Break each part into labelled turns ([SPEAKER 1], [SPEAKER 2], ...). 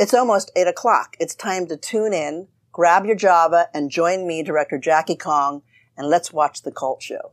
[SPEAKER 1] It's almost 8 o'clock. It's time to tune in, grab your Java, and join me, director Jackie Kong, and let's watch The Cult Show.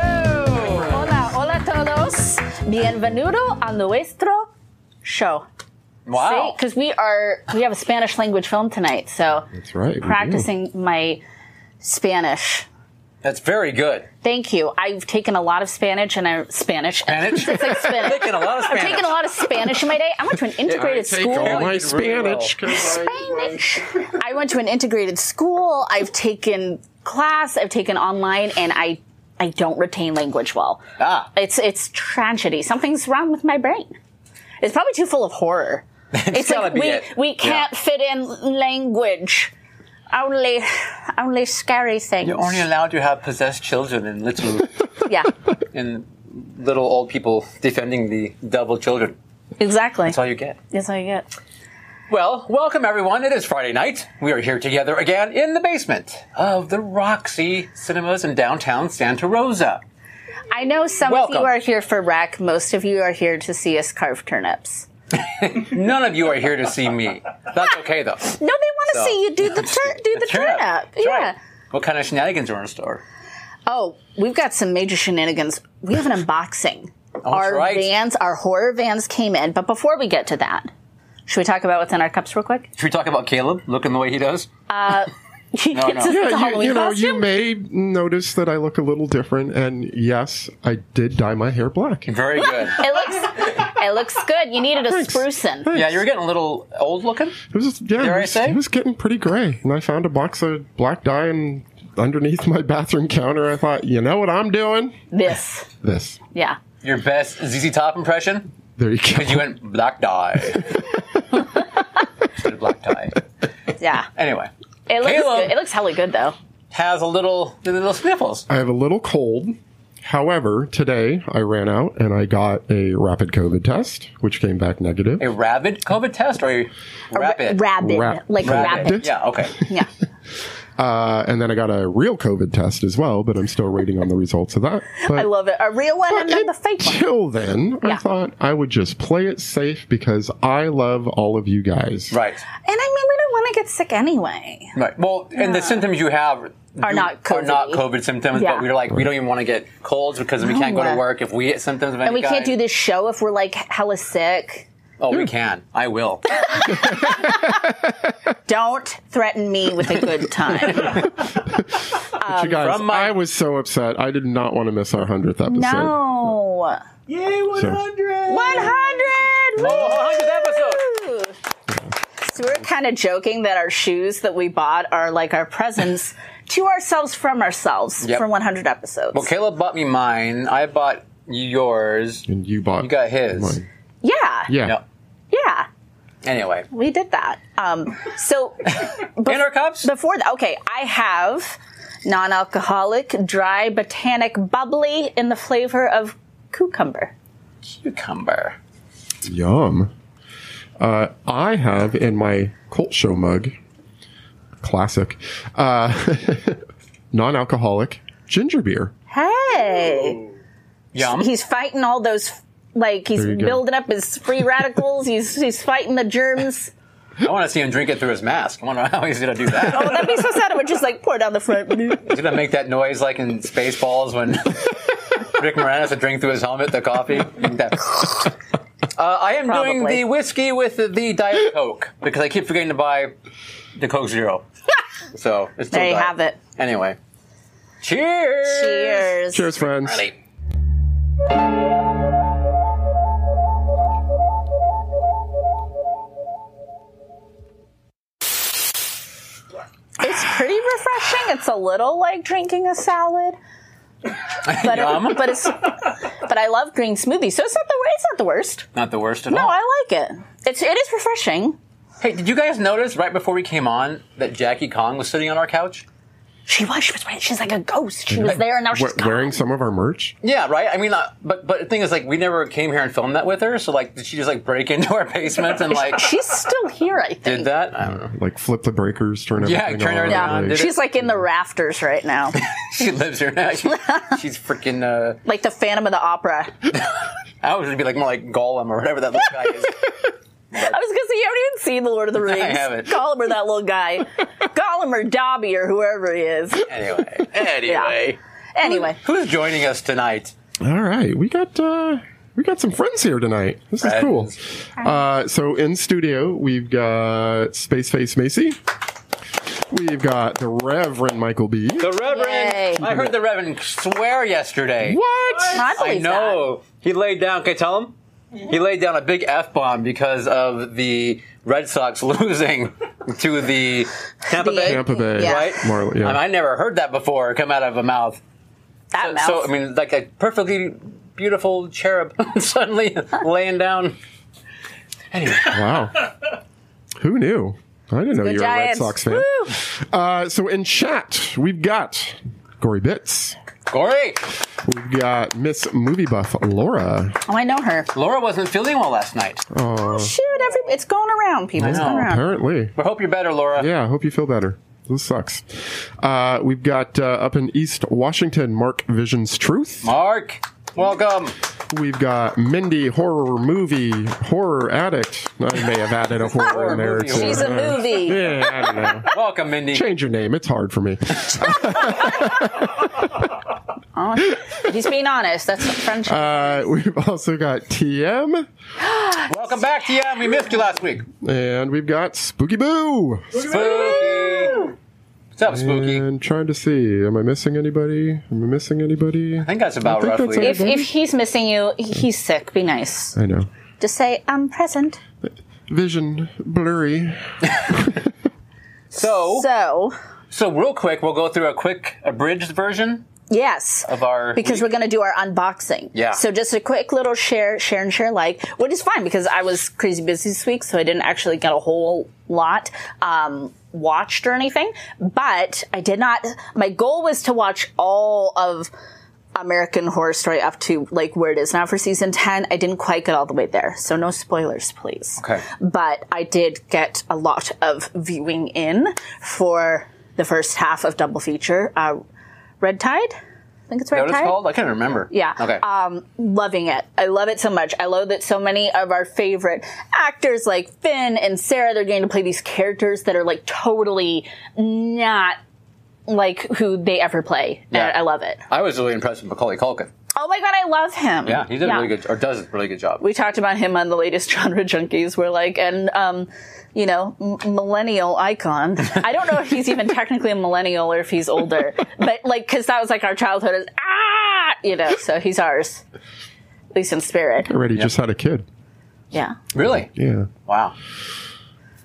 [SPEAKER 2] Hola, hola todos. Bienvenido a nuestro show.
[SPEAKER 3] Wow.
[SPEAKER 2] Because we are we have a Spanish language film tonight, so
[SPEAKER 4] That's right. we do.
[SPEAKER 2] practicing my Spanish.
[SPEAKER 3] That's very good.
[SPEAKER 2] Thank you. I've taken a lot of Spanish and I Spanish.
[SPEAKER 3] Spanish?
[SPEAKER 2] it's like Spanish.
[SPEAKER 3] Taking a lot of
[SPEAKER 2] I've
[SPEAKER 3] Spanish.
[SPEAKER 2] taken a lot of Spanish in my day. I went to an integrated
[SPEAKER 4] I take
[SPEAKER 2] school.
[SPEAKER 4] all my
[SPEAKER 3] You did really well.
[SPEAKER 4] Spanish. 'cause I-
[SPEAKER 2] Spanish. I went to an integrated school. I've taken class. I've taken online, and I I don't retain language well.
[SPEAKER 3] Ah.
[SPEAKER 2] It's it's tragedy. Something's wrong with my brain. It's probably too full of horror. it's
[SPEAKER 3] gotta
[SPEAKER 2] like
[SPEAKER 3] be
[SPEAKER 2] we
[SPEAKER 3] it.
[SPEAKER 2] we can't
[SPEAKER 3] Yeah.
[SPEAKER 2] fit in language. Only only scary things.
[SPEAKER 3] You're only allowed to have possessed children in little
[SPEAKER 2] yeah,
[SPEAKER 3] in little old people defending the devil children.
[SPEAKER 2] exactly.
[SPEAKER 3] That's all you get.
[SPEAKER 2] That's all you get.
[SPEAKER 3] Well, welcome everyone. It is Friday night. We are here together again in the basement of the Roxy Cinemas in downtown Santa Rosa.
[SPEAKER 2] I know some of
[SPEAKER 3] Welcome.
[SPEAKER 2] you are here for rec. Most of you are here to see us carve turnips.
[SPEAKER 3] None of you are here to see me. That's okay though.
[SPEAKER 2] No, they want to
[SPEAKER 3] So-
[SPEAKER 2] see you do the tur- do the, turnip.
[SPEAKER 3] That's
[SPEAKER 2] yeah.
[SPEAKER 3] right. What kind of shenanigans are in store?
[SPEAKER 2] Oh, we've got some major shenanigans. We have an unboxing. our
[SPEAKER 3] right.
[SPEAKER 2] vans, our horror vans came in, but before we get to that, should we talk about what's in our cups real quick?
[SPEAKER 3] Should we talk about Caleb looking the way he does?
[SPEAKER 2] He
[SPEAKER 3] No,
[SPEAKER 2] gets us
[SPEAKER 3] no.
[SPEAKER 2] the
[SPEAKER 3] Yeah,
[SPEAKER 4] Yeah, you,
[SPEAKER 2] Halloween
[SPEAKER 4] you know,
[SPEAKER 2] costume.
[SPEAKER 4] you may notice that I look a little different, and yes, I did dye my hair black.
[SPEAKER 3] Very good.
[SPEAKER 2] it looks, it looks good. You needed a
[SPEAKER 4] Thanks.
[SPEAKER 2] sprucing.
[SPEAKER 4] Thanks.
[SPEAKER 3] Yeah, you're getting a little old looking.
[SPEAKER 4] It was yeah,
[SPEAKER 3] Dare I
[SPEAKER 4] it was,
[SPEAKER 3] say?
[SPEAKER 4] it was getting pretty gray, and I found a box of black dye and underneath my bathroom counter. I thought, you know what I'm doing?
[SPEAKER 2] This,
[SPEAKER 4] This.
[SPEAKER 2] yeah.
[SPEAKER 3] Your best ZZ Top impression?
[SPEAKER 4] There you go.
[SPEAKER 3] You went black dye. Instead of black tie.
[SPEAKER 2] Yeah,
[SPEAKER 3] Anyway,
[SPEAKER 2] it looks
[SPEAKER 3] Caleb.
[SPEAKER 2] good. It looks hella good though.
[SPEAKER 3] has a little little sniffles.
[SPEAKER 4] I have a little cold. However, today I ran out and I got a rapid COVID test, which came back negative.
[SPEAKER 3] A rabid COVID test or a rapid?
[SPEAKER 2] Rabbit,
[SPEAKER 4] Ra-
[SPEAKER 2] like rabbit.
[SPEAKER 4] Rabbit.
[SPEAKER 3] Yeah, okay.
[SPEAKER 2] Yeah,
[SPEAKER 4] Uh, and then I got a real COVID test as well, but I'm still waiting on the results of that. But
[SPEAKER 2] I love it. A real one and then the fake one.
[SPEAKER 4] Until then,
[SPEAKER 2] Yeah.
[SPEAKER 4] I thought I would just play it safe because I love all of you guys.
[SPEAKER 3] Right.
[SPEAKER 2] And I mean, we don't want to get sick anyway.
[SPEAKER 3] Right. Well, and the symptoms you have
[SPEAKER 2] Are
[SPEAKER 3] you-
[SPEAKER 2] not
[SPEAKER 3] Are not
[SPEAKER 2] COVID-y.
[SPEAKER 3] COVID symptoms,
[SPEAKER 2] Yeah.
[SPEAKER 3] but we're like, we don't even want to get colds because we can't go
[SPEAKER 2] No.
[SPEAKER 3] to work if we get symptoms of any
[SPEAKER 2] And we can't do Mm.
[SPEAKER 3] kind.
[SPEAKER 2] this show if we're like hella sick.
[SPEAKER 3] Oh, we can. I will.
[SPEAKER 2] Don't threaten me with a good time.
[SPEAKER 4] But
[SPEAKER 2] Um,
[SPEAKER 4] you guys,
[SPEAKER 3] from my-
[SPEAKER 4] I was so upset. I did not want to miss our 100th episode.
[SPEAKER 2] no.
[SPEAKER 3] Yay,
[SPEAKER 4] 100!
[SPEAKER 2] 100! Woo!
[SPEAKER 3] Oh, 100th
[SPEAKER 2] episode! So we're kind of joking that our shoes that we bought are like our presents to ourselves from ourselves
[SPEAKER 3] Yep.
[SPEAKER 2] for 100 episodes.
[SPEAKER 3] Well, Caleb bought me mine. I bought yours.
[SPEAKER 4] And you bought.
[SPEAKER 3] You got his.
[SPEAKER 4] mine.
[SPEAKER 2] Yeah.
[SPEAKER 4] Yeah.
[SPEAKER 3] No.
[SPEAKER 2] Yeah.
[SPEAKER 3] Anyway.
[SPEAKER 2] We did that. Um, so
[SPEAKER 3] In our cups?
[SPEAKER 2] before that, okay, I have non-alcoholic, dry, botanic, bubbly in the flavor of cucumber.
[SPEAKER 3] Cucumber.
[SPEAKER 4] Yum. Uh, I have in my Colt Show mug, classic, uh, non alcoholic ginger beer.
[SPEAKER 2] Hey.
[SPEAKER 3] Yum.
[SPEAKER 2] he's fighting all those like he's
[SPEAKER 4] There you go.
[SPEAKER 2] building up his free radicals. he's he's fighting the germs.
[SPEAKER 3] I want to see him drink it through his mask. I wonder how he's going to do that.
[SPEAKER 2] Oh, that'd be so sad. It would just like pour down the front.
[SPEAKER 3] He's going to make that noise like in Spaceballs when Rick Moranis would drink through his helmet the coffee. That- Uh, I am doing
[SPEAKER 2] Probably.
[SPEAKER 3] the whiskey with the, the Diet Coke because I keep forgetting to buy the Coke Zero. So it's still
[SPEAKER 2] There you
[SPEAKER 3] Diet.
[SPEAKER 2] have it.
[SPEAKER 3] Anyway. Cheers.
[SPEAKER 2] Cheers.
[SPEAKER 4] Cheers, friends.
[SPEAKER 3] Ready.
[SPEAKER 2] refreshing. It's a little like drinking a salad. But,
[SPEAKER 3] Yum.
[SPEAKER 2] but it's but I love green smoothies, so it's not the it's not the worst.
[SPEAKER 3] Not the worst at
[SPEAKER 2] No,
[SPEAKER 4] Oh.
[SPEAKER 3] all.
[SPEAKER 2] I like it. It's it is refreshing.
[SPEAKER 3] hey, did you guys notice right before we came on that Jackie Kong was sitting on our couch?
[SPEAKER 2] She was she was wearing- she's like a ghost. She was there and now she's
[SPEAKER 4] We-
[SPEAKER 2] gone.
[SPEAKER 4] wearing some of our merch.
[SPEAKER 3] Yeah, right. I mean, uh, but but the thing is, like, we never came here and filmed that with her. So, like, did she just like break into our basement and like
[SPEAKER 2] She's still here, I think.
[SPEAKER 3] did that? I don't know.
[SPEAKER 4] Like flip the breakers, turn
[SPEAKER 3] Yeah,
[SPEAKER 4] everything
[SPEAKER 3] turn
[SPEAKER 4] on,
[SPEAKER 3] everything
[SPEAKER 2] Yeah,
[SPEAKER 3] on,
[SPEAKER 4] like-
[SPEAKER 3] did it-
[SPEAKER 2] she's like in the rafters right now,
[SPEAKER 3] She lives here now. She- she's freaking. Uh,
[SPEAKER 2] like the Phantom of the Opera.
[SPEAKER 3] I was gonna be like more like Gollum or whatever that little guy is.
[SPEAKER 2] I was gonna say you haven't even seen the Lord of the Rings.
[SPEAKER 3] haven't.
[SPEAKER 2] Gollum or that little guy, Gollum or Dobby or whoever he is.
[SPEAKER 3] Anyway, anyway,
[SPEAKER 2] Anyway,
[SPEAKER 3] who's joining us tonight?
[SPEAKER 4] All right, we got uh, we got some friends here tonight. This is
[SPEAKER 3] Friends.
[SPEAKER 4] cool. Uh, so in studio we've got Space Face Macy. We've got the Reverend Michael B.
[SPEAKER 3] The Reverend.
[SPEAKER 2] Yay.
[SPEAKER 3] I heard the Reverend swear yesterday.
[SPEAKER 4] What?
[SPEAKER 2] I
[SPEAKER 3] I
[SPEAKER 2] believe
[SPEAKER 3] know. He laid down. Can I tell him? He laid down a big f bomb because of the Red Sox losing to the Tampa
[SPEAKER 2] The-
[SPEAKER 3] Bay.
[SPEAKER 4] Tampa Bay,
[SPEAKER 2] Yeah.
[SPEAKER 3] Right?
[SPEAKER 4] Marley,
[SPEAKER 3] I, mean,
[SPEAKER 4] yeah.
[SPEAKER 3] I never heard that before come out of a mouth.
[SPEAKER 2] that. That
[SPEAKER 3] So,
[SPEAKER 2] mouth.
[SPEAKER 3] so, I mean, like a perfectly beautiful cherub suddenly laying down. Anyway,
[SPEAKER 4] Wow. Who knew? I didn't know
[SPEAKER 2] Go
[SPEAKER 4] you were Oh, a Red
[SPEAKER 2] Giants.
[SPEAKER 4] Sox fan.
[SPEAKER 2] Woo! Oh,
[SPEAKER 4] Uh, so in chat we've got Gory Bits.
[SPEAKER 3] Corey,
[SPEAKER 4] We've got Miss Movie Buff Laura.
[SPEAKER 2] Oh, I know her.
[SPEAKER 3] Laura wasn't feeling well last night.
[SPEAKER 2] Shoot, every, it's going around, people. It's
[SPEAKER 3] I know.
[SPEAKER 2] going around.
[SPEAKER 4] Apparently,
[SPEAKER 3] We hope you're better, Laura.
[SPEAKER 4] Yeah, I hope you feel better. This sucks. Uh, we've got uh, up in East Washington, Mark Visions Truth.
[SPEAKER 3] Mark, welcome.
[SPEAKER 4] We've got Mindy Horror Movie Horror Addict. I may have added a horror in there.
[SPEAKER 3] movie
[SPEAKER 4] too.
[SPEAKER 2] She's a movie.
[SPEAKER 4] Yeah, I don't know.
[SPEAKER 3] Welcome, Mindy.
[SPEAKER 4] Change your name. It's hard for me.
[SPEAKER 2] Oh, He's being honest. That's what friendship.
[SPEAKER 4] Uh, we've also got TM,
[SPEAKER 3] Welcome back, TM. We missed you last week.
[SPEAKER 4] and we've got Spooky Boo.
[SPEAKER 3] Spooky. What's up, Spooky? I
[SPEAKER 4] And trying to see, am I missing anybody? Am I missing anybody?
[SPEAKER 3] think that's about
[SPEAKER 4] I think that's
[SPEAKER 3] roughly.
[SPEAKER 4] it.
[SPEAKER 2] if, if he's missing you, he- he's sick. Be nice.
[SPEAKER 4] I know.
[SPEAKER 2] Just say I'm present.
[SPEAKER 4] Vision blurry.
[SPEAKER 3] So,
[SPEAKER 2] So
[SPEAKER 3] so real quick, we'll go through a quick abridged version
[SPEAKER 2] yes,
[SPEAKER 3] of our
[SPEAKER 2] because we're going to do our unboxing.
[SPEAKER 3] Yeah.
[SPEAKER 2] So just a quick little share, share and share like, which is fine because I was crazy busy this week, so I didn't actually get a whole lot um, watched or anything. But I did not. My goal was to watch all of American Horror Story up to like where it is now for season ten. I didn't quite get all the way there, so no spoilers, please.
[SPEAKER 3] Okay.
[SPEAKER 2] But I did get a lot of viewing in for the first half of double feature. Uh, Red Tide. I think it's Red
[SPEAKER 3] What it's
[SPEAKER 2] Tide
[SPEAKER 3] called? I can't remember.
[SPEAKER 2] Yeah.
[SPEAKER 3] Okay.
[SPEAKER 2] um, loving it. I love it so much. I love that so many of our favorite actors like Finn and Sarah, they're going to play these characters that are like totally not like who they ever play.
[SPEAKER 3] Yeah.
[SPEAKER 2] And I love it.
[SPEAKER 3] I was really impressed with Macaulay Culkin.
[SPEAKER 2] Oh my God, I love him.
[SPEAKER 3] Yeah, he did a really good or does a really good job.
[SPEAKER 2] We talked about him on the latest genre junkies. We're like, and um, you know, m- millennial icon. I don't know if he's even technically a millennial or if he's older, but like, because that was like our childhood is ah, you know. So he's ours, at least in spirit.
[SPEAKER 4] Already just had a kid.
[SPEAKER 2] Yeah.
[SPEAKER 3] Really?
[SPEAKER 4] Yeah.
[SPEAKER 3] Wow.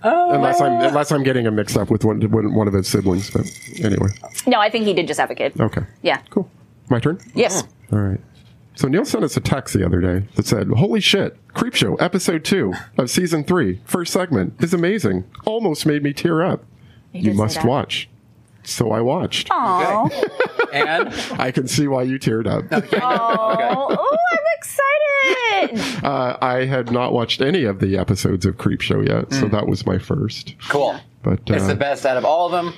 [SPEAKER 4] Unless I'm unless I'm getting him mixed up with one one one of his siblings, but anyway.
[SPEAKER 2] No, I think he did just have a kid.
[SPEAKER 4] Okay.
[SPEAKER 2] Yeah.
[SPEAKER 4] Cool. My turn?
[SPEAKER 2] Yes.
[SPEAKER 4] All right. So Neil sent us a text the other day that said, Holy shit, Creepshow, episode two of season three, first segment, is amazing. Almost made me tear up. You
[SPEAKER 2] did say
[SPEAKER 4] must
[SPEAKER 2] that. Oh.
[SPEAKER 4] watch. So I watched.
[SPEAKER 2] Aw.
[SPEAKER 3] And
[SPEAKER 4] I can see why you teared up.
[SPEAKER 2] Oh, ooh, I'm excited.
[SPEAKER 4] Uh, I had not watched any of the episodes of Creepshow yet, so that was my first.
[SPEAKER 3] cool.
[SPEAKER 4] But
[SPEAKER 3] Mm. It's
[SPEAKER 4] uh,
[SPEAKER 3] the best out of all of them.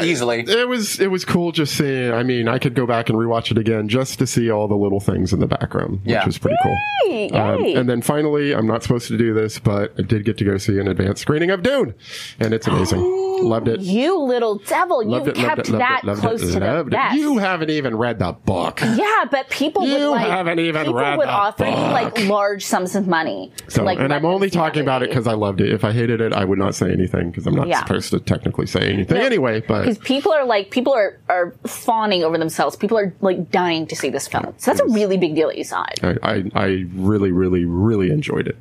[SPEAKER 3] Easily.
[SPEAKER 4] It was it was cool just seeing. I mean, I could go back and rewatch it again just to see all the little things in the background,
[SPEAKER 3] Yeah.
[SPEAKER 4] which was pretty cool.
[SPEAKER 2] Yay.
[SPEAKER 4] Um, and then finally, I'm not supposed to do this, but I did get to go see an advanced screening of Dune, and it's amazing. loved it.
[SPEAKER 2] Oh, you little devil,
[SPEAKER 4] Loved
[SPEAKER 2] you
[SPEAKER 4] it. Loved
[SPEAKER 2] kept
[SPEAKER 4] it. Loved
[SPEAKER 2] that
[SPEAKER 4] it. Loved
[SPEAKER 2] close
[SPEAKER 4] it.
[SPEAKER 2] to the
[SPEAKER 4] loved it.
[SPEAKER 2] vest.
[SPEAKER 4] You haven't even read the book.
[SPEAKER 2] Yeah, but people would
[SPEAKER 4] You
[SPEAKER 2] like
[SPEAKER 4] haven't even
[SPEAKER 2] people
[SPEAKER 4] read
[SPEAKER 2] would
[SPEAKER 4] the
[SPEAKER 2] offer you like
[SPEAKER 4] book.
[SPEAKER 2] large sums of money. to,
[SPEAKER 4] So,
[SPEAKER 2] like,
[SPEAKER 4] and
[SPEAKER 2] let
[SPEAKER 4] I'm
[SPEAKER 2] them
[SPEAKER 4] only
[SPEAKER 2] see that
[SPEAKER 4] talking about it
[SPEAKER 2] movie.
[SPEAKER 4] because I loved it. If I hated it, I would not say anything because I'm not
[SPEAKER 2] Yeah.
[SPEAKER 4] supposed to technically say anything anyway. But
[SPEAKER 2] Because people are like people are, are fawning over themselves. People are like dying to see this film. So that's a really big deal that you saw it.
[SPEAKER 4] I, I, I really, really, really enjoyed it.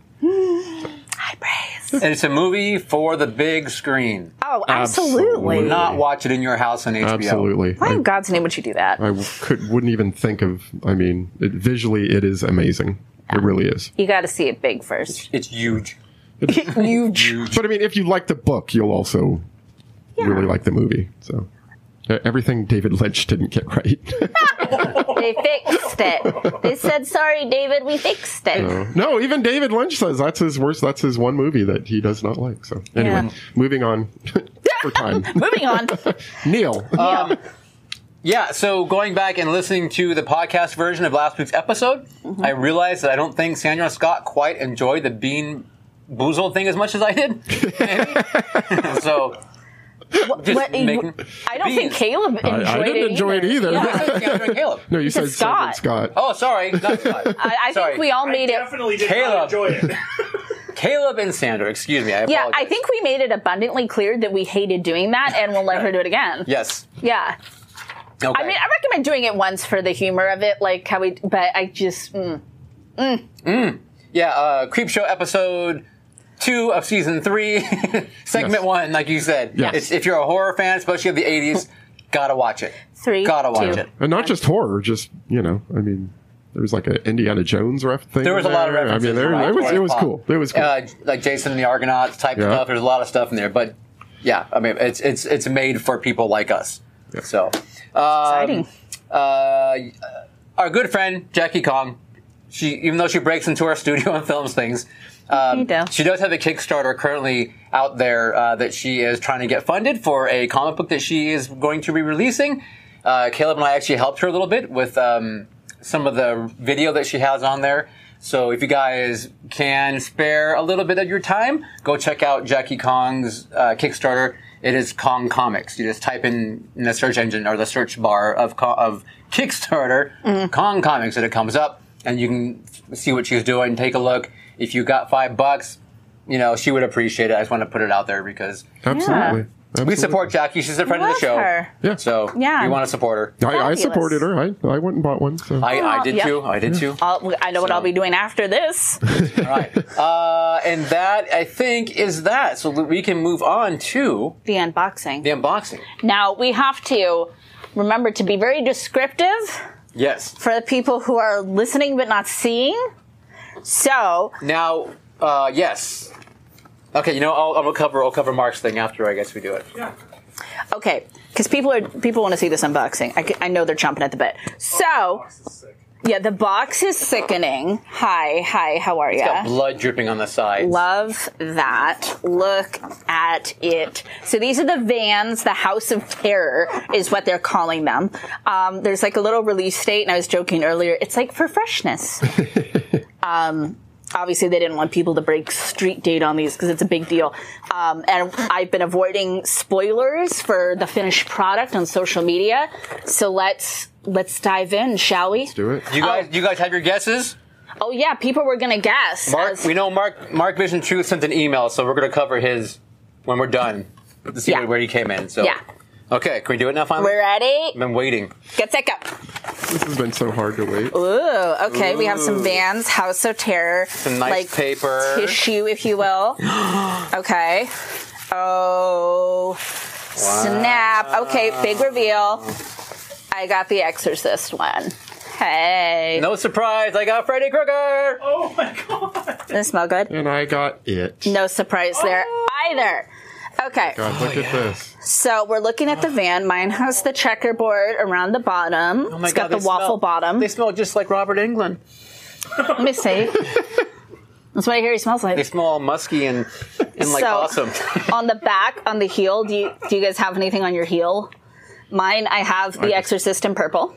[SPEAKER 2] High praise. Yes.
[SPEAKER 3] It's a movie for the big screen.
[SPEAKER 2] Oh, absolutely.
[SPEAKER 4] Absolutely.
[SPEAKER 3] Not watch it in your house on HBO.
[SPEAKER 4] Absolutely.
[SPEAKER 2] Why in God's name would you do that?
[SPEAKER 4] I w- could wouldn't even think of. I mean, it, visually, it is amazing. It really is.
[SPEAKER 2] You got to see it big first.
[SPEAKER 3] It's huge.
[SPEAKER 2] Huge.
[SPEAKER 4] But I mean, if you like the book, you'll also really like the movie. So Uh, everything David Lynch didn't get right.
[SPEAKER 2] They fixed it. They said, sorry, David, we fixed it.
[SPEAKER 3] Uh-huh.
[SPEAKER 4] no, even David Lynch says that's his worst. That's his one movie that he does not like. So anyway,
[SPEAKER 2] Yeah.
[SPEAKER 4] moving on for time.
[SPEAKER 2] Moving on.
[SPEAKER 4] Neil,
[SPEAKER 3] Uh, Yeah, so going back and listening to the podcast version of last week's episode, I realized that I don't think Sandra Scott quite enjoyed the bean boozled thing as much as I did. Maybe. so just
[SPEAKER 2] what- you-
[SPEAKER 3] making,
[SPEAKER 2] I don't think
[SPEAKER 3] Beans.
[SPEAKER 2] Caleb enjoyed
[SPEAKER 4] I, I
[SPEAKER 2] it.
[SPEAKER 4] didn't enjoy it either.
[SPEAKER 3] I think Sandra and Caleb.
[SPEAKER 4] no, you
[SPEAKER 2] said
[SPEAKER 4] said Simon
[SPEAKER 2] Scott.
[SPEAKER 4] Scott.
[SPEAKER 3] Oh, sorry, not Scott.
[SPEAKER 2] I, I
[SPEAKER 3] Sorry.
[SPEAKER 2] think we all made it.
[SPEAKER 5] Definitely did
[SPEAKER 3] Caleb.
[SPEAKER 5] not enjoy it.
[SPEAKER 3] Caleb and Sandra. Excuse me. I apologize.
[SPEAKER 2] Yeah, I think we made it abundantly clear that we hated doing that and we'll never do it again.
[SPEAKER 3] Yes.
[SPEAKER 2] Yeah.
[SPEAKER 3] Okay.
[SPEAKER 2] I mean, I recommend doing it once for the humor of it, like how we, but I just, mm,
[SPEAKER 3] yeah. Uh, Creep Show episode two of season three, segment
[SPEAKER 4] Yes.
[SPEAKER 3] one. Like you said,
[SPEAKER 4] Yes.
[SPEAKER 3] It's- if you're a horror fan, especially of the '80s, gotta watch it.
[SPEAKER 2] three.
[SPEAKER 3] Gotta watch
[SPEAKER 2] two.
[SPEAKER 3] it.
[SPEAKER 4] And not just horror, just you know, I mean, there was like an Indiana Jones ref thing.
[SPEAKER 3] There was a lot of
[SPEAKER 4] there. I
[SPEAKER 3] references.
[SPEAKER 4] mean, there,
[SPEAKER 3] Right.
[SPEAKER 4] it was it was
[SPEAKER 3] Right.
[SPEAKER 4] cool. It was cool.
[SPEAKER 3] uh, like Jason and the Argonauts type
[SPEAKER 4] Yeah.
[SPEAKER 3] stuff. There's a lot of stuff in there, but yeah, I mean, it's it's it's made for people like us. So, um,
[SPEAKER 2] Exciting.
[SPEAKER 3] uh, our good friend Jackie Kong, she even though she breaks into our studio and films things, um,
[SPEAKER 2] do.
[SPEAKER 3] she does have a Kickstarter currently out there uh, that she is trying to get funded for a comic book that she is going to be releasing. Uh, Caleb and I actually helped her a little bit with um, some of the video that she has on there. So if you guys can spare a little bit of your time, go check out Jackie Kong's uh, Kickstarter. It is Kong Comics. You just type in, in the search engine or the search bar of Co- of Kickstarter Kong Comics, and it comes up, and you can see what she's doing. Take a look. If you got five bucks, you know she would appreciate it. I just want to put it out there because
[SPEAKER 4] Absolutely.
[SPEAKER 3] we
[SPEAKER 4] Absolutely.
[SPEAKER 3] support Jackie. She's a friend of
[SPEAKER 2] Love
[SPEAKER 3] the show,
[SPEAKER 2] her.
[SPEAKER 4] Yeah.
[SPEAKER 3] so
[SPEAKER 2] Yeah.
[SPEAKER 3] we want to support her.
[SPEAKER 4] I, I
[SPEAKER 2] Fabulous.
[SPEAKER 4] supported her. I, I went and bought one. So.
[SPEAKER 3] I, I did
[SPEAKER 2] Yeah.
[SPEAKER 3] too. I did too. All
[SPEAKER 2] I'll, I know what I'll be doing after this.
[SPEAKER 3] right, uh, and that I think is that. So we can move on to
[SPEAKER 2] The unboxing.
[SPEAKER 3] the unboxing.
[SPEAKER 2] Now, we have to remember to be very descriptive
[SPEAKER 3] Yes.
[SPEAKER 2] for the people who are listening but not seeing. So,
[SPEAKER 3] Now, uh, yes. Okay, you know, I'll, I'll cover I'll cover Mark's thing after. I guess we do it.
[SPEAKER 2] okay, because people are people want to see this unboxing. I, c- I know they're chomping at the bit. So, yeah, the box is sickening. Hi, hi, how are
[SPEAKER 3] Got
[SPEAKER 2] you?
[SPEAKER 3] blood dripping on the side.
[SPEAKER 2] Love that. Look at it. So these are the vans. The House of Terror is what they're calling them. Um, there's like a little release date, and I was joking earlier. It's like for freshness. um, obviously, they didn't want people to break street date on these because it's a big deal. Um, and I've been avoiding spoilers for the finished product on social media. So let's let's dive in, shall we?
[SPEAKER 4] do it.
[SPEAKER 3] you guys, you guys have your guesses.
[SPEAKER 2] Oh yeah, people were gonna guess.
[SPEAKER 3] Mark,
[SPEAKER 2] as-
[SPEAKER 3] we know Mark. Mark Vision Truth sent an email, so we're going to cover his when we're done to see
[SPEAKER 2] Yeah.
[SPEAKER 3] where he came in. So
[SPEAKER 2] Yeah.
[SPEAKER 3] Okay, can we do it now? Finally,
[SPEAKER 2] we're
[SPEAKER 3] I've
[SPEAKER 2] ready.
[SPEAKER 3] been waiting.
[SPEAKER 2] Get set up.
[SPEAKER 4] This has been so hard to wait.
[SPEAKER 2] Ooh, okay. We have some Vans, House of Terror,
[SPEAKER 3] Some nice
[SPEAKER 2] like
[SPEAKER 3] paper.
[SPEAKER 2] tissue, if you will. okay. Oh, snap. Okay, big reveal. I got the Exorcist one. Hey,
[SPEAKER 3] No surprise, I got Freddy Krueger.
[SPEAKER 5] Oh my god.
[SPEAKER 2] doesn't it smell good?
[SPEAKER 4] And I got it.
[SPEAKER 2] No surprise there
[SPEAKER 3] Oh.
[SPEAKER 2] either. Okay.
[SPEAKER 4] God, look at this.
[SPEAKER 2] So we're looking at the van. Mine has the checkerboard around the bottom.
[SPEAKER 3] Oh my
[SPEAKER 2] it's
[SPEAKER 3] God,
[SPEAKER 2] got
[SPEAKER 3] they
[SPEAKER 2] the waffle
[SPEAKER 3] smell-
[SPEAKER 2] bottom.
[SPEAKER 3] They smell just like Robert England.
[SPEAKER 2] Let me see. That's what I hear he smells like.
[SPEAKER 3] They smell all musky and and like
[SPEAKER 2] So-
[SPEAKER 3] awesome.
[SPEAKER 2] on the back, on the heel, do you do you guys have anything on your heel? Mine, I have The Exorcist in purple,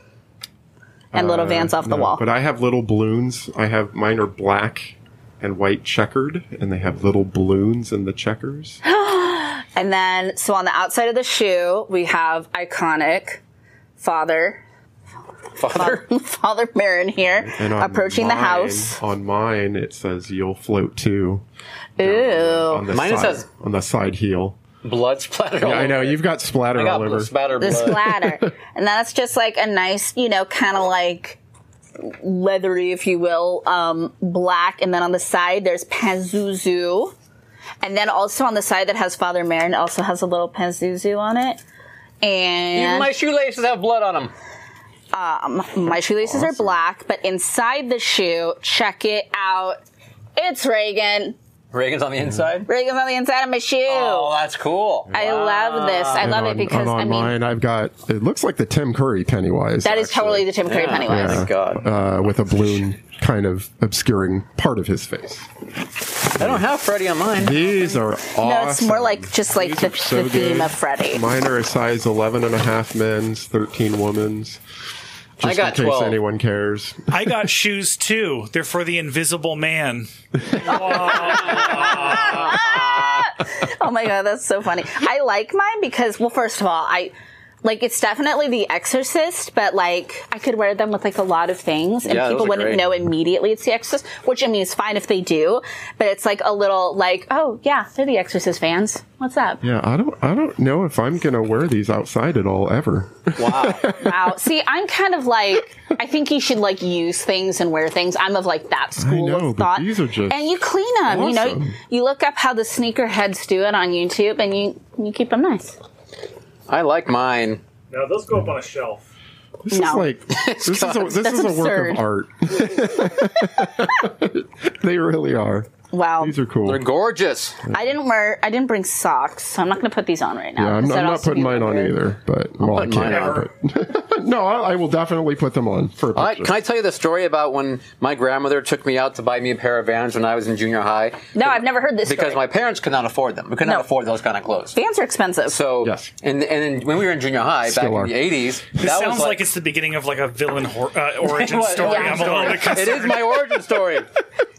[SPEAKER 2] and little Vans off the
[SPEAKER 4] Uh, No,
[SPEAKER 2] wall.
[SPEAKER 4] But I have little balloons. I have mine are black and white checkered, and they have little balloons in the checkers.
[SPEAKER 2] and then, so on the outside of the shoe, we have iconic Father
[SPEAKER 3] Father.
[SPEAKER 2] Father Marin here
[SPEAKER 4] And on
[SPEAKER 2] approaching the
[SPEAKER 4] mine-
[SPEAKER 2] house.
[SPEAKER 4] On mine, it says "You'll float too."
[SPEAKER 2] Ooh,
[SPEAKER 4] On the
[SPEAKER 3] Mine
[SPEAKER 4] side,
[SPEAKER 3] says-
[SPEAKER 4] on the side heel.
[SPEAKER 3] blood splattered. all
[SPEAKER 4] I know
[SPEAKER 3] over.
[SPEAKER 4] you've got splatter
[SPEAKER 3] I got
[SPEAKER 4] all
[SPEAKER 3] bl-
[SPEAKER 4] over.
[SPEAKER 3] spatter
[SPEAKER 2] the
[SPEAKER 3] blood.
[SPEAKER 2] splatter, and that's just like a nice, you know, kind of like leathery, if you will, um, black. And then on the side, there's Pazuzu. And then also on the side that has Father Marin also has a little Pazuzu on it.
[SPEAKER 3] Even
[SPEAKER 2] And
[SPEAKER 3] my shoelaces have blood on them.
[SPEAKER 2] my shoelaces are black, but inside the shoe, check it out. It's Reagan.
[SPEAKER 3] Reagan's on the inside.
[SPEAKER 2] Reagan's on the inside of my shoe.
[SPEAKER 3] Oh, that's cool.
[SPEAKER 2] I love this. I
[SPEAKER 4] And
[SPEAKER 2] love
[SPEAKER 4] on,
[SPEAKER 2] it because
[SPEAKER 4] and
[SPEAKER 2] I
[SPEAKER 4] on
[SPEAKER 2] mean
[SPEAKER 4] mine, I've got it looks like the Tim Curry Pennywise.
[SPEAKER 2] that is totally the Tim Curry
[SPEAKER 3] Yeah.
[SPEAKER 2] Pennywise.
[SPEAKER 3] Thank Oh God.
[SPEAKER 4] uh, with a balloon kind of obscuring part of his face.
[SPEAKER 3] I don't have Freddy on mine.
[SPEAKER 4] These are awesome.
[SPEAKER 2] No, it's more like just like the,
[SPEAKER 4] so
[SPEAKER 2] the theme
[SPEAKER 4] good.
[SPEAKER 2] of Freddy.
[SPEAKER 4] Mine are a size 11 and a half men's, 13 women's. Just
[SPEAKER 3] I got
[SPEAKER 4] in case
[SPEAKER 3] 12.
[SPEAKER 4] anyone cares.
[SPEAKER 5] I got shoes too. They're for the Invisible Man.
[SPEAKER 2] Oh my god, that's so funny. I like mine because, well, first of all, I like it's definitely The Exorcist, but like I could wear them with like a lot of things, and
[SPEAKER 3] Yeah, those
[SPEAKER 2] people
[SPEAKER 3] are
[SPEAKER 2] wouldn't
[SPEAKER 3] great.
[SPEAKER 2] know immediately it's The Exorcist. Which I mean, it's fine if they do, but it's like a little like, oh yeah, they're The Exorcist fans. What's up?
[SPEAKER 4] Yeah, I don't I don't know if I'm going to wear these outside at all ever.
[SPEAKER 3] Wow.
[SPEAKER 2] Wow. See, I'm kind of like I think you should like use things and wear things. I'm of like that school
[SPEAKER 4] know,
[SPEAKER 2] of
[SPEAKER 4] but
[SPEAKER 2] thought.
[SPEAKER 4] these are just
[SPEAKER 2] and you clean them. You know,
[SPEAKER 4] awesome.
[SPEAKER 2] you look up how the sneakerheads do it on YouTube, and you you keep them nice.
[SPEAKER 3] I like mine.
[SPEAKER 6] Now those go up on a shelf.
[SPEAKER 4] This
[SPEAKER 2] No.
[SPEAKER 4] is like this is a, this
[SPEAKER 2] That's
[SPEAKER 4] is a work
[SPEAKER 2] absurd.
[SPEAKER 4] of art. they really are.
[SPEAKER 2] Wow.
[SPEAKER 4] These are cool.
[SPEAKER 3] They're gorgeous.
[SPEAKER 2] I didn't wear. I didn't bring socks, so I'm not going to put these on right now.
[SPEAKER 4] Yeah, I'm,
[SPEAKER 2] Because that'd
[SPEAKER 4] I'm not
[SPEAKER 2] also
[SPEAKER 4] putting
[SPEAKER 2] be
[SPEAKER 4] mine on
[SPEAKER 2] weird.
[SPEAKER 4] either, but well, I
[SPEAKER 3] putting mine
[SPEAKER 4] can't. But, no, I, I will definitely put them on for a
[SPEAKER 3] I,
[SPEAKER 4] picture.
[SPEAKER 3] can I tell you the story about when my grandmother took me out to buy me a pair of Vans when I was in junior high?
[SPEAKER 2] No, I've never heard this.
[SPEAKER 3] Because
[SPEAKER 2] story.
[SPEAKER 3] my parents could not afford them. We could not
[SPEAKER 2] No.
[SPEAKER 3] afford those kind of clothes.
[SPEAKER 2] fans are expensive.
[SPEAKER 3] So,
[SPEAKER 4] Yes.
[SPEAKER 3] and and when we were in junior high
[SPEAKER 4] Still
[SPEAKER 3] back
[SPEAKER 4] are.
[SPEAKER 3] in the eighties,
[SPEAKER 5] This sounds like, it's the beginning of like a villain hor- uh, origin story.
[SPEAKER 2] yeah.
[SPEAKER 5] I'm a little bit
[SPEAKER 3] it
[SPEAKER 5] concerned.
[SPEAKER 3] is my origin story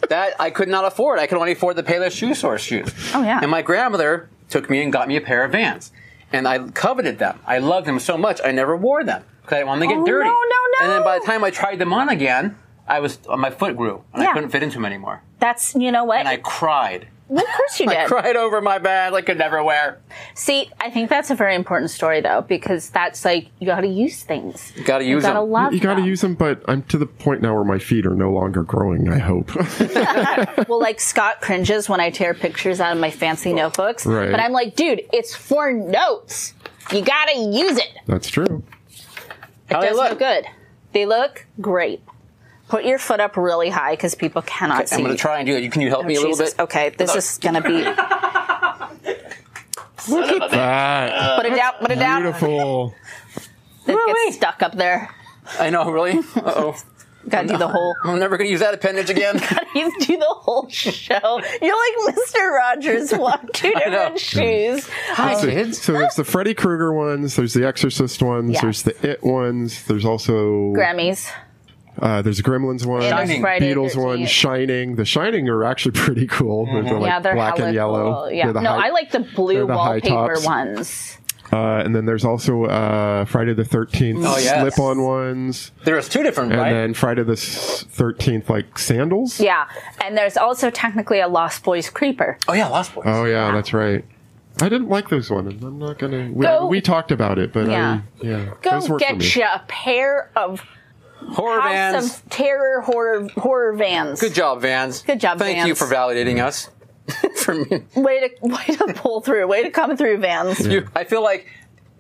[SPEAKER 3] that I could not afford. I could only afford the Payless shoe source shoes.
[SPEAKER 2] Oh, yeah.
[SPEAKER 3] And my grandmother took me and got me a pair of Vans, and I coveted them. I loved them so much. I never wore them because I didn't want them to get
[SPEAKER 2] Oh,
[SPEAKER 3] dirty.
[SPEAKER 2] no, no, no.
[SPEAKER 3] And then by the time I tried them on again, I was my foot grew and
[SPEAKER 2] Yeah.
[SPEAKER 3] I couldn't fit into them anymore,
[SPEAKER 2] That's you know what.
[SPEAKER 3] and I cried.
[SPEAKER 2] well, of course you
[SPEAKER 3] I
[SPEAKER 2] did.
[SPEAKER 3] cried over my Vans I could never wear.
[SPEAKER 2] See, I think that's a very important story though, because that's like you got to use things. You
[SPEAKER 3] got to use
[SPEAKER 2] got to
[SPEAKER 3] them.
[SPEAKER 2] love.
[SPEAKER 4] you got to
[SPEAKER 2] them.
[SPEAKER 4] use them, but I'm to the point now where my feet are no longer growing. I hope.
[SPEAKER 2] Well, like Scott cringes when I tear pictures out of my fancy notebooks,
[SPEAKER 4] Right.
[SPEAKER 2] but I'm like, dude, it's for notes. You got to use it.
[SPEAKER 4] That's true.
[SPEAKER 3] How
[SPEAKER 2] It
[SPEAKER 3] Oh, they
[SPEAKER 2] does look
[SPEAKER 3] look?
[SPEAKER 2] good. They look great. Put your foot up really high because people cannot see. Oh,
[SPEAKER 3] I'm going to try and do it. You- Can you help me a little
[SPEAKER 2] Jesus.
[SPEAKER 3] bit?
[SPEAKER 2] Okay, this is gonna be. Look at
[SPEAKER 4] That
[SPEAKER 2] put it down, put it down.
[SPEAKER 4] beautiful.
[SPEAKER 2] It gets stuck up there.
[SPEAKER 3] I know, really. Uh oh,
[SPEAKER 2] Gotta do the whole.
[SPEAKER 3] I'm never going to use that appendage again.
[SPEAKER 2] You do the whole show. You're like Mr. Rogers. Walk two
[SPEAKER 3] know.
[SPEAKER 2] different shoes.
[SPEAKER 3] Hi,
[SPEAKER 4] So,
[SPEAKER 3] kids.
[SPEAKER 4] so there's the Freddy Krueger ones. There's the Exorcist ones.
[SPEAKER 2] Yes.
[SPEAKER 4] There's the It ones. There's also
[SPEAKER 2] Grammys.
[SPEAKER 4] uh, there's a Gremlins one.
[SPEAKER 2] And on
[SPEAKER 3] Shining.
[SPEAKER 2] Friday
[SPEAKER 4] Beatles
[SPEAKER 2] 13th.
[SPEAKER 4] one, Shining. The Shining are actually pretty cool. They're-
[SPEAKER 3] Mm-hmm.
[SPEAKER 4] They're like
[SPEAKER 2] Yeah, they're
[SPEAKER 4] black
[SPEAKER 2] hella
[SPEAKER 4] and yellow.
[SPEAKER 2] Cool. Yeah.
[SPEAKER 4] They're the
[SPEAKER 2] no,
[SPEAKER 4] high-
[SPEAKER 2] I like the blue
[SPEAKER 4] they're the high
[SPEAKER 2] wallpaper
[SPEAKER 4] tops.
[SPEAKER 2] ones.
[SPEAKER 4] Uh, and then there's also uh, Friday the 13th
[SPEAKER 3] Oh, yes.
[SPEAKER 4] slip-on ones,
[SPEAKER 3] There's two different,
[SPEAKER 4] and
[SPEAKER 3] right?
[SPEAKER 4] then Friday the s- 13th like sandals.
[SPEAKER 2] Yeah. And there's also technically a Lost Boys creeper.
[SPEAKER 3] oh yeah, Lost Boys.
[SPEAKER 4] Oh yeah, that's right. I didn't like those ones. I'm not gonna. We,
[SPEAKER 2] Go-
[SPEAKER 4] we talked about it, but
[SPEAKER 2] Yeah.
[SPEAKER 4] yeah, I, yeah.
[SPEAKER 2] Go
[SPEAKER 4] those work for me.
[SPEAKER 2] get you a pair of
[SPEAKER 3] Horror
[SPEAKER 2] House
[SPEAKER 3] Vans.
[SPEAKER 2] of Terror horror horror vans.
[SPEAKER 3] Good job, Vans.
[SPEAKER 2] Good job,
[SPEAKER 3] Thank
[SPEAKER 2] Vans.
[SPEAKER 3] you for validating us. for me,
[SPEAKER 2] Way to way to pull through. Way to come through, Vans.
[SPEAKER 3] you, I feel like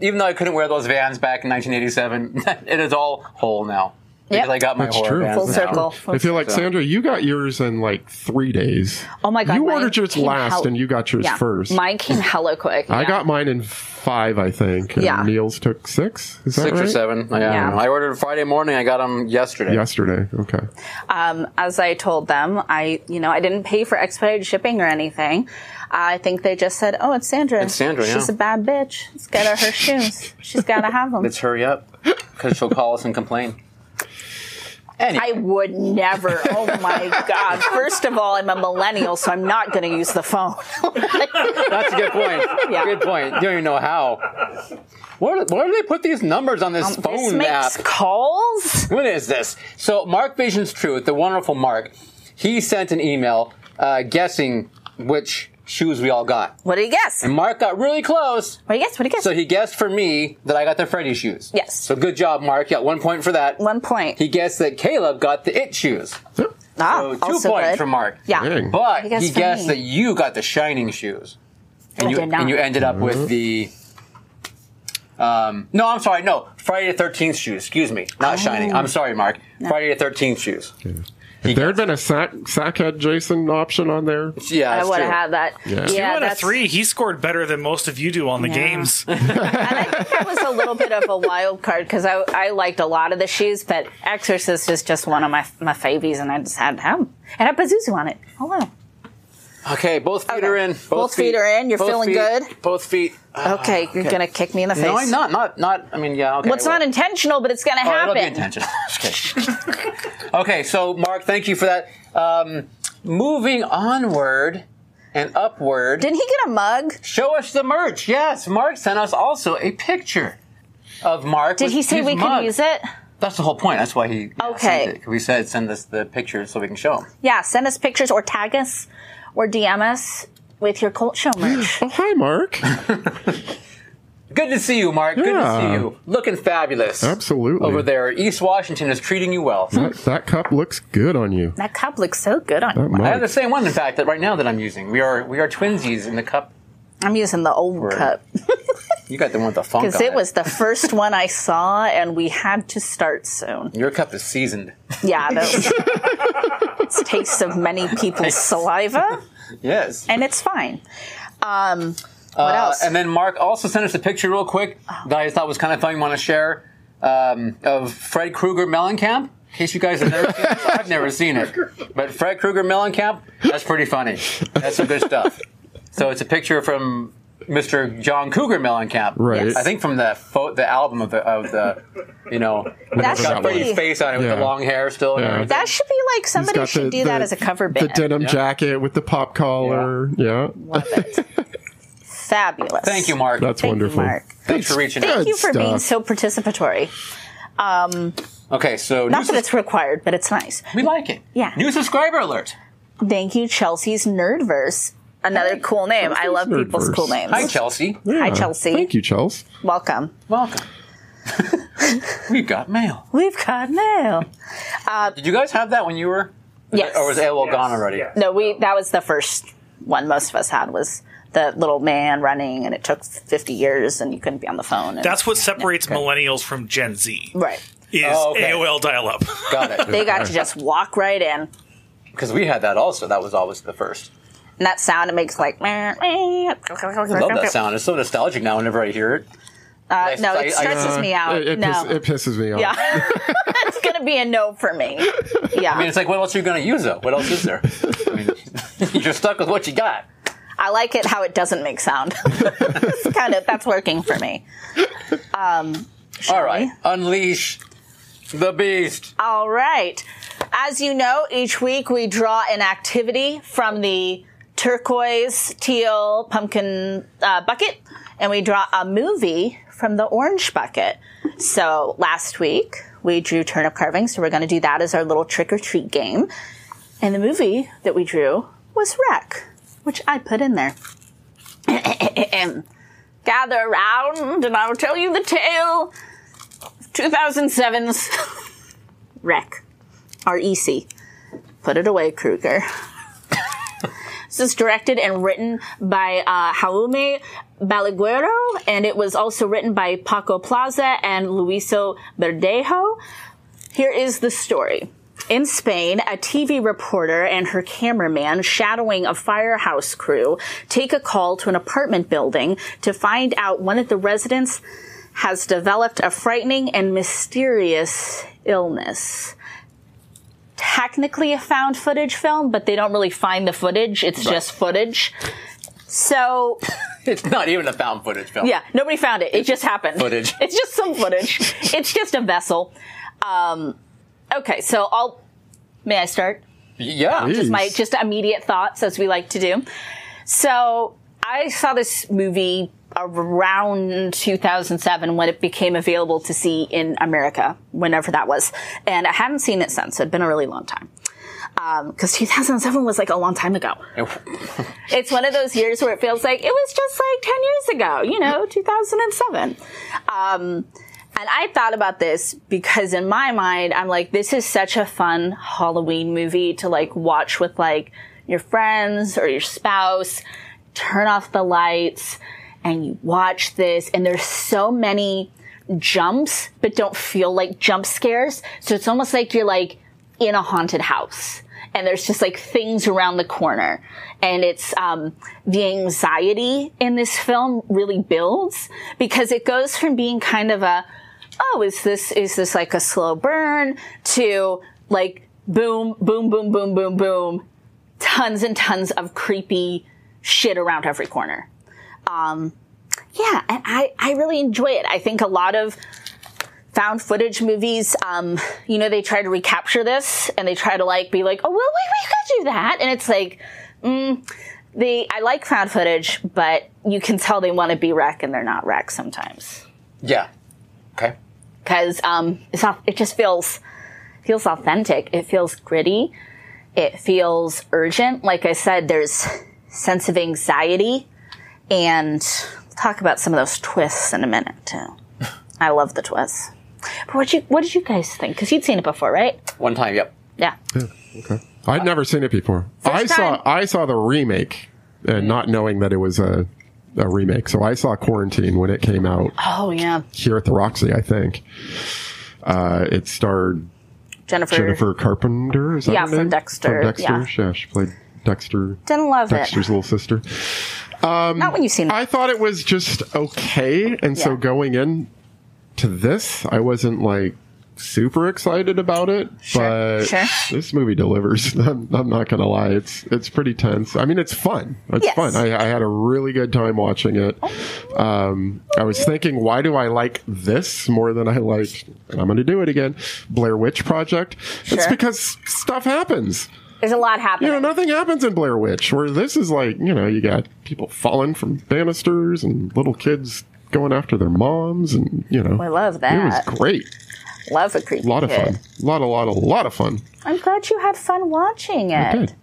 [SPEAKER 3] even though I couldn't wear those Vans back in 1987, it is all whole now.
[SPEAKER 2] Yep.
[SPEAKER 3] Because I got my
[SPEAKER 4] That's
[SPEAKER 3] horror
[SPEAKER 4] true.
[SPEAKER 3] Vans
[SPEAKER 2] Full
[SPEAKER 3] now.
[SPEAKER 2] circle.
[SPEAKER 4] I feel like Sandra, you got yours in like three days.
[SPEAKER 2] Oh my god!
[SPEAKER 4] you
[SPEAKER 2] mine
[SPEAKER 4] ordered yours
[SPEAKER 2] came
[SPEAKER 4] last,
[SPEAKER 2] hell-
[SPEAKER 4] and you got yours
[SPEAKER 2] yeah,
[SPEAKER 4] first.
[SPEAKER 2] Mine came hella quick.
[SPEAKER 4] I
[SPEAKER 2] yeah.
[SPEAKER 4] got mine in five, I think. And
[SPEAKER 2] Yeah.
[SPEAKER 4] Neil's took six. Is that
[SPEAKER 3] Six or
[SPEAKER 4] right?
[SPEAKER 3] seven. I, yeah.
[SPEAKER 2] Yeah.
[SPEAKER 3] I ordered Friday morning. I got them yesterday.
[SPEAKER 4] Yesterday. Okay.
[SPEAKER 2] Um, as I told them. I you know I didn't pay for expedited shipping or anything. I think they just said, "Oh, it's Sandra.
[SPEAKER 3] It's Sandra,
[SPEAKER 2] She's
[SPEAKER 3] yeah.
[SPEAKER 2] a bad bitch. Let's get her her shoes. She's gotta have them."
[SPEAKER 3] Let's hurry up because she'll call us and complain. Anyway,
[SPEAKER 2] I would never. Oh my god! First of all, I'm a millennial, so I'm not gonna use the phone.
[SPEAKER 3] that's a good point.
[SPEAKER 2] Yeah.
[SPEAKER 3] Good point. You don't even know how. Where, where do they put these numbers on this phone
[SPEAKER 2] Um, this makes
[SPEAKER 3] app?
[SPEAKER 2] calls.
[SPEAKER 3] What is this? So, Mark Vision's Truth, the wonderful Mark, he sent an email uh, guessing which shoes we all got.
[SPEAKER 2] What do you guess? What
[SPEAKER 3] Mark got really close,
[SPEAKER 2] do you guess? What do you guess?
[SPEAKER 3] so he guessed for me that I got the Freddy shoes.
[SPEAKER 2] Yes.
[SPEAKER 3] So, good job, Mark. You got one point for that.
[SPEAKER 2] One point.
[SPEAKER 3] He guessed that Caleb got the It shoes.
[SPEAKER 2] Ah,
[SPEAKER 3] So two
[SPEAKER 2] also
[SPEAKER 3] points
[SPEAKER 2] good.
[SPEAKER 3] from Mark.
[SPEAKER 2] Yeah.
[SPEAKER 4] Dang.
[SPEAKER 3] But
[SPEAKER 2] He
[SPEAKER 3] he
[SPEAKER 2] guessed
[SPEAKER 3] guessed,
[SPEAKER 2] for me.
[SPEAKER 3] that you got the shining shoes, and
[SPEAKER 2] I
[SPEAKER 3] you
[SPEAKER 2] did not.
[SPEAKER 3] and you ended up with the. Um, no, I'm sorry. No, Friday the Thirteenth shoes. Excuse me,
[SPEAKER 2] Oh.
[SPEAKER 3] not shining. I'm sorry, Mark. Friday the Thirteenth shoes.
[SPEAKER 4] If there had been a sack sackhead Jason option on there,
[SPEAKER 3] Yeah,
[SPEAKER 2] I
[SPEAKER 3] that's
[SPEAKER 2] would
[SPEAKER 3] true.
[SPEAKER 2] have had that. Yeah,
[SPEAKER 4] Two
[SPEAKER 5] Out of
[SPEAKER 2] that's-
[SPEAKER 5] three, he scored better than most of you do on the
[SPEAKER 2] Yeah.
[SPEAKER 5] games.
[SPEAKER 2] And I think that was a little bit of a wild card because I, I liked a lot of the shoes, but Exorcist is just one of my my favies, and I just had him. And I had Pazuzu on it. Oh wow.
[SPEAKER 3] Okay, both feet
[SPEAKER 2] Okay.
[SPEAKER 3] are in. Both,
[SPEAKER 2] Both feet are in. You're feeling
[SPEAKER 3] feet-
[SPEAKER 2] good?
[SPEAKER 3] Both feet. Ah,
[SPEAKER 2] Okay, you're gonna kick me in the face.
[SPEAKER 3] No, I'm not. Not. Not. I mean, yeah. Okay.
[SPEAKER 2] Well, it's
[SPEAKER 3] well.
[SPEAKER 2] not intentional, but it's gonna
[SPEAKER 3] Oh, it'll
[SPEAKER 2] happen.
[SPEAKER 3] be intentional. Just kidding. okay, so Mark, thank you for that. Um, moving onward and upward.
[SPEAKER 2] Didn't he get a mug?
[SPEAKER 3] Show us the merch. Yes, Mark sent us also a picture of Mark.
[SPEAKER 2] Did he say we could use it?
[SPEAKER 3] That's the whole point. That's why he yeah,
[SPEAKER 2] Okay.
[SPEAKER 3] sent it. We said send us the pictures so we can show them.
[SPEAKER 2] Yeah, send us pictures or tag us or DM us with your cult show merch.
[SPEAKER 4] oh hi Mark,
[SPEAKER 3] Good to see you, Mark. Good to see
[SPEAKER 4] Yeah.
[SPEAKER 3] you. Looking fabulous.
[SPEAKER 4] Absolutely. Hmm.
[SPEAKER 3] Over there, East Washington is treating you well.
[SPEAKER 4] that, that cup looks good on you.
[SPEAKER 2] that cup looks so good on
[SPEAKER 4] That
[SPEAKER 2] you.
[SPEAKER 3] I have the
[SPEAKER 4] mug.
[SPEAKER 3] same one, in fact, that right now that I'm using. We are we are twinsies in the cup.
[SPEAKER 2] I'm using the old
[SPEAKER 3] Right.
[SPEAKER 2] cup
[SPEAKER 3] You got the one with the funk.
[SPEAKER 2] because
[SPEAKER 3] on
[SPEAKER 2] it was the first one I saw, and we had to start soon.
[SPEAKER 3] Your cup is seasoned.
[SPEAKER 2] Yeah, that it's a taste of many people's saliva,
[SPEAKER 3] Yes.
[SPEAKER 2] and it's fine. Um,
[SPEAKER 4] Uh,
[SPEAKER 3] What
[SPEAKER 2] else?
[SPEAKER 3] Uh,
[SPEAKER 2] Oh.
[SPEAKER 3] And then Mark also sent us a picture real quick that I thought was kind of fun. You want to share um, of Fred Krueger Mellencamp? In case you guys have never seen it, I've never seen it. But Fred Krueger Mellencamp, that's pretty funny. That's some good stuff. So it's a picture from Mr. John Cougar Mellencamp.
[SPEAKER 4] Right.
[SPEAKER 3] I think from the fo- the album of the, of the you know,
[SPEAKER 2] That
[SPEAKER 3] it's got
[SPEAKER 2] should be-
[SPEAKER 3] Freddie's face on it with
[SPEAKER 4] Yeah.
[SPEAKER 3] the long hair still. and
[SPEAKER 4] Yeah.
[SPEAKER 3] everything.
[SPEAKER 2] that should be like
[SPEAKER 4] He's
[SPEAKER 2] somebody
[SPEAKER 4] got
[SPEAKER 2] should
[SPEAKER 4] the-
[SPEAKER 2] do that
[SPEAKER 4] the-
[SPEAKER 2] as a cover
[SPEAKER 4] The
[SPEAKER 2] band.
[SPEAKER 4] denim jacket with the pop collar. Yeah,
[SPEAKER 2] Love it. Fabulous.
[SPEAKER 3] Thank you, Mark.
[SPEAKER 4] that's
[SPEAKER 2] Thank you,
[SPEAKER 4] wonderful.
[SPEAKER 2] Mark.
[SPEAKER 3] Thanks for reaching out.
[SPEAKER 2] Thank you for
[SPEAKER 4] Good
[SPEAKER 2] being so
[SPEAKER 4] stuff.
[SPEAKER 2] participatory.
[SPEAKER 3] Okay, so
[SPEAKER 2] Not
[SPEAKER 3] new
[SPEAKER 2] that it's required, but it's nice.
[SPEAKER 3] we like it.
[SPEAKER 2] Yeah.
[SPEAKER 3] New subscriber alert.
[SPEAKER 2] Thank you, Chelsea's Nerdverse. Another cool name. I love
[SPEAKER 4] Chelsea's
[SPEAKER 2] people's cool names.
[SPEAKER 4] Nerdverse.
[SPEAKER 3] Hi, Chelsea.
[SPEAKER 2] Hi, Chelsea.
[SPEAKER 4] Thank you, Chels.
[SPEAKER 2] Welcome.
[SPEAKER 3] Welcome. We've got mail.
[SPEAKER 2] We've got mail.
[SPEAKER 3] Did you guys have that when you were?
[SPEAKER 2] Yes.
[SPEAKER 3] Or Oh, was AOL gone already?
[SPEAKER 6] Yes.
[SPEAKER 2] No, we that was the first one most of us had was the little man running and it took 50 years and you couldn't be on the phone. and-
[SPEAKER 5] That's what separates millennials from Gen Z
[SPEAKER 2] right.
[SPEAKER 5] is
[SPEAKER 3] Oh, okay.
[SPEAKER 5] AOL dial-up.
[SPEAKER 3] Got it.
[SPEAKER 2] They got to just walk right in.
[SPEAKER 3] Because we had that also. That was always the first.
[SPEAKER 2] And that sound it makes like I
[SPEAKER 3] I love
[SPEAKER 2] love
[SPEAKER 3] that sound. It's so nostalgic now whenever I hear it.
[SPEAKER 2] Uh, no,
[SPEAKER 3] I-
[SPEAKER 2] it
[SPEAKER 3] I-
[SPEAKER 2] stresses me out.
[SPEAKER 4] It, it,
[SPEAKER 2] no.
[SPEAKER 4] piss- it pisses me off.
[SPEAKER 2] Yeah. That's going to be a no for me. Yeah.
[SPEAKER 3] I mean, it's like, what else are you going to use, though? What else is there? I mean, you're stuck with what you got.
[SPEAKER 2] I like it how it doesn't make sound. it's kind of that's working for me.
[SPEAKER 3] All right. Unleash the beast.
[SPEAKER 2] All right. As you know, each week we draw an activity from the turquoise, teal, pumpkin uh, bucket, and we draw a movie from the orange bucket. So last week we drew turnip carving, so we're going to do that as our little trick or treat game. And the movie that we drew was Wreck, which I put in there. Gather around and I'll tell you the tale of 2007's Rec. R E C. Put it away, Kruger. this is directed and written by uh, Jaume Balaguero, and it was also written by Paco Plaza and Luiso Verdejo. Here is the story. In Spain, a TV reporter and her cameraman shadowing a firehouse crew take a call to an apartment building to find out one of the residents has developed a frightening and mysterious illness. Technically, a found footage film, but they don't really find the footage. It's just footage. So,
[SPEAKER 3] It's not even a found footage film.
[SPEAKER 2] yeah, nobody found it. It just happened.
[SPEAKER 3] Footage.
[SPEAKER 2] It's just some footage. it's just a vessel. Um, okay, so I'll. May I start?
[SPEAKER 3] Yeah.
[SPEAKER 4] Jeez.
[SPEAKER 2] my just immediate thoughts as we like to do. So I saw this movie around 2007 when it became available to see in America, whenever that was, and I haven't seen it since. It'd been a really long time Um, because 2007 was like a long time ago. it's one of those years where it feels like it was just like 10 years ago, you know, 2007. Um, And I thought about this because in my mind, I'm like, this is such a fun Halloween movie to like watch with like your friends or your spouse. Turn off the lights and you watch this. And there's so many jumps, but don't feel like jump scares. So it's almost like you're like in a haunted house and there's just like things around the corner. And it's, um, the anxiety in this film really builds because it goes from being kind of a, oh, is this, is this like a slow burn to like boom, boom, boom, boom, boom, boom, tons and tons of creepy shit around every corner. Um, yeah, and I, I really enjoy it. I think a lot of found footage movies, um, you know, they try to recapture this and they try to like be like, oh, well, we, we could do that. And it's like, mm, they, I like found footage, but you can tell they want to be wreck and they're not wreck sometimes.
[SPEAKER 3] Yeah. Okay.
[SPEAKER 2] Cause, um, it's not, it just feels, feels authentic. It feels gritty. It feels urgent. Like I said, there's sense of anxiety and we'll talk about some of those twists in a minute too. I love the twists. But what you what did you guys think? Because you'd seen it before, right?
[SPEAKER 3] One time. Yep.
[SPEAKER 2] Yeah.
[SPEAKER 4] I'd never seen it before. I
[SPEAKER 2] time. Mm-hmm.
[SPEAKER 4] saw I saw the remake, and not knowing that it was a a remake. So I saw Quarantine when it came out
[SPEAKER 2] Oh yeah,
[SPEAKER 4] here at the Roxy, I think. Uh, it starred
[SPEAKER 2] Jennifer.
[SPEAKER 4] Jennifer Carpenter. Is that
[SPEAKER 2] Yeah,
[SPEAKER 4] her
[SPEAKER 2] from
[SPEAKER 4] name?
[SPEAKER 2] Dexter,
[SPEAKER 4] From Dexter.
[SPEAKER 2] yeah.
[SPEAKER 4] she played Dexter.
[SPEAKER 2] Didn't love
[SPEAKER 4] Dexter's little sister.
[SPEAKER 2] it. Not when you've seen it.
[SPEAKER 4] I thought it was just okay, and so
[SPEAKER 2] Yeah.
[SPEAKER 4] going in to this, I wasn't like super excited about it. but
[SPEAKER 2] sure.
[SPEAKER 4] this movie delivers. I'm, I'm not gonna lie; it's it's pretty tense. I mean, it's fun. It's
[SPEAKER 2] Yes. Oh.
[SPEAKER 4] fun. I, I had a really good time watching it. Um, I was thinking, why do I like this more than I like? And I'm gonna do it again. Blair Witch Project. It's
[SPEAKER 2] Sure.
[SPEAKER 4] because stuff happens
[SPEAKER 2] There's a lot
[SPEAKER 4] you
[SPEAKER 2] happening.
[SPEAKER 4] know, nothing happens in Blair Witch. Where this is like, you know, you got people falling from banisters and little kids going after their moms, and you know,
[SPEAKER 2] I love
[SPEAKER 4] it was
[SPEAKER 2] that.
[SPEAKER 4] great.
[SPEAKER 2] Love a creepy
[SPEAKER 4] A lot of
[SPEAKER 2] kid.
[SPEAKER 4] fun. A lot, a lot, a lot of fun.
[SPEAKER 2] I'm glad you had fun watching
[SPEAKER 4] I
[SPEAKER 2] it.
[SPEAKER 4] did.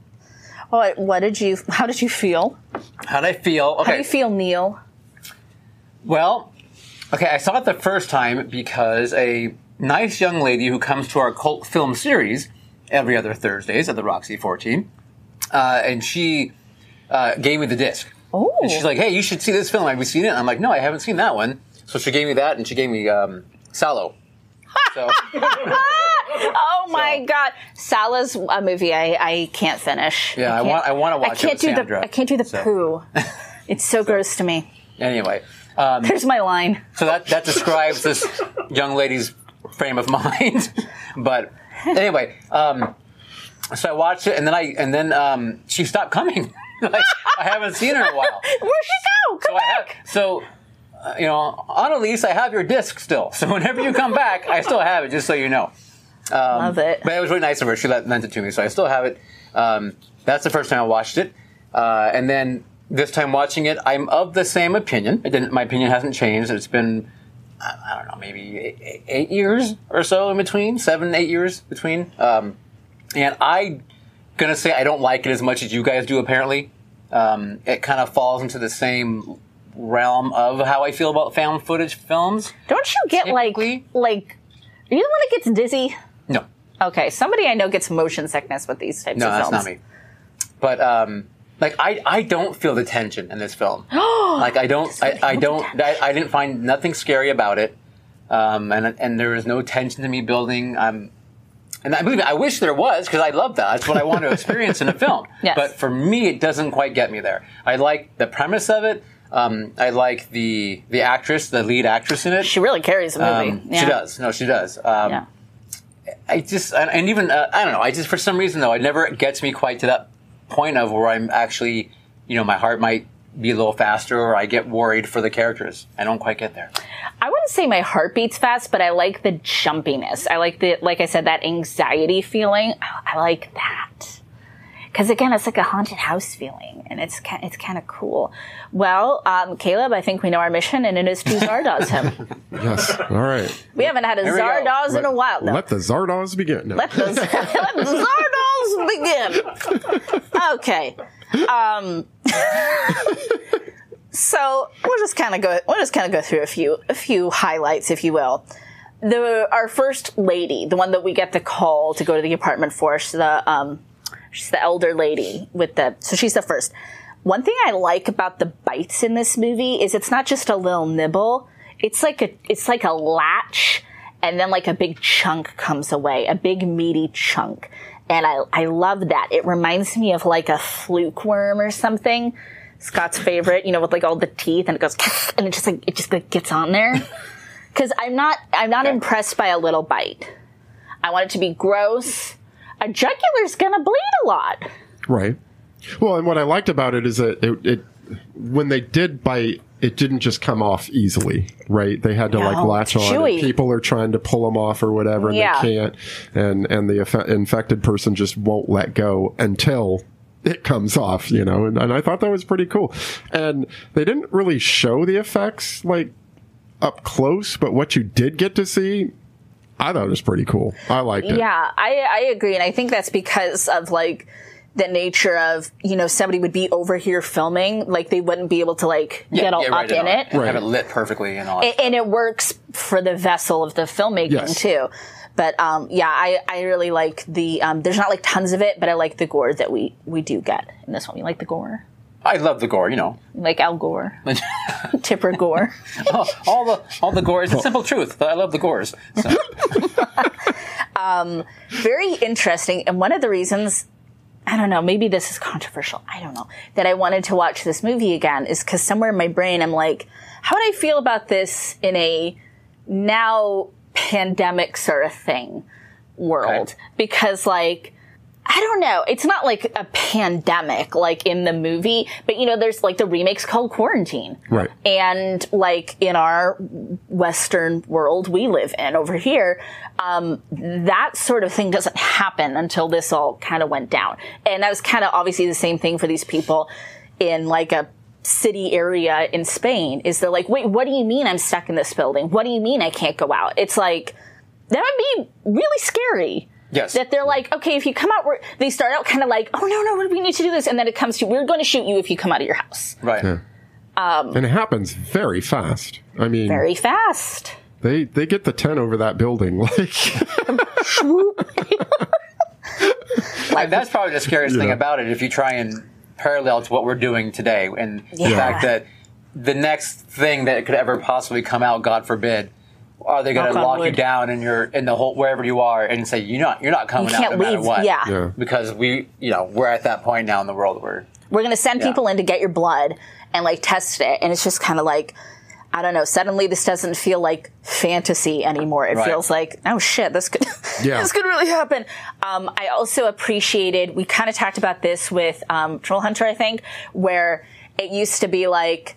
[SPEAKER 2] What, what did you? How did you feel?
[SPEAKER 3] How would I feel?
[SPEAKER 2] How
[SPEAKER 3] Okay.
[SPEAKER 2] do you feel, Neil?
[SPEAKER 3] Well, okay, I saw it the first time because a nice young lady who comes to our cult film series every other Thursdays at the Roxy 14, uh, and she uh, gave me the disc.
[SPEAKER 2] Oh,
[SPEAKER 3] And she's like, hey, you should see this film. Have you seen it? And I'm like, no, I haven't seen that one. So she gave me that, and she gave me um, Sallow. So,
[SPEAKER 2] oh my god, Sala's a movie I, I can't finish.
[SPEAKER 3] Yeah, I
[SPEAKER 2] can't-
[SPEAKER 3] want- I wanna watch
[SPEAKER 2] I
[SPEAKER 3] it
[SPEAKER 2] can't
[SPEAKER 3] with
[SPEAKER 2] do
[SPEAKER 3] Sandra.
[SPEAKER 2] the I can't do the
[SPEAKER 3] So-
[SPEAKER 2] poo. It's so gross to me.
[SPEAKER 3] anyway, um,
[SPEAKER 2] Here's my line.
[SPEAKER 3] So that that describes this young lady's frame of mind. but anyway, um, so I watched it, and then I and then um, she stopped coming. like, I haven't seen her in a while.
[SPEAKER 2] Where'd she go? Come
[SPEAKER 3] So I have
[SPEAKER 2] back.
[SPEAKER 3] so. uh, You know, Annalise, I have your disc still. So whenever you come back, I still have it, just so you know.
[SPEAKER 2] Love it.
[SPEAKER 3] But it was really nice of her. She lent lent it to me, so I still have it. Um, that's the first time I watched it, uh, and then this time watching it, I'm of the same opinion. It didn't, my opinion hasn't changed. It's been I I don't know, maybe eight, eight- eight years or so in between, seven, eight years between. Um, and I gonna say I don't like it as much as you guys do. Apparently, um, it kind of falls into the same realm of how I feel about found footage films.
[SPEAKER 2] Don't you get like
[SPEAKER 3] Typically-
[SPEAKER 2] like are you the one that gets dizzy?
[SPEAKER 3] No,
[SPEAKER 2] Okay, somebody I know gets motion sickness with these types
[SPEAKER 3] No,
[SPEAKER 2] of
[SPEAKER 3] that's
[SPEAKER 2] films.
[SPEAKER 3] not me. But um, like I, I don't feel the tension in this film. like I don't, I, I don't, I, I didn't find nothing scary about it. Um, and and there is no tension to me building. I'm, and I believe me, I wish there was because I love that. That's what I want to experience in a film.
[SPEAKER 2] Yes.
[SPEAKER 3] But for me, it doesn't quite get me there. I like the premise of it. Um, I like the the actress, the lead actress in it.
[SPEAKER 2] She really carries the movie.
[SPEAKER 3] Um,
[SPEAKER 2] yeah.
[SPEAKER 3] She does. No, she does. Um,
[SPEAKER 2] Yeah.
[SPEAKER 3] I just and, and even uh, I don't know. I just for some reason though, it never gets me quite to that point of where I'm actually, you know, my heart might be a little faster, or I get worried for the characters. I don't quite get there.
[SPEAKER 2] I wouldn't say my heart beats fast, but I like the jumpiness. I like the like I said, that anxiety feeling. Oh, I, I like that. Because again, it's like a haunted house feeling, and it's ki- it's kind of cool. Well, um, Caleb, I think we know our mission, and it is to Zardoz him.
[SPEAKER 4] Yes. All right.
[SPEAKER 2] We haven't had a
[SPEAKER 3] we go.
[SPEAKER 2] Zardoz in a while. No.
[SPEAKER 4] Let the Zardoz begin. No.
[SPEAKER 2] Let the Zardos begin. Okay. Um, so we'll just kind of go. We'll just kind of go through a few a few highlights, if you will. the our first lady, the one that we get the call to go to the apartment for, she's the um, she's the elder lady with the so she's the first. One thing I like about the bites in this movie is it's not just a little nibble; it's like a it's like a latch, and then like a big chunk comes away, a big meaty chunk, and I I love that. It reminds me of like a fluke worm or something. Scott's favorite, you know, with like all the teeth, and it goes, and it just like it just like gets on there. because I'm not I'm not impressed by a little bite. I want it to be gross. A jugular's gonna bleed a lot.
[SPEAKER 4] Right. Well, and what I liked about it is that it, it when they did bite, it didn't just come off easily, right? They had to like
[SPEAKER 2] No,
[SPEAKER 4] latch
[SPEAKER 2] it's
[SPEAKER 4] on. and
[SPEAKER 2] chewy.
[SPEAKER 4] People are trying to pull them off or whatever, and
[SPEAKER 2] Yeah.
[SPEAKER 4] they can't. And and the affe- infected person just won't let go until it comes off, you know. And, and I thought that was pretty cool. And they didn't really show the effects like up close, but what you did get to see, I thought was pretty cool. I liked it.
[SPEAKER 2] Yeah, I, I agree, and I think that's because of like the nature of you know somebody would be over here filming, like they wouldn't be able to like get all up
[SPEAKER 3] right
[SPEAKER 2] in
[SPEAKER 3] all.
[SPEAKER 2] it.
[SPEAKER 3] Have it lit perfectly and all.
[SPEAKER 2] A- and it works for the vessel of the filmmaking
[SPEAKER 4] Yes.
[SPEAKER 2] too. But um, yeah, I, I really like the um, there's not like tons of it, but I like the gore that we we do get in this one. You like the gore,
[SPEAKER 3] I love the gore, you know.
[SPEAKER 2] You like Al Gore, Tipper Gore.
[SPEAKER 3] Oh, all the all the gore is a simple truth. but I love the gores. So,
[SPEAKER 2] very interesting and one of the reasons I don't know, maybe this is controversial. I don't know. That I wanted to watch this movie again is cuz somewhere in my brain I'm like, how would I feel about this in a now pandemic sort of thing world?
[SPEAKER 3] Okay.
[SPEAKER 2] Because like I don't know. It's not like a pandemic like in the movie, but you know there's like the remakes called Quarantine.
[SPEAKER 4] Right.
[SPEAKER 2] And like in our Western world we live in over here, um, that sort of thing doesn't happen until this all kind of went down. And that was kind of obviously the same thing for these people in like a city area in Spain is they're like, wait, what do you mean I'm stuck in this building? What do you mean I can't go out? It's like, that would be really scary
[SPEAKER 3] yes.
[SPEAKER 2] that they're like, okay, if you come out, we're, they start out kind of like, oh no, no, we need to do this, and then it comes to, we're going to shoot you if you come out of your house
[SPEAKER 3] right.
[SPEAKER 4] And it happens very fast. I mean,
[SPEAKER 2] Um, very fast.
[SPEAKER 4] They they get the ten over that building. Like
[SPEAKER 3] And that's probably the scariest thing about it if you try and parallel to what we're doing today and the
[SPEAKER 2] Yeah.
[SPEAKER 3] fact that the next thing that could ever possibly come out, God forbid, are they going to
[SPEAKER 2] Knock on
[SPEAKER 3] lock you
[SPEAKER 2] wood.
[SPEAKER 3] down in your in the whole wherever you are and say you're not you're not coming
[SPEAKER 2] You can't
[SPEAKER 3] out no
[SPEAKER 2] leave.
[SPEAKER 3] matter what
[SPEAKER 2] Yeah.
[SPEAKER 4] Yeah.
[SPEAKER 3] because we you know we're at that point now in the world where
[SPEAKER 2] we're going to send
[SPEAKER 3] Yeah.
[SPEAKER 2] people in to get your blood and like test it, and it's just kind of like. I don't know. Suddenly, this doesn't feel like fantasy anymore. It
[SPEAKER 3] Right.
[SPEAKER 2] feels like, oh shit, this could,
[SPEAKER 4] Yeah.
[SPEAKER 2] this could really happen. Um, I also appreciated. We kind of talked about this with um, Troll Hunter, I think, where it used to be like,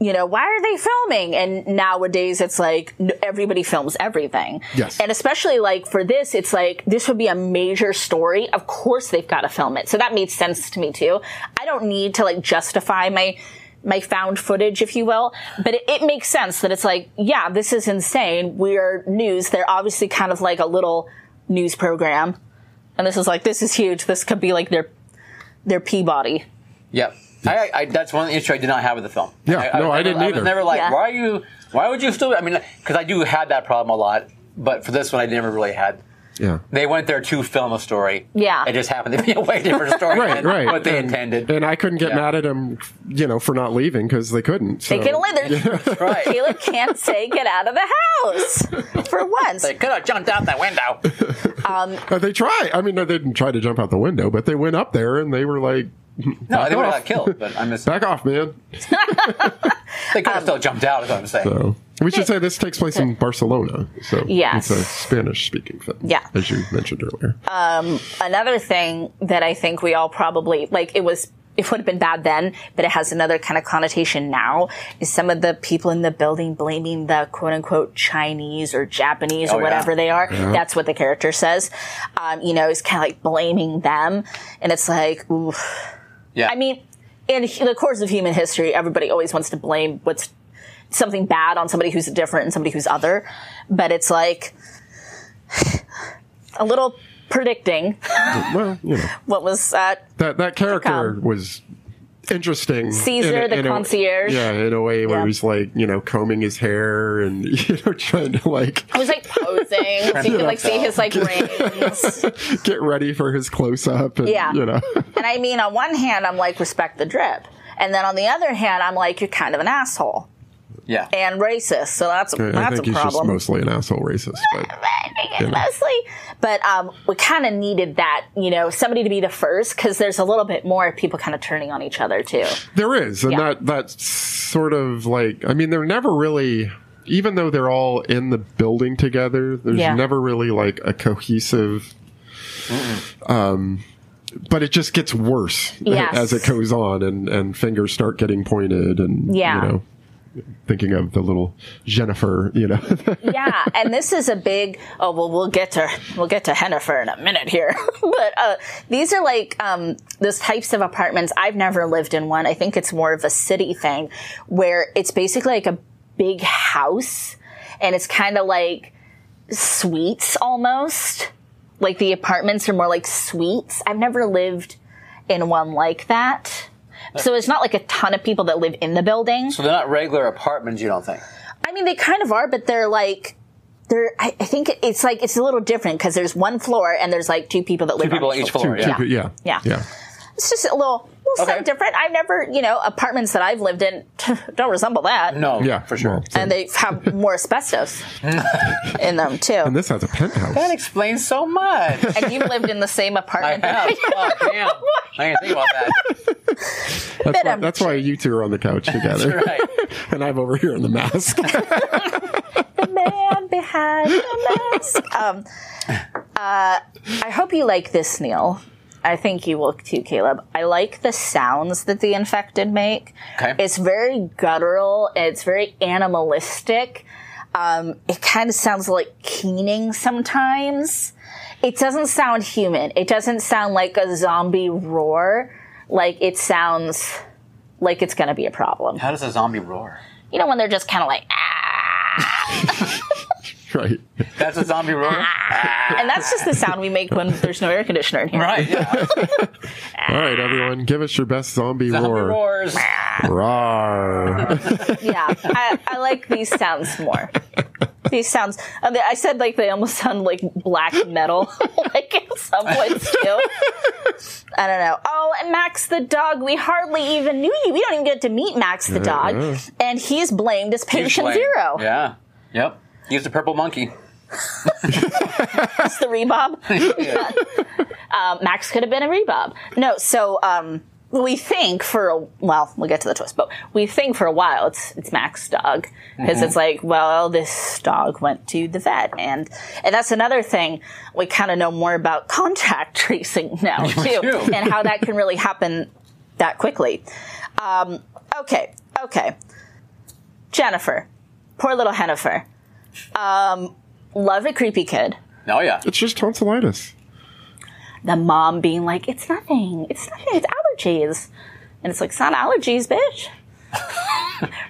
[SPEAKER 2] you know, why are they filming? And nowadays, it's like n- everybody films everything.
[SPEAKER 4] Yes.
[SPEAKER 2] And especially like for this, it's like this would be a major story. Of course they've got to film it. So that made sense to me too. I don't need to like justify my my found footage, if you will, but it, it makes sense that it's like, yeah, this is insane. We're news. They're obviously kind of like a little news program, and this is like this is huge. This could be like their their Peabody.
[SPEAKER 3] Yep. I, I, that's one issue I did not have with the film.
[SPEAKER 4] Yeah, no, I
[SPEAKER 3] was never-
[SPEAKER 4] didn't
[SPEAKER 3] I
[SPEAKER 4] either.
[SPEAKER 3] was never like,
[SPEAKER 2] Yeah.
[SPEAKER 3] why are you? Why would you still? I mean, because I do had that problem a lot, but for this one, I never really had.
[SPEAKER 4] yeah.
[SPEAKER 3] They went there to film a story.
[SPEAKER 2] Yeah.
[SPEAKER 3] it just happened to be a way different story
[SPEAKER 4] Right,
[SPEAKER 3] than
[SPEAKER 4] right.
[SPEAKER 3] what they
[SPEAKER 4] And-
[SPEAKER 3] intended.
[SPEAKER 4] And I couldn't get
[SPEAKER 3] Yeah.
[SPEAKER 4] mad at them, you know, for not leaving because they couldn't.
[SPEAKER 2] They
[SPEAKER 4] so-
[SPEAKER 2] can only
[SPEAKER 3] right.
[SPEAKER 2] Caleb can't say get out of the house for once.
[SPEAKER 3] They could have jumped out that window.
[SPEAKER 4] But they try. I mean, no, they didn't try to jump out the window, but they went up there and they were like,
[SPEAKER 3] No, they would have
[SPEAKER 4] off.
[SPEAKER 3] got killed. But I'm just,
[SPEAKER 4] "Back off, man."
[SPEAKER 3] they could have still jumped out. Is what I'm saying.
[SPEAKER 4] So we should say this takes place in Barcelona, so
[SPEAKER 2] Yes. Um,
[SPEAKER 4] it's a Spanish-speaking film.
[SPEAKER 2] Yeah.
[SPEAKER 4] as you mentioned earlier.
[SPEAKER 2] another thing that I think we all probably like it was it would have been bad then, but it has another kind of connotation now. Is some of the people in the building blaming the quote unquote Chinese or Japanese
[SPEAKER 3] Oh,
[SPEAKER 2] or
[SPEAKER 3] yeah.
[SPEAKER 2] whatever they are? That's what the character says. Um, you know, he's kind of like blaming them, and it's like, ooh.
[SPEAKER 3] Yeah.
[SPEAKER 2] I mean, in hu- the course of human history, everybody always wants to blame what's something bad on somebody who's different and somebody who's other, but it's like a little predicting
[SPEAKER 4] well, you know
[SPEAKER 2] what was that?
[SPEAKER 4] that that character
[SPEAKER 2] come.
[SPEAKER 4] was interesting.
[SPEAKER 2] Caesar, the concierge.
[SPEAKER 4] Yeah, in a way where
[SPEAKER 2] Yeah.
[SPEAKER 4] he's like, you know, combing his hair and you know, trying to like
[SPEAKER 2] I was like posing. so you can like see his like rings.
[SPEAKER 4] Get ready for his close up.
[SPEAKER 2] Yeah.
[SPEAKER 4] You know,
[SPEAKER 2] And I mean, on one hand, I'm like respect the drip, and then on the other hand, I'm like you're kind of an asshole
[SPEAKER 3] Yeah.
[SPEAKER 2] and racist. So that's
[SPEAKER 4] I
[SPEAKER 2] that's
[SPEAKER 4] think
[SPEAKER 2] a
[SPEAKER 4] he's just
[SPEAKER 2] problem.
[SPEAKER 4] mostly an asshole racist. But you know.
[SPEAKER 2] mostly. But um, we kind of needed that, you know, somebody to be the first because there's a little bit more people kind of turning on each other too.
[SPEAKER 4] There is, and
[SPEAKER 2] Yeah.
[SPEAKER 4] that that sort of like I mean, they're never really, even though they're all in the building together, there's
[SPEAKER 2] Yeah.
[SPEAKER 4] never really like a cohesive. Um, but it just gets worse
[SPEAKER 2] Yes.
[SPEAKER 4] as it goes on, and and fingers start getting pointed, and
[SPEAKER 2] Yeah.
[SPEAKER 4] you know, thinking of the little Jennifer, you know,
[SPEAKER 2] yeah, and this is a big. Oh well, we'll get to we'll get to Hennifer in a minute here, but uh, these are like um, those types of apartments. I've never lived in one. I think it's more of a city thing, where it's basically like a big house, and it's kind of like suites almost. Like the apartments are more like suites. I've never lived in one like that. So it's not like a ton of people that live in the building.
[SPEAKER 3] So they're not regular apartments, you don't think?
[SPEAKER 2] I mean, they kind of are, but they're like, they're, I, I think it's like, it's a little different because there's one floor and there's like two people that live
[SPEAKER 3] People
[SPEAKER 2] on
[SPEAKER 3] on each
[SPEAKER 4] Two-
[SPEAKER 3] floor.
[SPEAKER 4] two
[SPEAKER 3] Yeah.
[SPEAKER 4] pe- yeah,
[SPEAKER 2] Yeah.
[SPEAKER 4] yeah.
[SPEAKER 2] It's just a little, little
[SPEAKER 3] Okay.
[SPEAKER 2] something different. I've never, you know, apartments that I've lived in don't resemble that.
[SPEAKER 3] No.
[SPEAKER 4] Yeah,
[SPEAKER 3] Oh, For sure.
[SPEAKER 4] well,
[SPEAKER 2] And they have more asbestos in them too.
[SPEAKER 4] and
[SPEAKER 2] And,
[SPEAKER 4] this has a penthouse.
[SPEAKER 3] That explains so much.
[SPEAKER 2] you've lived in the same
[SPEAKER 3] I
[SPEAKER 2] apartment.
[SPEAKER 3] have. Oh, damn. I didn't think about that.
[SPEAKER 4] That's why,
[SPEAKER 2] I'm-
[SPEAKER 4] that's why you two are on the couch together,
[SPEAKER 3] Right.
[SPEAKER 4] and I'm over here in the mask.
[SPEAKER 2] the man behind the mask. Um, uh, I hope you like this, Neil. I think you will too, Caleb. I like the sounds that the infected make.
[SPEAKER 3] Okay.
[SPEAKER 2] It's very guttural. It's very animalistic. Um, it kind of sounds like keening sometimes. It doesn't sound human. It doesn't sound like a zombie roar. Like it sounds like it's going to be a problem.
[SPEAKER 3] How does a zombie roar?
[SPEAKER 2] You know when they're just kind of like "Ah,
[SPEAKER 4] right.
[SPEAKER 3] That's a zombie roar?
[SPEAKER 2] And that's just the sound we make when there's no air conditioner in here.
[SPEAKER 3] right. Yeah.
[SPEAKER 4] All right, everyone, give us your best zombie,
[SPEAKER 3] Zombie
[SPEAKER 4] roar.
[SPEAKER 3] roars.
[SPEAKER 4] Rawr.
[SPEAKER 2] Yeah. I, I like these sounds more. These sounds. I, mean, I said like they almost sound like black metal, like in some points too. I don't know. Oh, and Max the dog. We hardly even knew you. We don't even get to meet Max the
[SPEAKER 4] Uh-uh.
[SPEAKER 2] dog, and he's blamed as patient zero.
[SPEAKER 3] Yeah. Yep. He's the purple monkey.
[SPEAKER 2] That's the rebob.
[SPEAKER 3] Yeah.
[SPEAKER 2] Um, Max could have been a rebob. No, so um, we think for a well, we'll get to the twist, but we think for a while it's it's Max's dog
[SPEAKER 3] Mm-hmm.
[SPEAKER 2] because it's like, well, this dog went to the vet, and and that's another thing we kind of know more about contact tracing now too,
[SPEAKER 3] do.
[SPEAKER 2] and how that can really happen that quickly. Um, okay, okay, Jennifer, poor little Hennifer, um, love a creepy kid
[SPEAKER 3] Oh, yeah.
[SPEAKER 4] It's just tonsillitis.
[SPEAKER 2] the mom being like, "It's nothing. It's nothing. It's allergies," and it's like, "It's not allergies, bitch."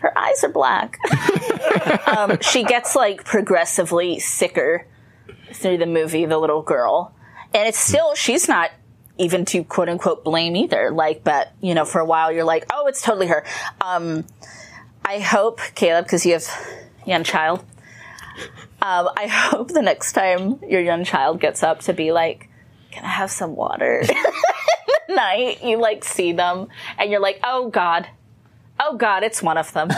[SPEAKER 2] Her eyes are black. um, she gets like progressively sicker through the movie, the little girl, and it's still she's not even to quote unquote blame either. Like, but you know, for a while you're like, "Oh, it's totally her." Um, I hope Caleb, because you have a young child. Um, I hope the next time your young child gets up to be like, can I have some water? In the night, you like see them and you're like, oh God. Oh God, it's one of them.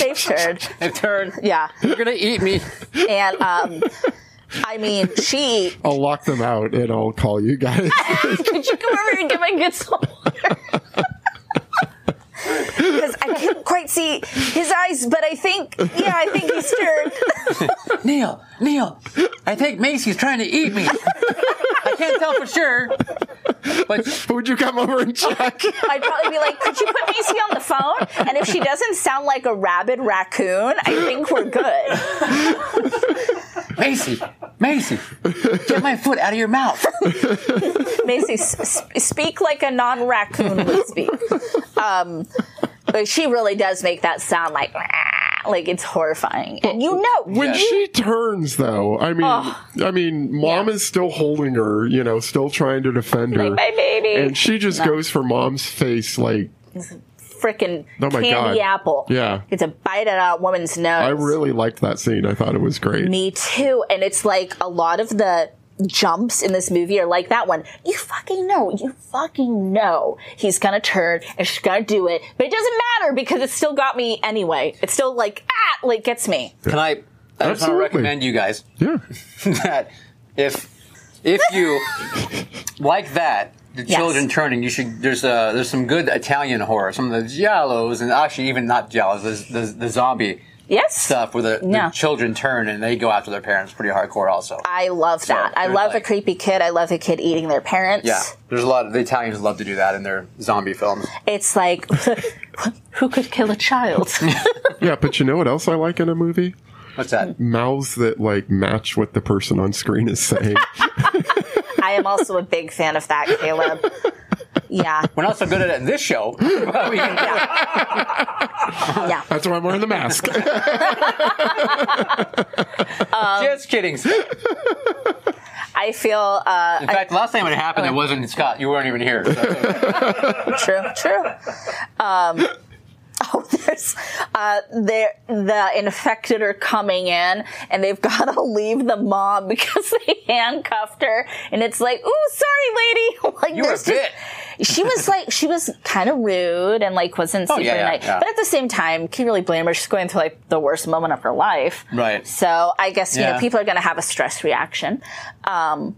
[SPEAKER 2] They've turned.
[SPEAKER 3] It turned.
[SPEAKER 2] Yeah.
[SPEAKER 3] You're going to eat me.
[SPEAKER 2] And um I mean, she
[SPEAKER 4] I'll lock them out and I'll call you guys.
[SPEAKER 2] could you come over and get my good some water? Because I couldn't quite see his eyes, but I think, yeah, I think he's turned.
[SPEAKER 3] Neil, Neil, I think Macy's trying to eat me. I can't tell for sure. But
[SPEAKER 4] Would you come over and check?
[SPEAKER 2] I'd probably be like, could you put Macy on the phone? And if she doesn't sound like a rabid raccoon, I think we're good.
[SPEAKER 3] Macy, Macy, get my foot out of your mouth.
[SPEAKER 2] Macy, s- s- speak like a non raccoon would speak. Um, but she really does make that sound like, "Rah," like it's horrifying. And you know,
[SPEAKER 4] When
[SPEAKER 3] Yeah.
[SPEAKER 4] she turns, though, I mean, I mean, mom
[SPEAKER 2] Yeah.
[SPEAKER 4] is still holding her, you know, still trying to defend her,
[SPEAKER 2] like my baby.
[SPEAKER 4] and she just goes for mom's face, like
[SPEAKER 2] freaking
[SPEAKER 4] Oh my
[SPEAKER 2] candy
[SPEAKER 4] God.
[SPEAKER 2] apple.
[SPEAKER 4] Yeah.
[SPEAKER 2] It's a bite at a woman's nose.
[SPEAKER 4] I really liked that scene. I thought it was great.
[SPEAKER 2] Me too. And it's like a lot of the jumps in this movie are like that one. You fucking know. You fucking know he's gonna turn and she's gonna do it. But it doesn't matter because it still got me anyway. It still like ah like gets me.
[SPEAKER 3] Can I? I just want to
[SPEAKER 4] Absolutely.
[SPEAKER 3] recommend you guys
[SPEAKER 4] Yeah.
[SPEAKER 3] that if if you like that, the
[SPEAKER 2] Yes.
[SPEAKER 3] children turning, you should. There's uh there's some good Italian horror. Some of the giallos and actually even not giallos, the the, the zombie
[SPEAKER 2] Yes.
[SPEAKER 3] stuff where the,
[SPEAKER 2] No.
[SPEAKER 3] the children turn and they go after their parents pretty hardcore. Also,
[SPEAKER 2] I love that. I
[SPEAKER 3] there's
[SPEAKER 2] love
[SPEAKER 3] like-
[SPEAKER 2] a creepy kid. I love a kid eating their parents.
[SPEAKER 3] yeah, there's a lot. Of, the Italians love to do that in their zombie films.
[SPEAKER 2] It's like who could kill a child?
[SPEAKER 4] Yeah, but you know what else I like in a movie?
[SPEAKER 3] What's that?
[SPEAKER 4] Mouths that like match what the person on screen is saying.
[SPEAKER 2] I am also a big fan of that, Caleb. Yeah,
[SPEAKER 3] We're not so good at it in this show. but we can do it.
[SPEAKER 2] yeah.
[SPEAKER 4] That's why I'm wearing the mask.
[SPEAKER 3] Just kidding. In
[SPEAKER 2] I feel uh,
[SPEAKER 3] fact, last time it happened, it wasn't Scott. You weren't even here. So.
[SPEAKER 2] true, true. Um, oh, there's uh, there the infected are coming in, and they've got to leave the mom because they handcuffed her, and it's like, ooh, sorry, lady. like
[SPEAKER 3] You were a
[SPEAKER 2] there's just- She was like, she was kind of rude and like wasn't super
[SPEAKER 3] Oh, yeah, yeah,
[SPEAKER 2] nice,
[SPEAKER 3] yeah.
[SPEAKER 2] but at the same time, can't really blame her. She's going through like the worst moment of her life,
[SPEAKER 3] Right.
[SPEAKER 2] So I guess you
[SPEAKER 3] Yeah.
[SPEAKER 2] know people are going to have a stress reaction. Um,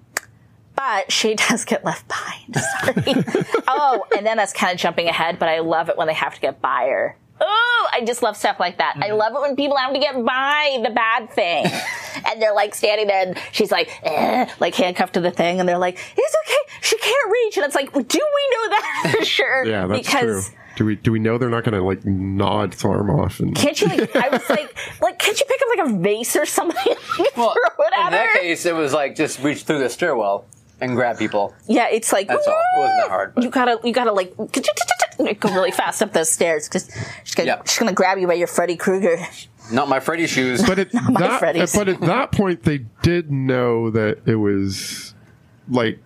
[SPEAKER 2] but she does get left behind. Sorry. oh, and then that's kind of jumping ahead, but I love it when they have to get by her. Oh, I just love stuff like that.
[SPEAKER 3] Mm-hmm.
[SPEAKER 2] I love it when people have to get by the bad thing. and they're like standing there and she's like, eh, like handcuffed to the thing. And they're like, it's okay. She can't reach. And it's like, do we know that for sure?
[SPEAKER 4] yeah, that's
[SPEAKER 2] because
[SPEAKER 4] true. Do we do we know they're not going to like nod its arm off and
[SPEAKER 2] Can't you like? I was like, like, can't you pick up like a vase or something? And
[SPEAKER 3] Well,
[SPEAKER 2] throw it at
[SPEAKER 3] in that
[SPEAKER 2] her?
[SPEAKER 3] case, it was like just reach through the stairwell and grab people.
[SPEAKER 2] Yeah, it's like
[SPEAKER 3] That's all. It wasn't that hard, but-
[SPEAKER 2] You gotta, you gotta like go really fast up those stairs because she's gonna,
[SPEAKER 3] Yeah.
[SPEAKER 2] she's gonna grab you by your Freddy Krueger.
[SPEAKER 3] Not my Freddy shoes.
[SPEAKER 4] But at that,
[SPEAKER 2] Freddy's.
[SPEAKER 4] but at that point, they did know that it was like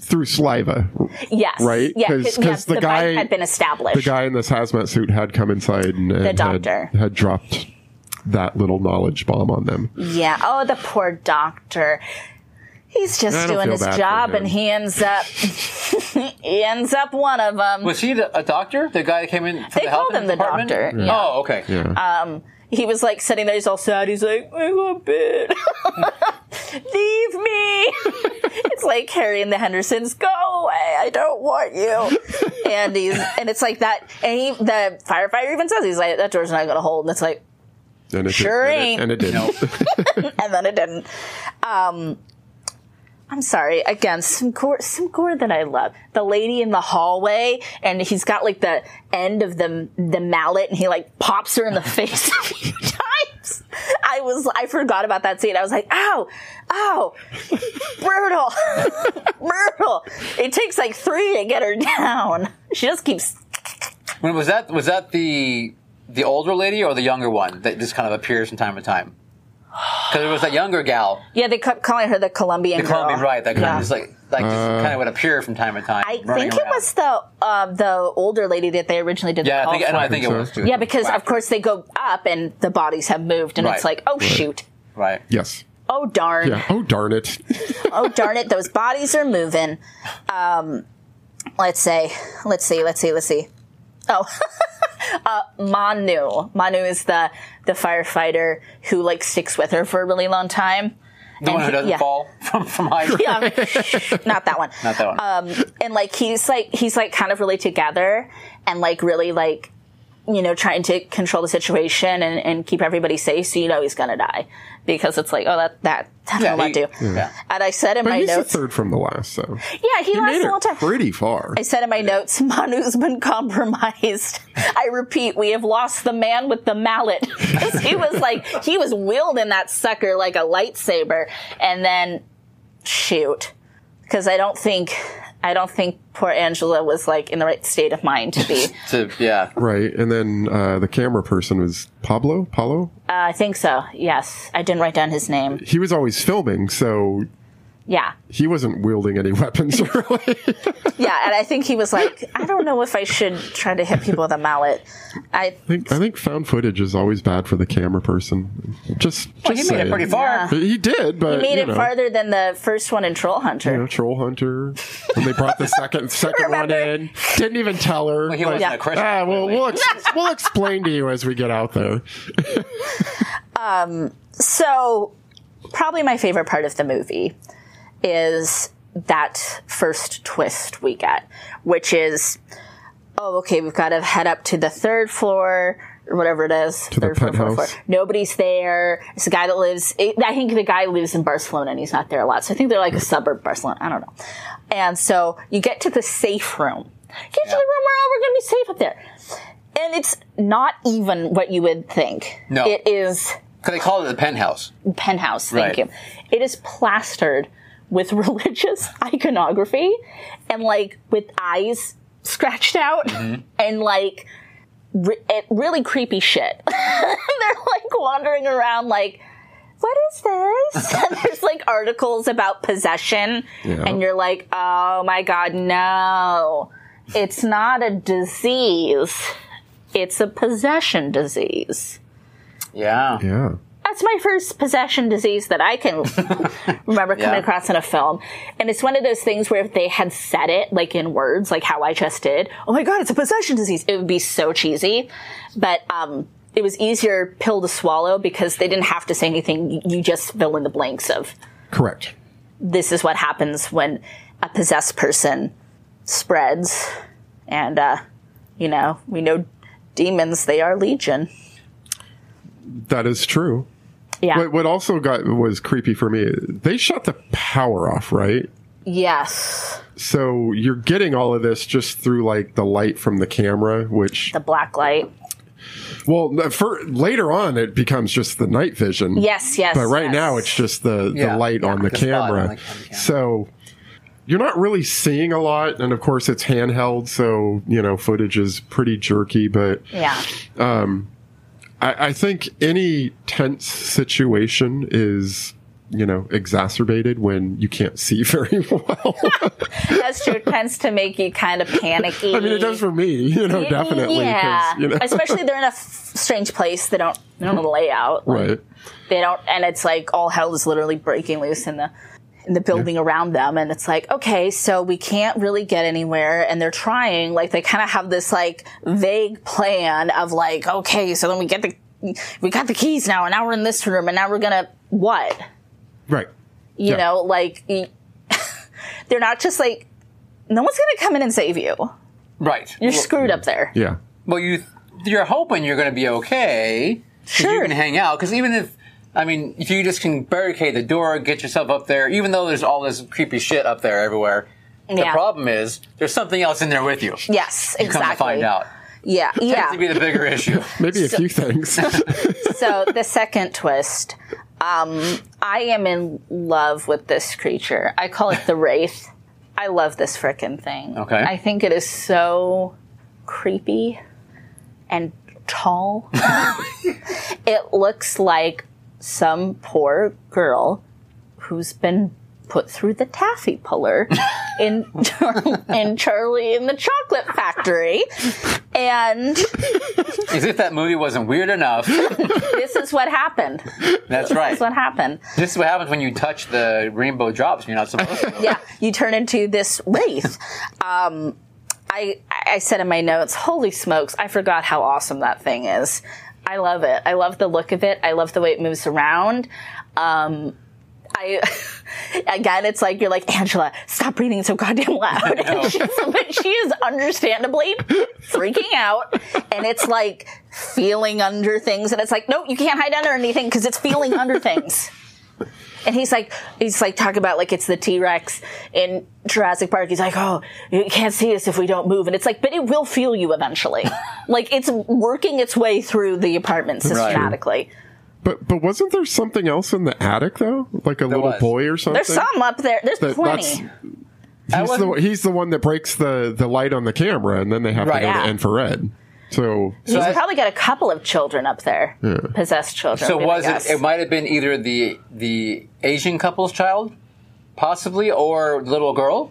[SPEAKER 4] through saliva.
[SPEAKER 2] Yes,
[SPEAKER 4] Right?
[SPEAKER 2] Yeah,
[SPEAKER 4] 'Cause-
[SPEAKER 2] 'cause,
[SPEAKER 4] 'cause the
[SPEAKER 2] the, bite
[SPEAKER 4] guy-
[SPEAKER 2] had been established.
[SPEAKER 4] The guy in this hazmat suit had come inside and, and had-
[SPEAKER 2] doctor.
[SPEAKER 4] had, dropped that little knowledge bomb on them.
[SPEAKER 2] yeah. Oh, the poor doctor. He's
[SPEAKER 4] I
[SPEAKER 2] just
[SPEAKER 4] don't
[SPEAKER 2] doing
[SPEAKER 4] feel
[SPEAKER 2] his
[SPEAKER 4] bad for
[SPEAKER 2] job,
[SPEAKER 4] him.
[SPEAKER 2] and he ends up, he ends up one of them.
[SPEAKER 3] was he the, a doctor? The guy that came in. From
[SPEAKER 2] They
[SPEAKER 3] the health
[SPEAKER 2] called him the
[SPEAKER 3] department?
[SPEAKER 2] doctor, Yeah.
[SPEAKER 3] Oh, okay.
[SPEAKER 4] Yeah.
[SPEAKER 2] he was like sitting there, he's all sad. He's like, I got bit. Leave me. it's like Harry and the Hendersons, go away. I don't want you. and he's, and it's like that. And he, the firefighter even says, he's like, that door's not going to hold. And it's like,
[SPEAKER 4] and it
[SPEAKER 2] sure
[SPEAKER 4] did,
[SPEAKER 2] ain't.
[SPEAKER 4] And it, and it didn't.
[SPEAKER 2] and then it didn't. Um, I'm sorry. Again, some gore, some gore that I love. The lady in the hallway, and he's got like the end of the the mallet, and he like pops her in the face a few times. I was, I forgot about that scene. I was like, ow, ow, brutal, brutal. It takes like three to get her down. She just keeps.
[SPEAKER 3] When was that? Was that the the older lady or the younger one that just kind of appears from time to time? Because it was that younger gal,
[SPEAKER 2] Yeah, they kept calling her the Colombian.
[SPEAKER 3] the Colombian,
[SPEAKER 2] girl.
[SPEAKER 3] right? That kind
[SPEAKER 2] Yeah.
[SPEAKER 3] of just like like just kind of would appear from time to time.
[SPEAKER 2] I
[SPEAKER 3] running
[SPEAKER 2] think it
[SPEAKER 3] around.
[SPEAKER 2] was the um, the older lady that they originally did. the
[SPEAKER 3] Yeah, I
[SPEAKER 2] call
[SPEAKER 3] think, I, know,
[SPEAKER 2] for.
[SPEAKER 3] I think it was too.
[SPEAKER 2] Yeah, because
[SPEAKER 3] Whack.
[SPEAKER 2] of course they go up and the bodies have moved, and
[SPEAKER 3] Right.
[SPEAKER 2] it's like, oh shoot,
[SPEAKER 3] Right.
[SPEAKER 4] Yes.
[SPEAKER 2] oh darn,
[SPEAKER 4] Yeah. Oh darn it!
[SPEAKER 2] oh darn it, those bodies are moving. Um, let's say, let's see, let's see, let's see. Oh, uh, Manu. Manu is the the firefighter who like sticks with her for a really long time.
[SPEAKER 3] The one who doesn't
[SPEAKER 2] yeah.
[SPEAKER 3] fall from from high. Yeah.
[SPEAKER 2] Um, not that one.
[SPEAKER 3] Not that one.
[SPEAKER 2] Uh, and like he's like he's like kind of really together and like really like you know trying to control the situation and, and keep everybody safe so you know he's gonna die because it's like oh that that that's
[SPEAKER 3] Yeah,
[SPEAKER 2] will not
[SPEAKER 3] he-
[SPEAKER 2] do
[SPEAKER 3] yeah.
[SPEAKER 2] and i said in
[SPEAKER 4] But
[SPEAKER 2] my
[SPEAKER 4] he's the
[SPEAKER 2] notes
[SPEAKER 4] third from the last, so
[SPEAKER 2] yeah he,
[SPEAKER 4] made
[SPEAKER 2] lasts a
[SPEAKER 4] it
[SPEAKER 2] long time
[SPEAKER 4] pretty far.
[SPEAKER 2] I said in my notes, Manu's been compromised. I repeat, we have lost the man with the mallet. 'Cause he was like, he was wielding that sucker like a lightsaber. And then, shoot. Because I don't think, I don't think poor Angela was like in the right state of mind to be.
[SPEAKER 3] To, yeah.
[SPEAKER 4] Right, and then uh, the camera person was Pablo. Paulo.
[SPEAKER 2] I think so. Yes. I didn't write down his name.
[SPEAKER 4] He was always filming, so
[SPEAKER 2] Yeah.
[SPEAKER 4] He wasn't wielding any weapons really.
[SPEAKER 2] Yeah. And I think he was like, I don't know if I should try to hit people with a mallet. I
[SPEAKER 4] I think I think found footage is always bad for the camera person. Just, just
[SPEAKER 3] Well, he made
[SPEAKER 4] saying.
[SPEAKER 3] it pretty far.
[SPEAKER 4] He did, but
[SPEAKER 2] made
[SPEAKER 4] you
[SPEAKER 2] it
[SPEAKER 4] know,
[SPEAKER 2] farther than the first one in Troll Hunter.
[SPEAKER 4] You know, troll hunter. When they brought the second second one
[SPEAKER 2] Remember.
[SPEAKER 4] in, didn't even tell her.
[SPEAKER 3] He
[SPEAKER 4] Like,
[SPEAKER 3] wasn't a Christian.
[SPEAKER 4] ah, well,
[SPEAKER 3] clearly.
[SPEAKER 4] we'll ex- we'll explain to you as we get out there.
[SPEAKER 2] So, probably my favorite part of the movie is that first twist we get, which is, oh, okay, we've got to head up to the third floor. Or whatever it is,
[SPEAKER 4] the
[SPEAKER 2] third floor, fourth
[SPEAKER 4] penthouse.
[SPEAKER 2] floor. Nobody's there. It's a guy that lives. It, I think the guy lives in Barcelona, and he's not there a lot. So I think they're like a suburb of Barcelona. I don't know. And so you get to the safe room. Get to the room where oh, we're going to be safe up there. And it's not even what you would think.
[SPEAKER 3] No.
[SPEAKER 2] it is
[SPEAKER 3] Because they call it the penthouse.
[SPEAKER 2] penthouse. Thank you.
[SPEAKER 3] Right.
[SPEAKER 2] It is plastered with religious iconography and like with eyes scratched out and like re- it, really creepy shit. They're like wandering around like. What is this? and there's like articles about possession,
[SPEAKER 4] Yeah.
[SPEAKER 2] and you're like, oh my god, no. It's not a disease. It's a possession disease
[SPEAKER 3] Yeah.
[SPEAKER 4] Yeah,
[SPEAKER 2] that's my first possession disease that I can remember coming
[SPEAKER 3] Yeah.
[SPEAKER 2] across in a film. And it's one of those things where if they had said it like in words, like how I just did, oh my God, it's a possession disease, it would be so cheesy. But, um, it was easier pill to swallow because they didn't have to say anything. You- You just fill in the blanks of
[SPEAKER 4] correct.
[SPEAKER 2] this is what happens when a possessed person spreads. And, uh, you know, we know demons, they are legion.
[SPEAKER 4] That is true.
[SPEAKER 2] Yeah.
[SPEAKER 4] What, what also got was creepy for me. They shut the power off, right?
[SPEAKER 2] yes.
[SPEAKER 4] So you're getting all of this just through like the light from the camera, which
[SPEAKER 2] The black light.
[SPEAKER 4] well, no, for later on it becomes just the night vision.
[SPEAKER 2] Yes, yes.
[SPEAKER 4] But right
[SPEAKER 2] yes.
[SPEAKER 4] now it's just the, the
[SPEAKER 3] Yeah,
[SPEAKER 4] light
[SPEAKER 3] yeah,
[SPEAKER 4] on the,
[SPEAKER 3] the spot on
[SPEAKER 4] camera.
[SPEAKER 3] the- on the camera.
[SPEAKER 4] So you're not really seeing a lot, and of course it's handheld, so you know footage is pretty jerky. But
[SPEAKER 2] yeah,
[SPEAKER 4] I, I think any tense situation is you know exacerbated when you can't see very well.
[SPEAKER 2] that's true. It tends to make you kind of panicky.
[SPEAKER 4] I mean, it does for me, you know, definitely. 'cause,
[SPEAKER 2] Yeah,
[SPEAKER 4] you know,
[SPEAKER 2] especially they're in a f- strange place. They don't they don't know the layout. Like,
[SPEAKER 4] right.
[SPEAKER 2] They don't, and it's like all hell is literally breaking loose in the in the building around them. And it's like, okay, so we can't really get anywhere. And they're trying. Like they kind of have this like vague plan of like, okay, so then we get the we got the keys now, and now we're in this room, and now we're gonna what?
[SPEAKER 4] Right.
[SPEAKER 2] you
[SPEAKER 4] Yeah.
[SPEAKER 2] know like y- they're not just like no one's gonna come in and save you
[SPEAKER 3] Right.
[SPEAKER 2] you're
[SPEAKER 3] well,
[SPEAKER 2] screwed up there
[SPEAKER 4] Yeah.
[SPEAKER 3] well, you you're hoping you're going to be okay. 'cause You
[SPEAKER 2] Sure.
[SPEAKER 3] can hang out because even if I mean, if you just can barricade the door, get yourself up there, even though there's all this creepy shit up there everywhere. The
[SPEAKER 2] Yeah.
[SPEAKER 3] problem is there's something else in there with you.
[SPEAKER 2] yes
[SPEAKER 3] Come
[SPEAKER 2] exactly
[SPEAKER 3] to find out.
[SPEAKER 2] yeah
[SPEAKER 3] That to be
[SPEAKER 2] yeah
[SPEAKER 3] the bigger issue.
[SPEAKER 4] Maybe a few things.
[SPEAKER 2] so the second twist um i am in love with this creature i call it the wraith i love this frickin' thing
[SPEAKER 3] Okay.
[SPEAKER 2] i think it is so creepy and tall it looks like some poor girl who's been put through the taffy puller in Char- in Charlie in the Chocolate Factory, and
[SPEAKER 3] As if that movie wasn't weird enough.
[SPEAKER 2] this is what happened. This
[SPEAKER 3] That's right.
[SPEAKER 2] is what happened.
[SPEAKER 3] This is what happens when you touch the rainbow drops. You're not supposed to.
[SPEAKER 2] Yeah, you turn into this wraith. Um, I I said in my notes, holy smokes, I forgot how awesome that thing is. I love it. I love the look of it. I love the way it moves around. Um, I again, it's like you're like Angela, stop breathing so goddamn loud. And she's, but she is understandably freaking out, and it's like feeling under things, and it's like, no, you can't hide under anything because it's feeling under things. And he's like, he's like talking about like it's the T Rex in Jurassic Park. He's like, oh, you can't see us if we don't move. And it's like, but it will feel you eventually. like it's working its way through the apartment systematically.
[SPEAKER 4] But but wasn't there something else in the attic though? Like a little
[SPEAKER 3] was.
[SPEAKER 4] boy or something?
[SPEAKER 2] There's some up there. There's
[SPEAKER 4] That- that's-
[SPEAKER 2] plenty.
[SPEAKER 4] He's the,
[SPEAKER 3] wasn't-
[SPEAKER 4] he's the one that breaks the, the light on the camera, and then they have
[SPEAKER 3] Right.
[SPEAKER 4] to go
[SPEAKER 2] Yeah.
[SPEAKER 4] to infrared. So,
[SPEAKER 2] He's
[SPEAKER 3] I-
[SPEAKER 2] probably got a couple of children up there, possessed children.
[SPEAKER 3] So
[SPEAKER 2] would be my
[SPEAKER 3] was
[SPEAKER 2] guess.
[SPEAKER 3] it? It might have been either the the Asian couple's child possibly, or little girl.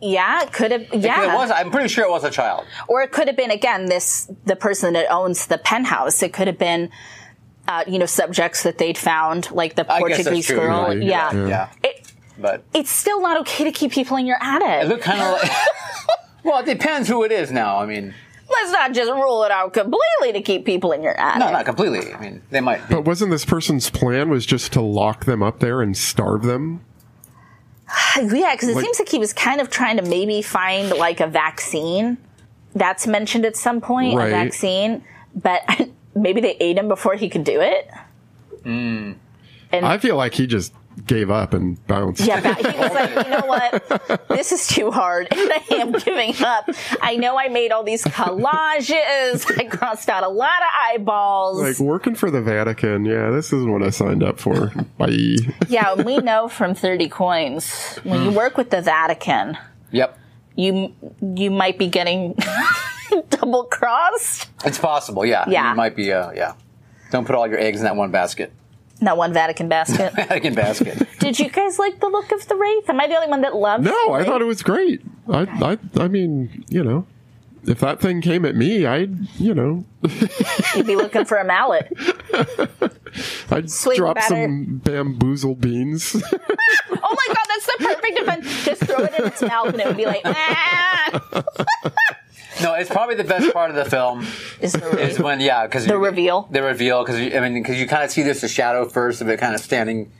[SPEAKER 2] Yeah, it could have. Yeah,
[SPEAKER 3] It was. I'm pretty sure it was a child.
[SPEAKER 2] or it could have been again this the person that owns the penthouse. It could have been, uh, you know, subjects that they'd found, like the
[SPEAKER 3] I guess that's
[SPEAKER 2] Portuguese
[SPEAKER 3] true,
[SPEAKER 2] girl.
[SPEAKER 4] really.
[SPEAKER 2] Yeah,
[SPEAKER 3] Yeah,
[SPEAKER 2] It,
[SPEAKER 3] but
[SPEAKER 2] it's still not okay to keep people in your
[SPEAKER 3] it
[SPEAKER 2] attic.
[SPEAKER 3] looked kind of like. well, it depends who it is now. I mean,
[SPEAKER 2] Let's not just rule it out completely to keep people in your attic.
[SPEAKER 3] no, not completely. I mean, they might. Be.
[SPEAKER 4] But wasn't this person's plan was just to lock them up there and starve them?
[SPEAKER 2] Yeah, because it
[SPEAKER 4] Like-
[SPEAKER 2] seems like he was kind of trying to maybe find like a vaccine. That's mentioned at some point,
[SPEAKER 4] Right.
[SPEAKER 2] a vaccine, but maybe they ate him before he could do it.
[SPEAKER 4] I feel like he just gave up and bounced.
[SPEAKER 2] Yeah, but he was like, you know what? This is too hard, and I am giving up. I know I made all these collages. I crossed out a lot of eyeballs.
[SPEAKER 4] Like working for the Vatican, yeah, this isn't what I signed up for. Bye.
[SPEAKER 2] yeah, and we know from Thirty Coins when you
[SPEAKER 4] Hmm.
[SPEAKER 2] work with the Vatican,
[SPEAKER 3] Yep,
[SPEAKER 2] you you might be getting double crossed.
[SPEAKER 3] it's possible. Yeah,
[SPEAKER 2] Yeah.
[SPEAKER 3] it might be. Uh, yeah, don't put all your eggs in that one basket.
[SPEAKER 2] Not one Vatican basket.
[SPEAKER 3] Vatican basket.
[SPEAKER 2] Did you guys like the look of the wraith? Am I the only one that loves?
[SPEAKER 4] No,
[SPEAKER 2] the
[SPEAKER 4] I
[SPEAKER 2] wraith?
[SPEAKER 4] thought it was great. I, I, I mean, you know, if that thing came at me, I'd, you know,
[SPEAKER 2] you'd be looking for a mallet.
[SPEAKER 4] I'd
[SPEAKER 2] Swing
[SPEAKER 4] drop
[SPEAKER 2] batter.
[SPEAKER 4] some bamboozle beans.
[SPEAKER 2] Oh my god, that's the perfect defense. Just throw it in its mouth, and it would be like, ah,
[SPEAKER 3] no, it's probably the best part of the film.
[SPEAKER 2] is the wraith.
[SPEAKER 3] is when yeah because the
[SPEAKER 2] reveal.
[SPEAKER 3] the reveal because I mean because you kind of see this as shadow first of it kind of standing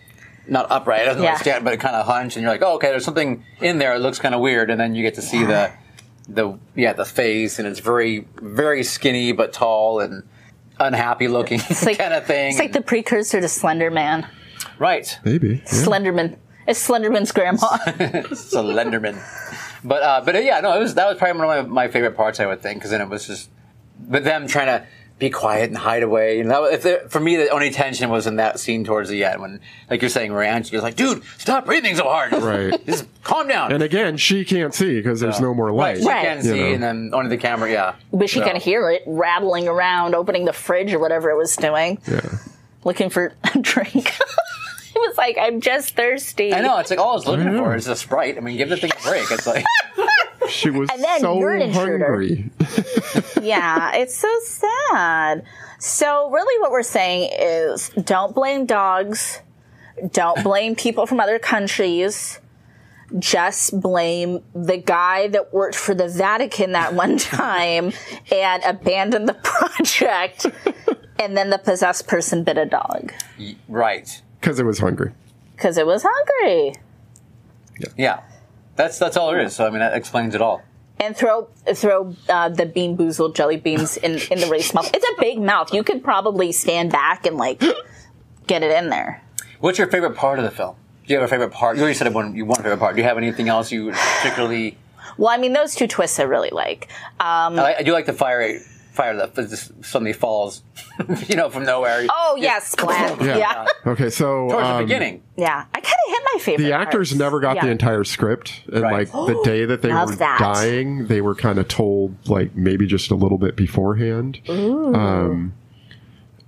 [SPEAKER 3] not upright it doesn't
[SPEAKER 2] Yeah.
[SPEAKER 3] really stand but it kind of hunched and you're like oh okay there's something in there it looks kind of weird and then you get to see the the yeah the face and it's very very skinny but tall and unhappy looking
[SPEAKER 2] like-
[SPEAKER 3] kind of thing
[SPEAKER 2] It's like the precursor to Slender Man.
[SPEAKER 3] right
[SPEAKER 4] Maybe. yeah.
[SPEAKER 2] Slenderman. It's Slenderman's grandma.
[SPEAKER 3] it's a Lenderman but uh but uh, yeah no it was that was probably one of my, my favorite parts I would think because then it was just but them trying to be quiet and hide away. And that, was- if there, for me, the only tension was in that scene towards the end when, like you're saying, Ranch was like, "Dude, stop breathing so hard.
[SPEAKER 4] Right.
[SPEAKER 3] Just calm down."
[SPEAKER 4] And again, she can't see because there's no more light.
[SPEAKER 3] right, she
[SPEAKER 2] Right.
[SPEAKER 3] can
[SPEAKER 4] You
[SPEAKER 3] see,
[SPEAKER 4] know.
[SPEAKER 3] and then only the camera. Yeah,
[SPEAKER 2] but she can hear it rattling around, opening the fridge or whatever it was doing,
[SPEAKER 4] Yeah.
[SPEAKER 2] looking for a drink. it was like, I'm just thirsty.
[SPEAKER 3] I know. It's like all it's looking
[SPEAKER 4] know.
[SPEAKER 3] for is a sprite. I mean, give the thing a break. It's like
[SPEAKER 4] She was
[SPEAKER 2] then
[SPEAKER 4] so
[SPEAKER 2] you're an intruder.
[SPEAKER 4] hungry.
[SPEAKER 2] yeah, it's so sad. So, really, what we're saying is don't blame dogs, don't blame people from other countries. Just blame the guy that worked for the Vatican that one time and abandoned the project. And then the possessed person bit a dog
[SPEAKER 3] right.
[SPEAKER 4] Because it was hungry.
[SPEAKER 2] because it was hungry.
[SPEAKER 3] Yeah, that's that's all there is. So I mean, that explains it all.
[SPEAKER 2] And throw throw uh, the bean boozled jelly beans in, in the race mouth. It's a big mouth. You could probably stand back and like get it in there.
[SPEAKER 3] What's your favorite part of the film? Do you have a favorite part? You already said one. You one favorite part. Do you have anything else you particularly?
[SPEAKER 2] Well, I mean, those two twists I really like. Um,
[SPEAKER 3] I, I do like the fire fire that just suddenly falls, you know, from nowhere.
[SPEAKER 2] oh yes, splat. Yeah, yeah.
[SPEAKER 4] Okay, so
[SPEAKER 3] towards the
[SPEAKER 4] um,
[SPEAKER 3] beginning.
[SPEAKER 2] I kind of hit my favorite.
[SPEAKER 4] the actors
[SPEAKER 2] parts.
[SPEAKER 4] never got
[SPEAKER 2] Yeah.
[SPEAKER 4] the entire script, and like
[SPEAKER 3] Right.
[SPEAKER 4] the day that they
[SPEAKER 2] Love
[SPEAKER 4] were
[SPEAKER 2] that.
[SPEAKER 4] dying, they were kind of told like maybe just a little bit beforehand. Um,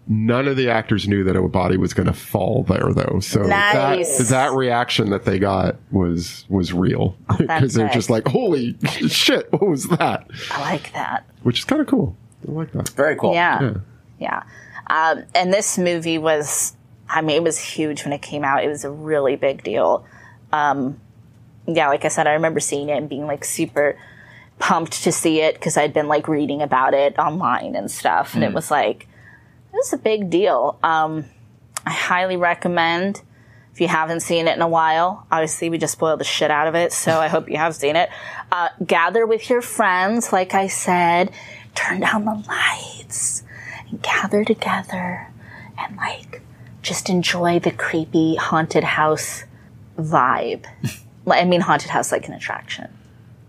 [SPEAKER 4] none of the actors knew that a body was going to fall there, though. So
[SPEAKER 2] Nice.
[SPEAKER 4] that that reaction that they got was was real because they're
[SPEAKER 2] Authentic.
[SPEAKER 4] just like, "Holy shit, what was that?"
[SPEAKER 2] I like that.
[SPEAKER 4] Which is kind of cool. I like that.
[SPEAKER 3] Very cool.
[SPEAKER 2] Yeah, yeah. Um, and this movie was, I mean, it was huge when it came out. It was a really big deal. Um, yeah, like I said, I remember seeing it and being like super pumped to see it because I'd been like reading about it online and stuff, and it was like this is a big deal. Um, I highly recommend. If you haven't seen it in a while, obviously we just spoiled the shit out of it, so I hope you have seen it. Uh, gather with your friends, like I said, turn down the lights, and gather together, and like just enjoy the creepy haunted house vibe. I mean, haunted house like an attraction.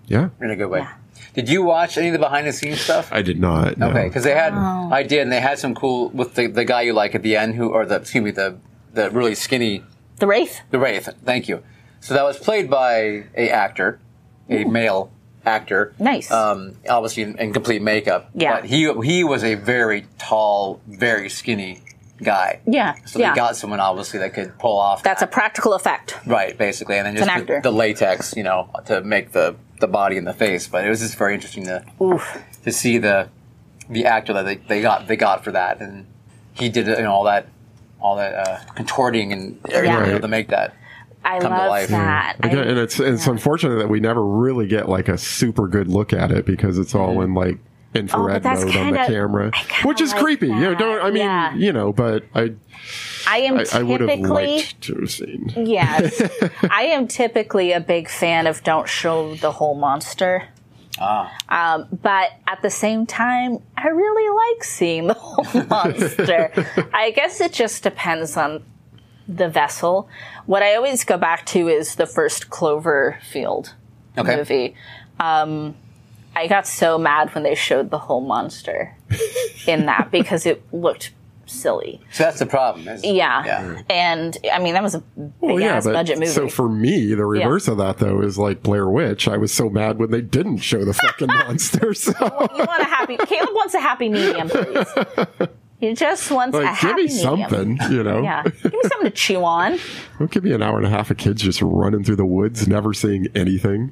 [SPEAKER 4] Yeah,
[SPEAKER 3] In a good way. Did you watch any of the behind the scenes stuff?
[SPEAKER 4] I did not. no.
[SPEAKER 3] Okay, because they had, I did, and they had some cool with the, the guy you like at the end, who or the excuse me, the the really skinny,
[SPEAKER 2] The Wraith.
[SPEAKER 3] the wraith. Thank you. So that was played by a actor, a male actor.
[SPEAKER 2] Nice.
[SPEAKER 3] Um, obviously in, in complete makeup.
[SPEAKER 2] Yeah.
[SPEAKER 3] But he he was a very tall, very skinny guy.
[SPEAKER 2] Yeah,
[SPEAKER 3] So
[SPEAKER 2] yeah.
[SPEAKER 3] they got someone obviously that could pull off
[SPEAKER 2] That's a practical effect.
[SPEAKER 3] Right, basically, and then
[SPEAKER 2] an
[SPEAKER 3] just
[SPEAKER 2] actor.
[SPEAKER 3] the, the latex, you know, to make the the body and the face. But it was just very interesting to to see the the actor that they, they got they got for that, and he did you know all that all that uh, contorting and everything you know,
[SPEAKER 4] Right.
[SPEAKER 3] to make that.
[SPEAKER 2] I
[SPEAKER 3] Come to
[SPEAKER 2] love
[SPEAKER 3] life.
[SPEAKER 2] that. I-
[SPEAKER 4] Again, and it's it's unfortunate that we never really get like a super good look at it because it's all in like infrared
[SPEAKER 2] Mm-hmm. Oh, that's
[SPEAKER 4] mode on the
[SPEAKER 2] kinda-
[SPEAKER 4] camera, which is
[SPEAKER 2] like
[SPEAKER 4] creepy. You know,
[SPEAKER 2] that.
[SPEAKER 4] don't I mean
[SPEAKER 2] Yeah.
[SPEAKER 4] you know, but I
[SPEAKER 2] I am
[SPEAKER 4] I, I would have
[SPEAKER 2] typically
[SPEAKER 4] liked to have seen.
[SPEAKER 2] yes. I am typically a big fan of don't show the whole monster. Um, but at the same time, I really like seeing the whole monster. I guess it just depends on the vessel. What I always go back to is the first Cloverfield
[SPEAKER 3] Okay.
[SPEAKER 2] movie. Um, I got so mad when they showed the whole monster in that because it looked silly.
[SPEAKER 3] So that's the problem. is-
[SPEAKER 2] Yeah.
[SPEAKER 3] Yeah.
[SPEAKER 2] And I mean, that was a big ass budget movie.
[SPEAKER 4] so for me, the reverse of that though is like Blair Witch. I was so mad when they didn't show the fucking monster. So
[SPEAKER 2] you want a happy, Caleb wants a happy medium, please. He just wants a
[SPEAKER 4] like, give
[SPEAKER 2] happy
[SPEAKER 4] me
[SPEAKER 2] medium.
[SPEAKER 4] something, you know?
[SPEAKER 2] Yeah. Give me something to chew on.
[SPEAKER 4] Don't give me an hour and a half of kids just running through the woods, never seeing anything.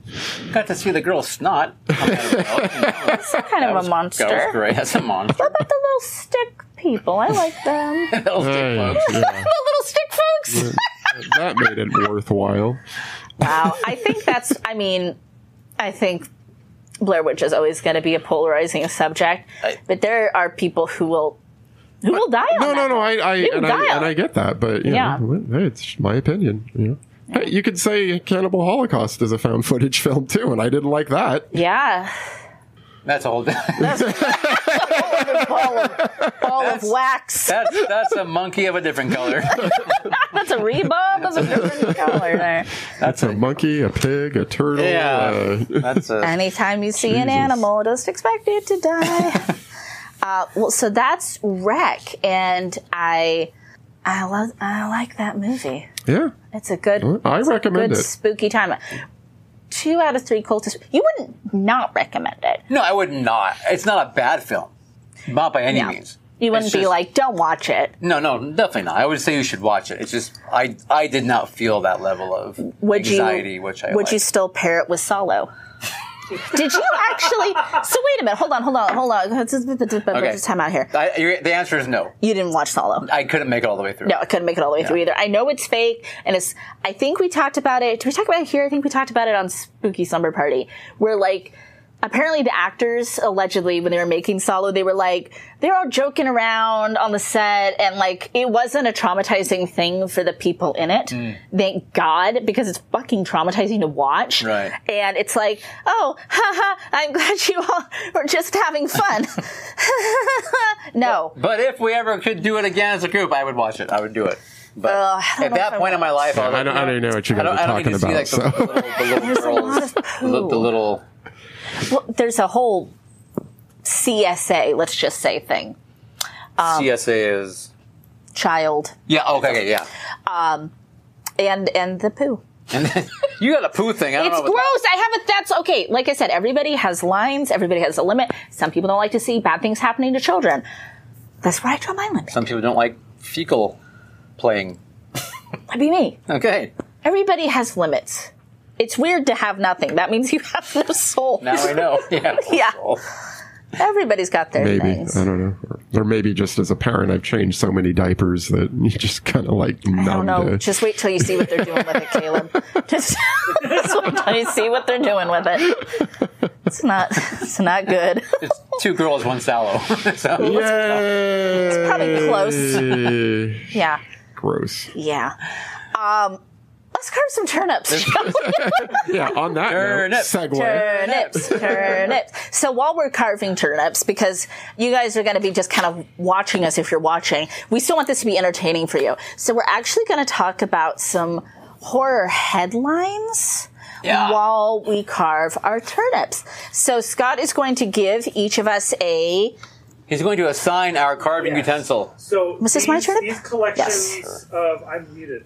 [SPEAKER 3] Got to see the girl snot.
[SPEAKER 2] Some kind of a monster.
[SPEAKER 3] That was great. That's a monster.
[SPEAKER 2] But the little stick people, I like them. the
[SPEAKER 3] Those dick
[SPEAKER 4] Hey,
[SPEAKER 3] folks.
[SPEAKER 4] yeah.
[SPEAKER 2] little stick folks.
[SPEAKER 4] that made it worthwhile.
[SPEAKER 2] Wow. I think that's, I mean, I think Blair Witch is always going to be a polarizing subject,
[SPEAKER 3] I-
[SPEAKER 2] but there are people who will. Who will die on
[SPEAKER 4] No,
[SPEAKER 2] that
[SPEAKER 4] no, no.
[SPEAKER 2] hill.
[SPEAKER 4] I, I,
[SPEAKER 2] You
[SPEAKER 4] and I
[SPEAKER 2] dial.
[SPEAKER 4] and I get that, but you
[SPEAKER 2] Yeah.
[SPEAKER 4] know, hey, it's my opinion. You know, hey, you could say Cannibal Holocaust is a found footage film too, and I didn't like that.
[SPEAKER 2] Yeah.
[SPEAKER 3] That's a whole. That's,
[SPEAKER 2] ball of, ball of
[SPEAKER 3] That's-
[SPEAKER 2] wax.
[SPEAKER 3] that's that's a monkey of a different color.
[SPEAKER 2] That's a rebub of a different color there.
[SPEAKER 4] That's a monkey, a pig, a turtle.
[SPEAKER 3] Yeah.
[SPEAKER 4] uh,
[SPEAKER 3] That's a.
[SPEAKER 2] Anytime you see an
[SPEAKER 4] Jesus.
[SPEAKER 2] animal, just expect it to die. uh, well, so that's Wreck, and I, I love, I like that movie.
[SPEAKER 4] yeah.
[SPEAKER 2] It's a good.
[SPEAKER 4] I
[SPEAKER 2] it's a
[SPEAKER 4] recommend
[SPEAKER 2] good
[SPEAKER 4] it.
[SPEAKER 2] Spooky time. Two out of three cultists. You wouldn't not recommend it.
[SPEAKER 3] No, I would not. It's not a bad film. Not by any
[SPEAKER 2] No.
[SPEAKER 3] means.
[SPEAKER 2] You wouldn't
[SPEAKER 3] It's
[SPEAKER 2] be
[SPEAKER 3] just-
[SPEAKER 2] like, don't watch it.
[SPEAKER 3] No, no, definitely not. I would say you should watch it. It's just I I did not feel that level of
[SPEAKER 2] Would
[SPEAKER 3] anxiety,
[SPEAKER 2] you?
[SPEAKER 3] which I
[SPEAKER 2] would you
[SPEAKER 3] liked.
[SPEAKER 2] still pair it with Solo? Did you actually? So wait a minute. Hold on. Hold on. Hold on.
[SPEAKER 3] Okay.
[SPEAKER 2] Time out here.
[SPEAKER 3] I, your- the answer is no.
[SPEAKER 2] You didn't watch Solo.
[SPEAKER 3] I couldn't make it all the way through.
[SPEAKER 2] No, I couldn't make it all the way through either. I know it's fake, and it's. I think we talked about it. Did we talk about it here? I think we talked about it on Spooky Slumber Party, where like. Apparently, the actors allegedly, when they were making Solo, they were like they're all joking around on the set, and like it wasn't a traumatizing thing for the people in it. Thank God, because it's fucking traumatizing to watch.
[SPEAKER 3] Right.
[SPEAKER 2] And it's like, oh, haha, I'm glad you all were just having fun. no,
[SPEAKER 3] But if we ever could do it again as a group, I would watch it. I would do it.
[SPEAKER 2] I
[SPEAKER 3] But
[SPEAKER 2] don't
[SPEAKER 3] at
[SPEAKER 2] know if
[SPEAKER 3] that
[SPEAKER 2] I
[SPEAKER 3] point in my life, I, was
[SPEAKER 4] I
[SPEAKER 3] like,
[SPEAKER 4] don't-
[SPEAKER 3] you
[SPEAKER 4] I don't know what you
[SPEAKER 3] I
[SPEAKER 4] guys
[SPEAKER 3] don't-
[SPEAKER 4] are
[SPEAKER 3] I don't need
[SPEAKER 4] talking
[SPEAKER 3] to see, like,
[SPEAKER 4] about,
[SPEAKER 3] the,
[SPEAKER 2] lot of
[SPEAKER 3] the little, the little girls, the, li- the little.
[SPEAKER 2] well, there's a whole CSA, let's just say, thing. Um,
[SPEAKER 3] CSA is.
[SPEAKER 2] Child
[SPEAKER 3] Yeah. Okay. okay, Yeah.
[SPEAKER 2] and and the poo.
[SPEAKER 3] And then, you got a poo thing. I don't
[SPEAKER 2] It's
[SPEAKER 3] know.
[SPEAKER 2] gross. I have a that's okay. Like I said, everybody has lines. Everybody has a limit. Some people don't like to see bad things happening to children. That's where I draw my limit.
[SPEAKER 3] Some people don't like fecal playing.
[SPEAKER 2] That'd be me.
[SPEAKER 3] Okay.
[SPEAKER 2] Everybody has limits. It's weird to have nothing. That means you have no soul.
[SPEAKER 3] Now I know. Yeah.
[SPEAKER 2] Yeah. Everybody's got their
[SPEAKER 4] Maybe
[SPEAKER 2] things.
[SPEAKER 4] I don't know, or, or maybe just as a parent, I've changed so many diapers that you just kind of like numb
[SPEAKER 2] I don't know.
[SPEAKER 4] to-
[SPEAKER 2] Just wait till you see what they're doing with it, Caleb. Just, just wait till you see what they're doing with it. It's not. It's not good.
[SPEAKER 3] It's two girls, one sallow. so,
[SPEAKER 4] Yay! It's
[SPEAKER 2] probably
[SPEAKER 4] close.
[SPEAKER 2] Yeah.
[SPEAKER 4] Gross.
[SPEAKER 2] Yeah. Um, let's carve some turnips. shall we?
[SPEAKER 4] Yeah. On that
[SPEAKER 3] Turn
[SPEAKER 4] note,
[SPEAKER 3] it.
[SPEAKER 4] segue.
[SPEAKER 2] turnips, turnips. So while we're carving turnips, because you guys are going to be just kind of watching us if you're watching, we still want this to be entertaining for you. So we're actually going to talk about some horror headlines.
[SPEAKER 3] Yeah.
[SPEAKER 2] While we carve our turnips. So, Scott is going to give each of us a.
[SPEAKER 3] He's going to assign our carving
[SPEAKER 6] Yes.
[SPEAKER 3] utensil.
[SPEAKER 6] So
[SPEAKER 2] Was this
[SPEAKER 6] these,
[SPEAKER 2] my turnip?
[SPEAKER 6] These collections
[SPEAKER 2] Yes.
[SPEAKER 6] of I'm muted.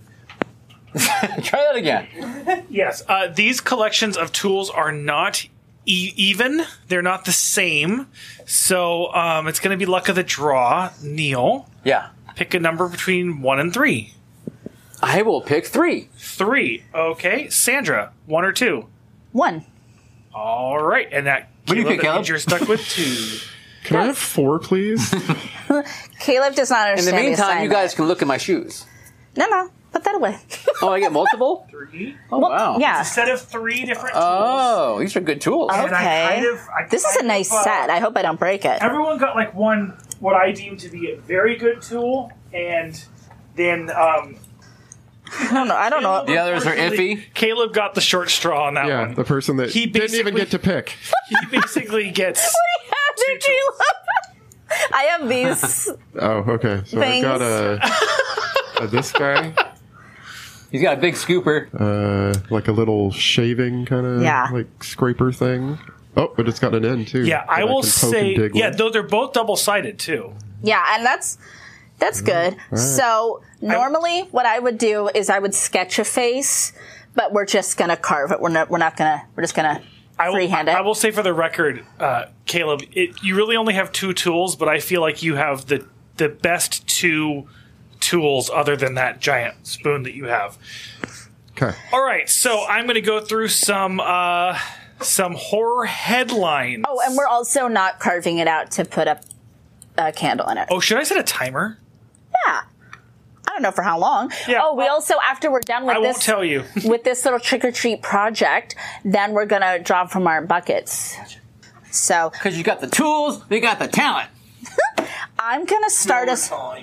[SPEAKER 3] Try that again.
[SPEAKER 6] Yes. Uh,
[SPEAKER 5] Uh, these collections of tools are not e- even. They're not the same. So um, it's going to be luck of the draw, Neil.
[SPEAKER 3] Yeah.
[SPEAKER 5] Pick a number between one and three.
[SPEAKER 3] I will pick three.
[SPEAKER 5] Three. Okay. Sandra, one or two.
[SPEAKER 2] One.
[SPEAKER 5] All right. And that
[SPEAKER 3] What do you
[SPEAKER 5] Caleb,
[SPEAKER 3] pick,
[SPEAKER 5] that
[SPEAKER 3] Caleb?
[SPEAKER 5] means you're stuck with two.
[SPEAKER 4] Can I have four, please?
[SPEAKER 2] Caleb does not
[SPEAKER 3] In the
[SPEAKER 2] understand.
[SPEAKER 3] meantime, you
[SPEAKER 2] assignment.
[SPEAKER 3] guys can look at my shoes.
[SPEAKER 2] No, no. Put that away.
[SPEAKER 3] Oh, I get multiple?
[SPEAKER 6] Three.
[SPEAKER 3] Oh, wow.
[SPEAKER 2] Yeah.
[SPEAKER 6] Instead of three different tools.
[SPEAKER 3] Oh, these are good tools.
[SPEAKER 2] Oh.
[SPEAKER 6] and I
[SPEAKER 2] okay.
[SPEAKER 6] kind of, I
[SPEAKER 2] This is a
[SPEAKER 6] kind
[SPEAKER 2] nice
[SPEAKER 6] of, uh,
[SPEAKER 2] set. I hope I don't break it.
[SPEAKER 6] everyone got like one what I deem to be a very good tool, and then um,
[SPEAKER 2] I don't know. I don't know.
[SPEAKER 3] The others are iffy.
[SPEAKER 5] Caleb got the short straw on that
[SPEAKER 4] yeah,
[SPEAKER 5] one.
[SPEAKER 4] the person that
[SPEAKER 5] He
[SPEAKER 4] didn't even
[SPEAKER 5] basically-
[SPEAKER 4] get to pick.
[SPEAKER 5] he basically gets.
[SPEAKER 2] Did you love- I have these.
[SPEAKER 4] Oh, okay. So
[SPEAKER 2] Thanks.
[SPEAKER 4] I got a, a this guy,
[SPEAKER 3] He's got a big scooper.
[SPEAKER 4] uh, like a little shaving kind of
[SPEAKER 2] Yeah.
[SPEAKER 4] like scraper thing. Oh, but it's got an end too.
[SPEAKER 5] Yeah,
[SPEAKER 4] that
[SPEAKER 5] I will
[SPEAKER 4] can poke and
[SPEAKER 5] say.
[SPEAKER 4] dig
[SPEAKER 5] Yeah,
[SPEAKER 4] with.
[SPEAKER 5] though they're both double sided too.
[SPEAKER 2] Yeah, and that's
[SPEAKER 5] Mm-hmm.
[SPEAKER 2] that's good. So normally, what I would do is I would sketch a face, but we're just gonna carve it. We're not. We're not gonna. We're just gonna
[SPEAKER 5] I will,
[SPEAKER 2] freehand it.
[SPEAKER 5] I will say for the record, uh, Caleb, it, you really only have two tools, but I feel like you have the the best two tools other than that giant spoon that you have.
[SPEAKER 4] okay.
[SPEAKER 5] All right, so I'm going to go through some uh, some horror headlines.
[SPEAKER 2] Oh, and we're also not carving it out to put a, a candle in it.
[SPEAKER 5] Oh, should I set a timer?
[SPEAKER 2] Yeah. I don't know for how long.
[SPEAKER 5] Yeah,
[SPEAKER 2] oh, we
[SPEAKER 5] well,
[SPEAKER 2] also after we're done with
[SPEAKER 5] I
[SPEAKER 2] this
[SPEAKER 5] won't tell you.
[SPEAKER 2] with this little trick or treat project, then we're gonna draw from our buckets. So
[SPEAKER 3] Because you got the tools, you got the talent.
[SPEAKER 2] I'm gonna start us.
[SPEAKER 4] Oh,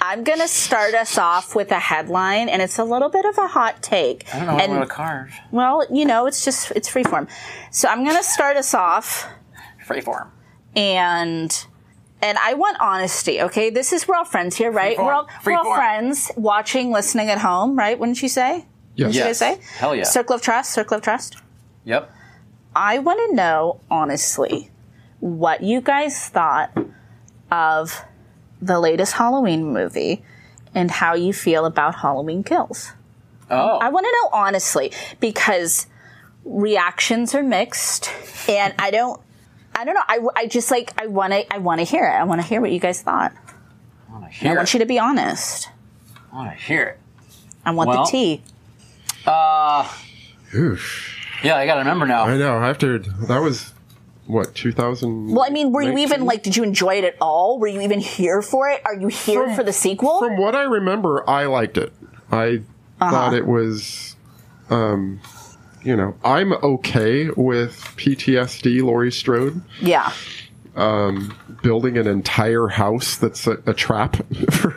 [SPEAKER 2] I'm gonna start us off with a headline, and it's a little bit of a hot take.
[SPEAKER 3] I don't know what
[SPEAKER 2] and,
[SPEAKER 3] I'm going to carve.
[SPEAKER 2] well, you know, it's just it's freeform. So I'm gonna start us off,
[SPEAKER 3] Freeform.
[SPEAKER 2] and and I want honesty. Okay, this is we're all friends here, right? We're all we're all
[SPEAKER 3] Freeform.
[SPEAKER 2] friends, watching, listening at home, right? Wouldn't you say?
[SPEAKER 4] Yes.
[SPEAKER 3] Yeah.
[SPEAKER 2] Did I say?
[SPEAKER 3] Hell yeah.
[SPEAKER 2] Circle of trust. Circle of trust.
[SPEAKER 3] Yep.
[SPEAKER 2] I want to know honestly what you guys thought of the latest Halloween movie and how you feel about Halloween Kills.
[SPEAKER 3] Oh.
[SPEAKER 2] I want to know honestly because reactions are mixed and I don't I don't know I, I just like I want to I want to hear it. I want to hear what you guys thought.
[SPEAKER 3] I want to
[SPEAKER 2] I
[SPEAKER 3] hear
[SPEAKER 2] want
[SPEAKER 3] it.
[SPEAKER 2] you to be honest.
[SPEAKER 3] I want to hear it.
[SPEAKER 2] I want
[SPEAKER 3] Well-
[SPEAKER 2] the tea.
[SPEAKER 4] Oof.
[SPEAKER 3] Yeah, I got to remember
[SPEAKER 4] I
[SPEAKER 3] now.
[SPEAKER 4] know. After that was what 2000.
[SPEAKER 2] Well, I mean, were you even like did you enjoy it at all? Were you even here for it? Are you here for the sequel?
[SPEAKER 4] From what I remember, I liked it. I
[SPEAKER 2] Uh-huh.
[SPEAKER 4] thought it was, um, you know, I'm okay with PTSD. Laurie Strode.
[SPEAKER 2] yeah.
[SPEAKER 4] building an entire house that's a, a trap.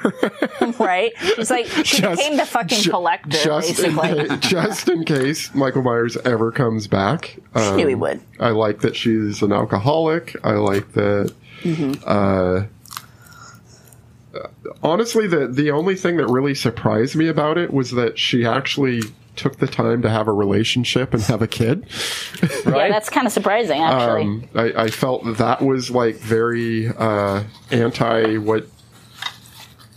[SPEAKER 2] right? She's like she
[SPEAKER 4] Just-
[SPEAKER 2] became the fucking
[SPEAKER 4] ju-
[SPEAKER 2] collector,
[SPEAKER 4] just in
[SPEAKER 2] basically.
[SPEAKER 4] ca- just in case Michael Myers ever comes back. Um,
[SPEAKER 2] She knew he would.
[SPEAKER 4] I like that she's an alcoholic. I like that.
[SPEAKER 2] Mm-hmm.
[SPEAKER 4] Uh, honestly, the the only thing that really surprised me about it was that she actually took the time to have a relationship and have a kid.
[SPEAKER 3] Right?
[SPEAKER 2] Yeah, that's kind of surprising, actually.
[SPEAKER 4] Um, I, I felt that that was like very uh, anti what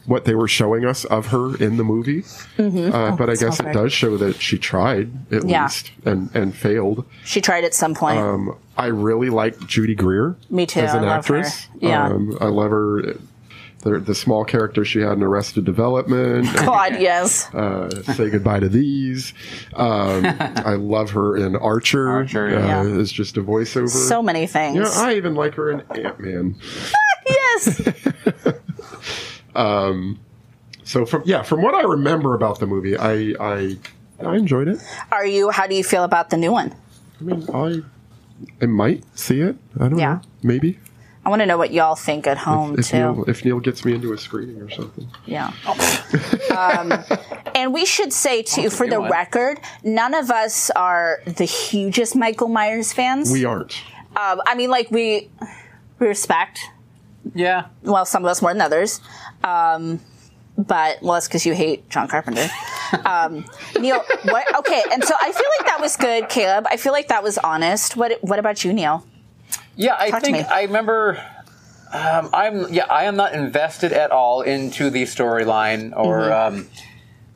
[SPEAKER 4] what they were showing us of her in the movie.
[SPEAKER 2] Mm-hmm.
[SPEAKER 4] Uh, but I guess it
[SPEAKER 2] hard.
[SPEAKER 4] does show that she tried at
[SPEAKER 2] Oh, Yeah.
[SPEAKER 4] least and and failed.
[SPEAKER 2] she tried at some point.
[SPEAKER 4] Um, I really like Judy Greer.
[SPEAKER 2] Me too,
[SPEAKER 4] As an
[SPEAKER 2] I love
[SPEAKER 4] actress,
[SPEAKER 2] her. Yeah.
[SPEAKER 4] um, I love her. The, the small character she had in Arrested Development,
[SPEAKER 2] God, yes.
[SPEAKER 4] uh, Say Goodbye to These. Um, I love her in Archer.
[SPEAKER 3] Archer,
[SPEAKER 4] uh,
[SPEAKER 3] yeah.
[SPEAKER 4] Is just a voiceover.
[SPEAKER 2] so many things.
[SPEAKER 4] You know, I even like her in Ant Man.
[SPEAKER 2] yes.
[SPEAKER 4] So from yeah, from what I remember about the movie, I I I enjoyed it.
[SPEAKER 2] Are you? How do you feel about the new one?
[SPEAKER 4] I mean, I I might see it. I don't
[SPEAKER 2] Yeah.
[SPEAKER 4] know. Maybe
[SPEAKER 2] I want to know what y'all think at home
[SPEAKER 4] if
[SPEAKER 2] too.
[SPEAKER 4] Neil if Neil gets me into a screening or something.
[SPEAKER 2] Yeah. um, and we should say too, for
[SPEAKER 3] do
[SPEAKER 2] the
[SPEAKER 3] it.
[SPEAKER 2] record, none of us are the hugest Michael Myers fans.
[SPEAKER 4] We aren't.
[SPEAKER 2] um, I mean, like we we respect
[SPEAKER 3] Yeah.
[SPEAKER 2] well, some of us more than others. Um, but well, that's because you hate John Carpenter. Um, Neil, what? Okay, and so I feel like that was good, Caleb. I feel like that was honest. What? What about you, Neil?
[SPEAKER 3] Yeah, I
[SPEAKER 2] Talk to
[SPEAKER 3] think
[SPEAKER 2] me.
[SPEAKER 3] I remember. Um, I'm yeah, I am not invested at all into the storyline, or
[SPEAKER 2] Mm-hmm.
[SPEAKER 3] um,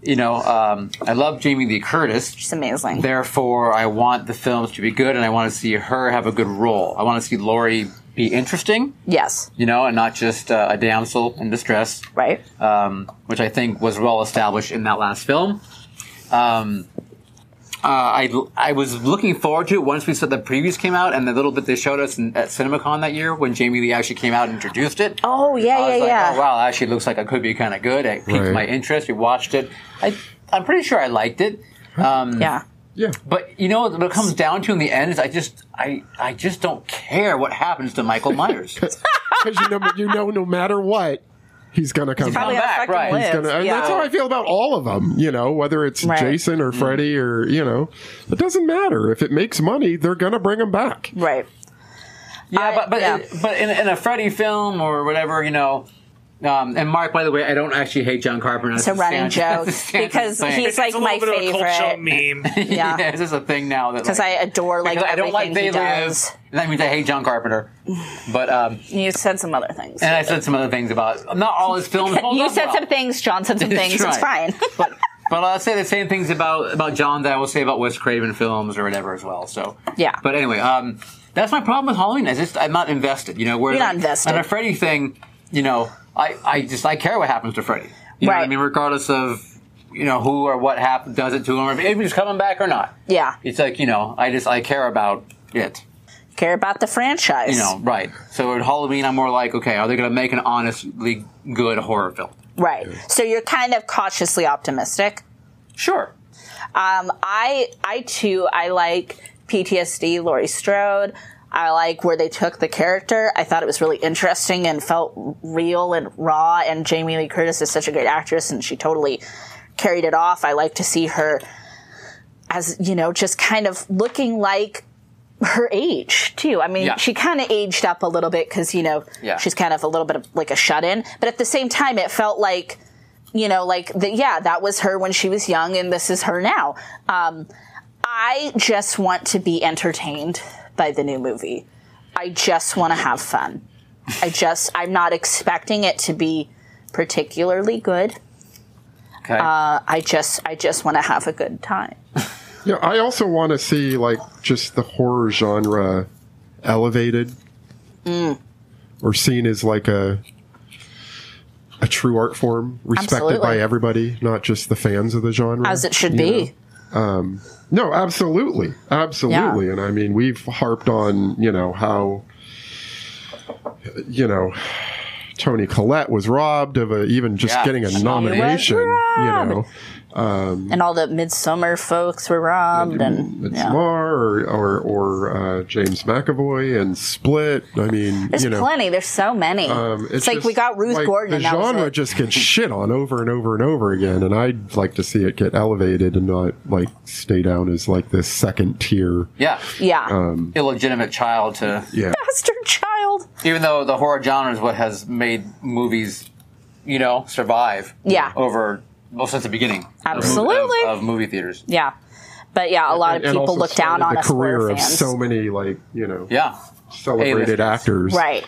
[SPEAKER 3] you know, um, I love Jamie Lee Curtis.
[SPEAKER 2] It's amazing.
[SPEAKER 3] Therefore, I want the films to be good, and I want to see her have a good role. I want to see Laurie be interesting,
[SPEAKER 2] Yes.
[SPEAKER 3] you know, and not just uh, a damsel in distress,
[SPEAKER 2] Right.
[SPEAKER 3] um, which I think was well established in that last film. Um, uh, I I was looking forward to it once we saw the previews came out and the little bit they showed us in, at CinemaCon that year when Jamie Lee actually came out and introduced it.
[SPEAKER 2] Oh yeah,
[SPEAKER 3] I was
[SPEAKER 2] yeah,
[SPEAKER 3] like,
[SPEAKER 2] yeah.
[SPEAKER 3] oh wow, it actually looks like it could be kind of good. It piqued
[SPEAKER 4] Right.
[SPEAKER 3] my interest. We watched it. I, I'm pretty sure I liked it. Um,
[SPEAKER 2] Yeah.
[SPEAKER 4] Yeah.
[SPEAKER 3] But you know what it comes down to in the end is I just I I just don't care what happens to Michael Myers.
[SPEAKER 4] Because you know, you know, no matter what, he's going to come back.
[SPEAKER 2] Probably
[SPEAKER 3] Come
[SPEAKER 2] on
[SPEAKER 3] back,
[SPEAKER 2] fucking
[SPEAKER 3] right.
[SPEAKER 2] lives.
[SPEAKER 3] He's
[SPEAKER 4] It's gonna- and
[SPEAKER 2] yeah.
[SPEAKER 4] that's how I feel about all of them. You know, whether it's
[SPEAKER 2] Right. Mm.
[SPEAKER 4] Jason or Freddy or you know, it doesn't matter. If it makes money, they're gonna bring him back.
[SPEAKER 2] right.
[SPEAKER 3] yeah,
[SPEAKER 2] I-
[SPEAKER 3] but but
[SPEAKER 2] yeah.
[SPEAKER 3] but in, in a Freddy film or whatever, you know. Um, and Mark, by the way, I don't actually hate John Carpenter.
[SPEAKER 2] It's a running joke because he's like
[SPEAKER 5] it's a
[SPEAKER 2] my
[SPEAKER 5] little bit of a cult show
[SPEAKER 2] favorite
[SPEAKER 5] meme.
[SPEAKER 3] yeah.
[SPEAKER 2] Yeah.
[SPEAKER 3] yeah, this is a thing now that
[SPEAKER 2] because I
[SPEAKER 3] like,
[SPEAKER 2] adore like
[SPEAKER 3] because I don't
[SPEAKER 2] everything
[SPEAKER 3] like They
[SPEAKER 2] he
[SPEAKER 3] Live.
[SPEAKER 2] does.
[SPEAKER 3] And That means I hate John Carpenter. But um,
[SPEAKER 2] You said some other things.
[SPEAKER 3] and I said some other things about not all his films. hold
[SPEAKER 2] you
[SPEAKER 3] up
[SPEAKER 2] said
[SPEAKER 3] well.
[SPEAKER 2] some things. John said some
[SPEAKER 3] It's
[SPEAKER 2] things. It's
[SPEAKER 3] right.
[SPEAKER 2] fine.
[SPEAKER 3] but but I'll say the same things about about John that I will say about Wes Craven films or whatever as well. So
[SPEAKER 2] Yeah.
[SPEAKER 3] But anyway, um, that's my problem with Halloween. Is just I'm not invested. You know, where
[SPEAKER 2] You're not
[SPEAKER 3] like,
[SPEAKER 2] invested.
[SPEAKER 3] On a Freddy thing, you know, I I just I care what happens to Freddy. You know what I
[SPEAKER 2] Right.
[SPEAKER 3] mean, regardless of you know who or what happened does it to him, or if he's coming back or not.
[SPEAKER 2] yeah,
[SPEAKER 3] It's like you know, I just I care about it.
[SPEAKER 2] care about the franchise.
[SPEAKER 3] You know, right? So at Halloween, I'm more like, okay, are they going to make an honestly good horror film?
[SPEAKER 2] right? So you're kind of cautiously optimistic.
[SPEAKER 3] Sure.
[SPEAKER 2] Um, I I too I like PTSD Laurie Strode. I like where they took the character. I thought it was really interesting and felt real and raw. And Jamie Lee Curtis is such a great actress, and she totally carried it off. I like to see her as you know, just kind of looking like her age too. I mean,
[SPEAKER 3] Yeah.
[SPEAKER 2] she kind of aged up a little bit because you know
[SPEAKER 3] Yeah.
[SPEAKER 2] she's kind of a little bit of like a shut in. But at the same time, it felt like you know, like that. Yeah, that was her when she was young, and this is her now. Um, I just want to be entertained by the new movie. I just want to have fun. I just, I'm not expecting it to be particularly good.
[SPEAKER 3] Okay.
[SPEAKER 2] I just, I just want to have a good time.
[SPEAKER 4] Yeah, I also want to see like just the horror genre elevated
[SPEAKER 3] Mm.
[SPEAKER 4] or seen as like a a true art form respected by
[SPEAKER 2] Absolutely.
[SPEAKER 4] everybody, not just the fans of the genre.
[SPEAKER 2] As it should
[SPEAKER 4] you know?
[SPEAKER 2] be.
[SPEAKER 4] No, absolutely. Absolutely. And I mean, we've harped on, you know, how, you know, Tony Collette was robbed of a, even just
[SPEAKER 3] Yeah.
[SPEAKER 4] getting a
[SPEAKER 3] She was
[SPEAKER 4] nomination, you know,
[SPEAKER 2] And all the midsummer folks were robbed and
[SPEAKER 4] it's
[SPEAKER 2] yeah.
[SPEAKER 4] Mar or, or, or uh, James McAvoy and Split. I mean,
[SPEAKER 2] There's
[SPEAKER 4] you know.
[SPEAKER 2] plenty. There's so many.
[SPEAKER 4] um,
[SPEAKER 2] it's like
[SPEAKER 4] just-
[SPEAKER 2] we got Ruth
[SPEAKER 4] like,
[SPEAKER 2] Gordon
[SPEAKER 4] The
[SPEAKER 2] and that was
[SPEAKER 4] genre
[SPEAKER 2] it.
[SPEAKER 4] just gets shit on over and over and over again, and I'd like to see it get elevated and not like stay down as like this second tier.
[SPEAKER 3] yeah.
[SPEAKER 2] yeah.
[SPEAKER 4] uh,
[SPEAKER 3] Illegitimate child to
[SPEAKER 4] Yeah,
[SPEAKER 2] Bastard child.
[SPEAKER 3] even though the horror genre is what has made movies, you know, survive.
[SPEAKER 2] Yeah.
[SPEAKER 3] Over well since the beginning.
[SPEAKER 2] Absolutely.
[SPEAKER 3] Of, of movie theaters.
[SPEAKER 2] Yeah. But yeah, a lot of
[SPEAKER 4] and
[SPEAKER 2] people
[SPEAKER 4] also
[SPEAKER 2] look down
[SPEAKER 4] started
[SPEAKER 2] on
[SPEAKER 4] the
[SPEAKER 2] us
[SPEAKER 4] career
[SPEAKER 2] horror
[SPEAKER 4] of
[SPEAKER 2] fans.
[SPEAKER 4] so many like you know
[SPEAKER 3] Yeah. A-listers.
[SPEAKER 4] celebrated actors
[SPEAKER 2] right.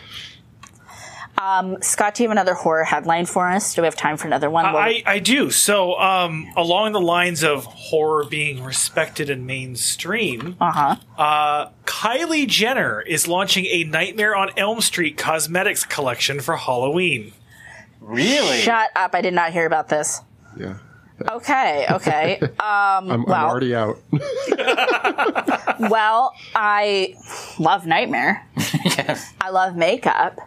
[SPEAKER 2] Um, Scott, do you have another horror headline for us? Do we have time for another one? We'll-
[SPEAKER 5] I, I do. So, um, along the lines of horror being respected and mainstream, uh-huh. Kylie Jenner is launching a Nightmare on Elm Street cosmetics collection for Halloween.
[SPEAKER 3] Really?
[SPEAKER 2] Shut up! I did not hear about this.
[SPEAKER 4] yeah
[SPEAKER 2] Okay, okay.
[SPEAKER 4] I'm,
[SPEAKER 2] Wow.
[SPEAKER 4] I'm already out
[SPEAKER 2] well, I love Nightmare.
[SPEAKER 3] yes.
[SPEAKER 2] I love makeup.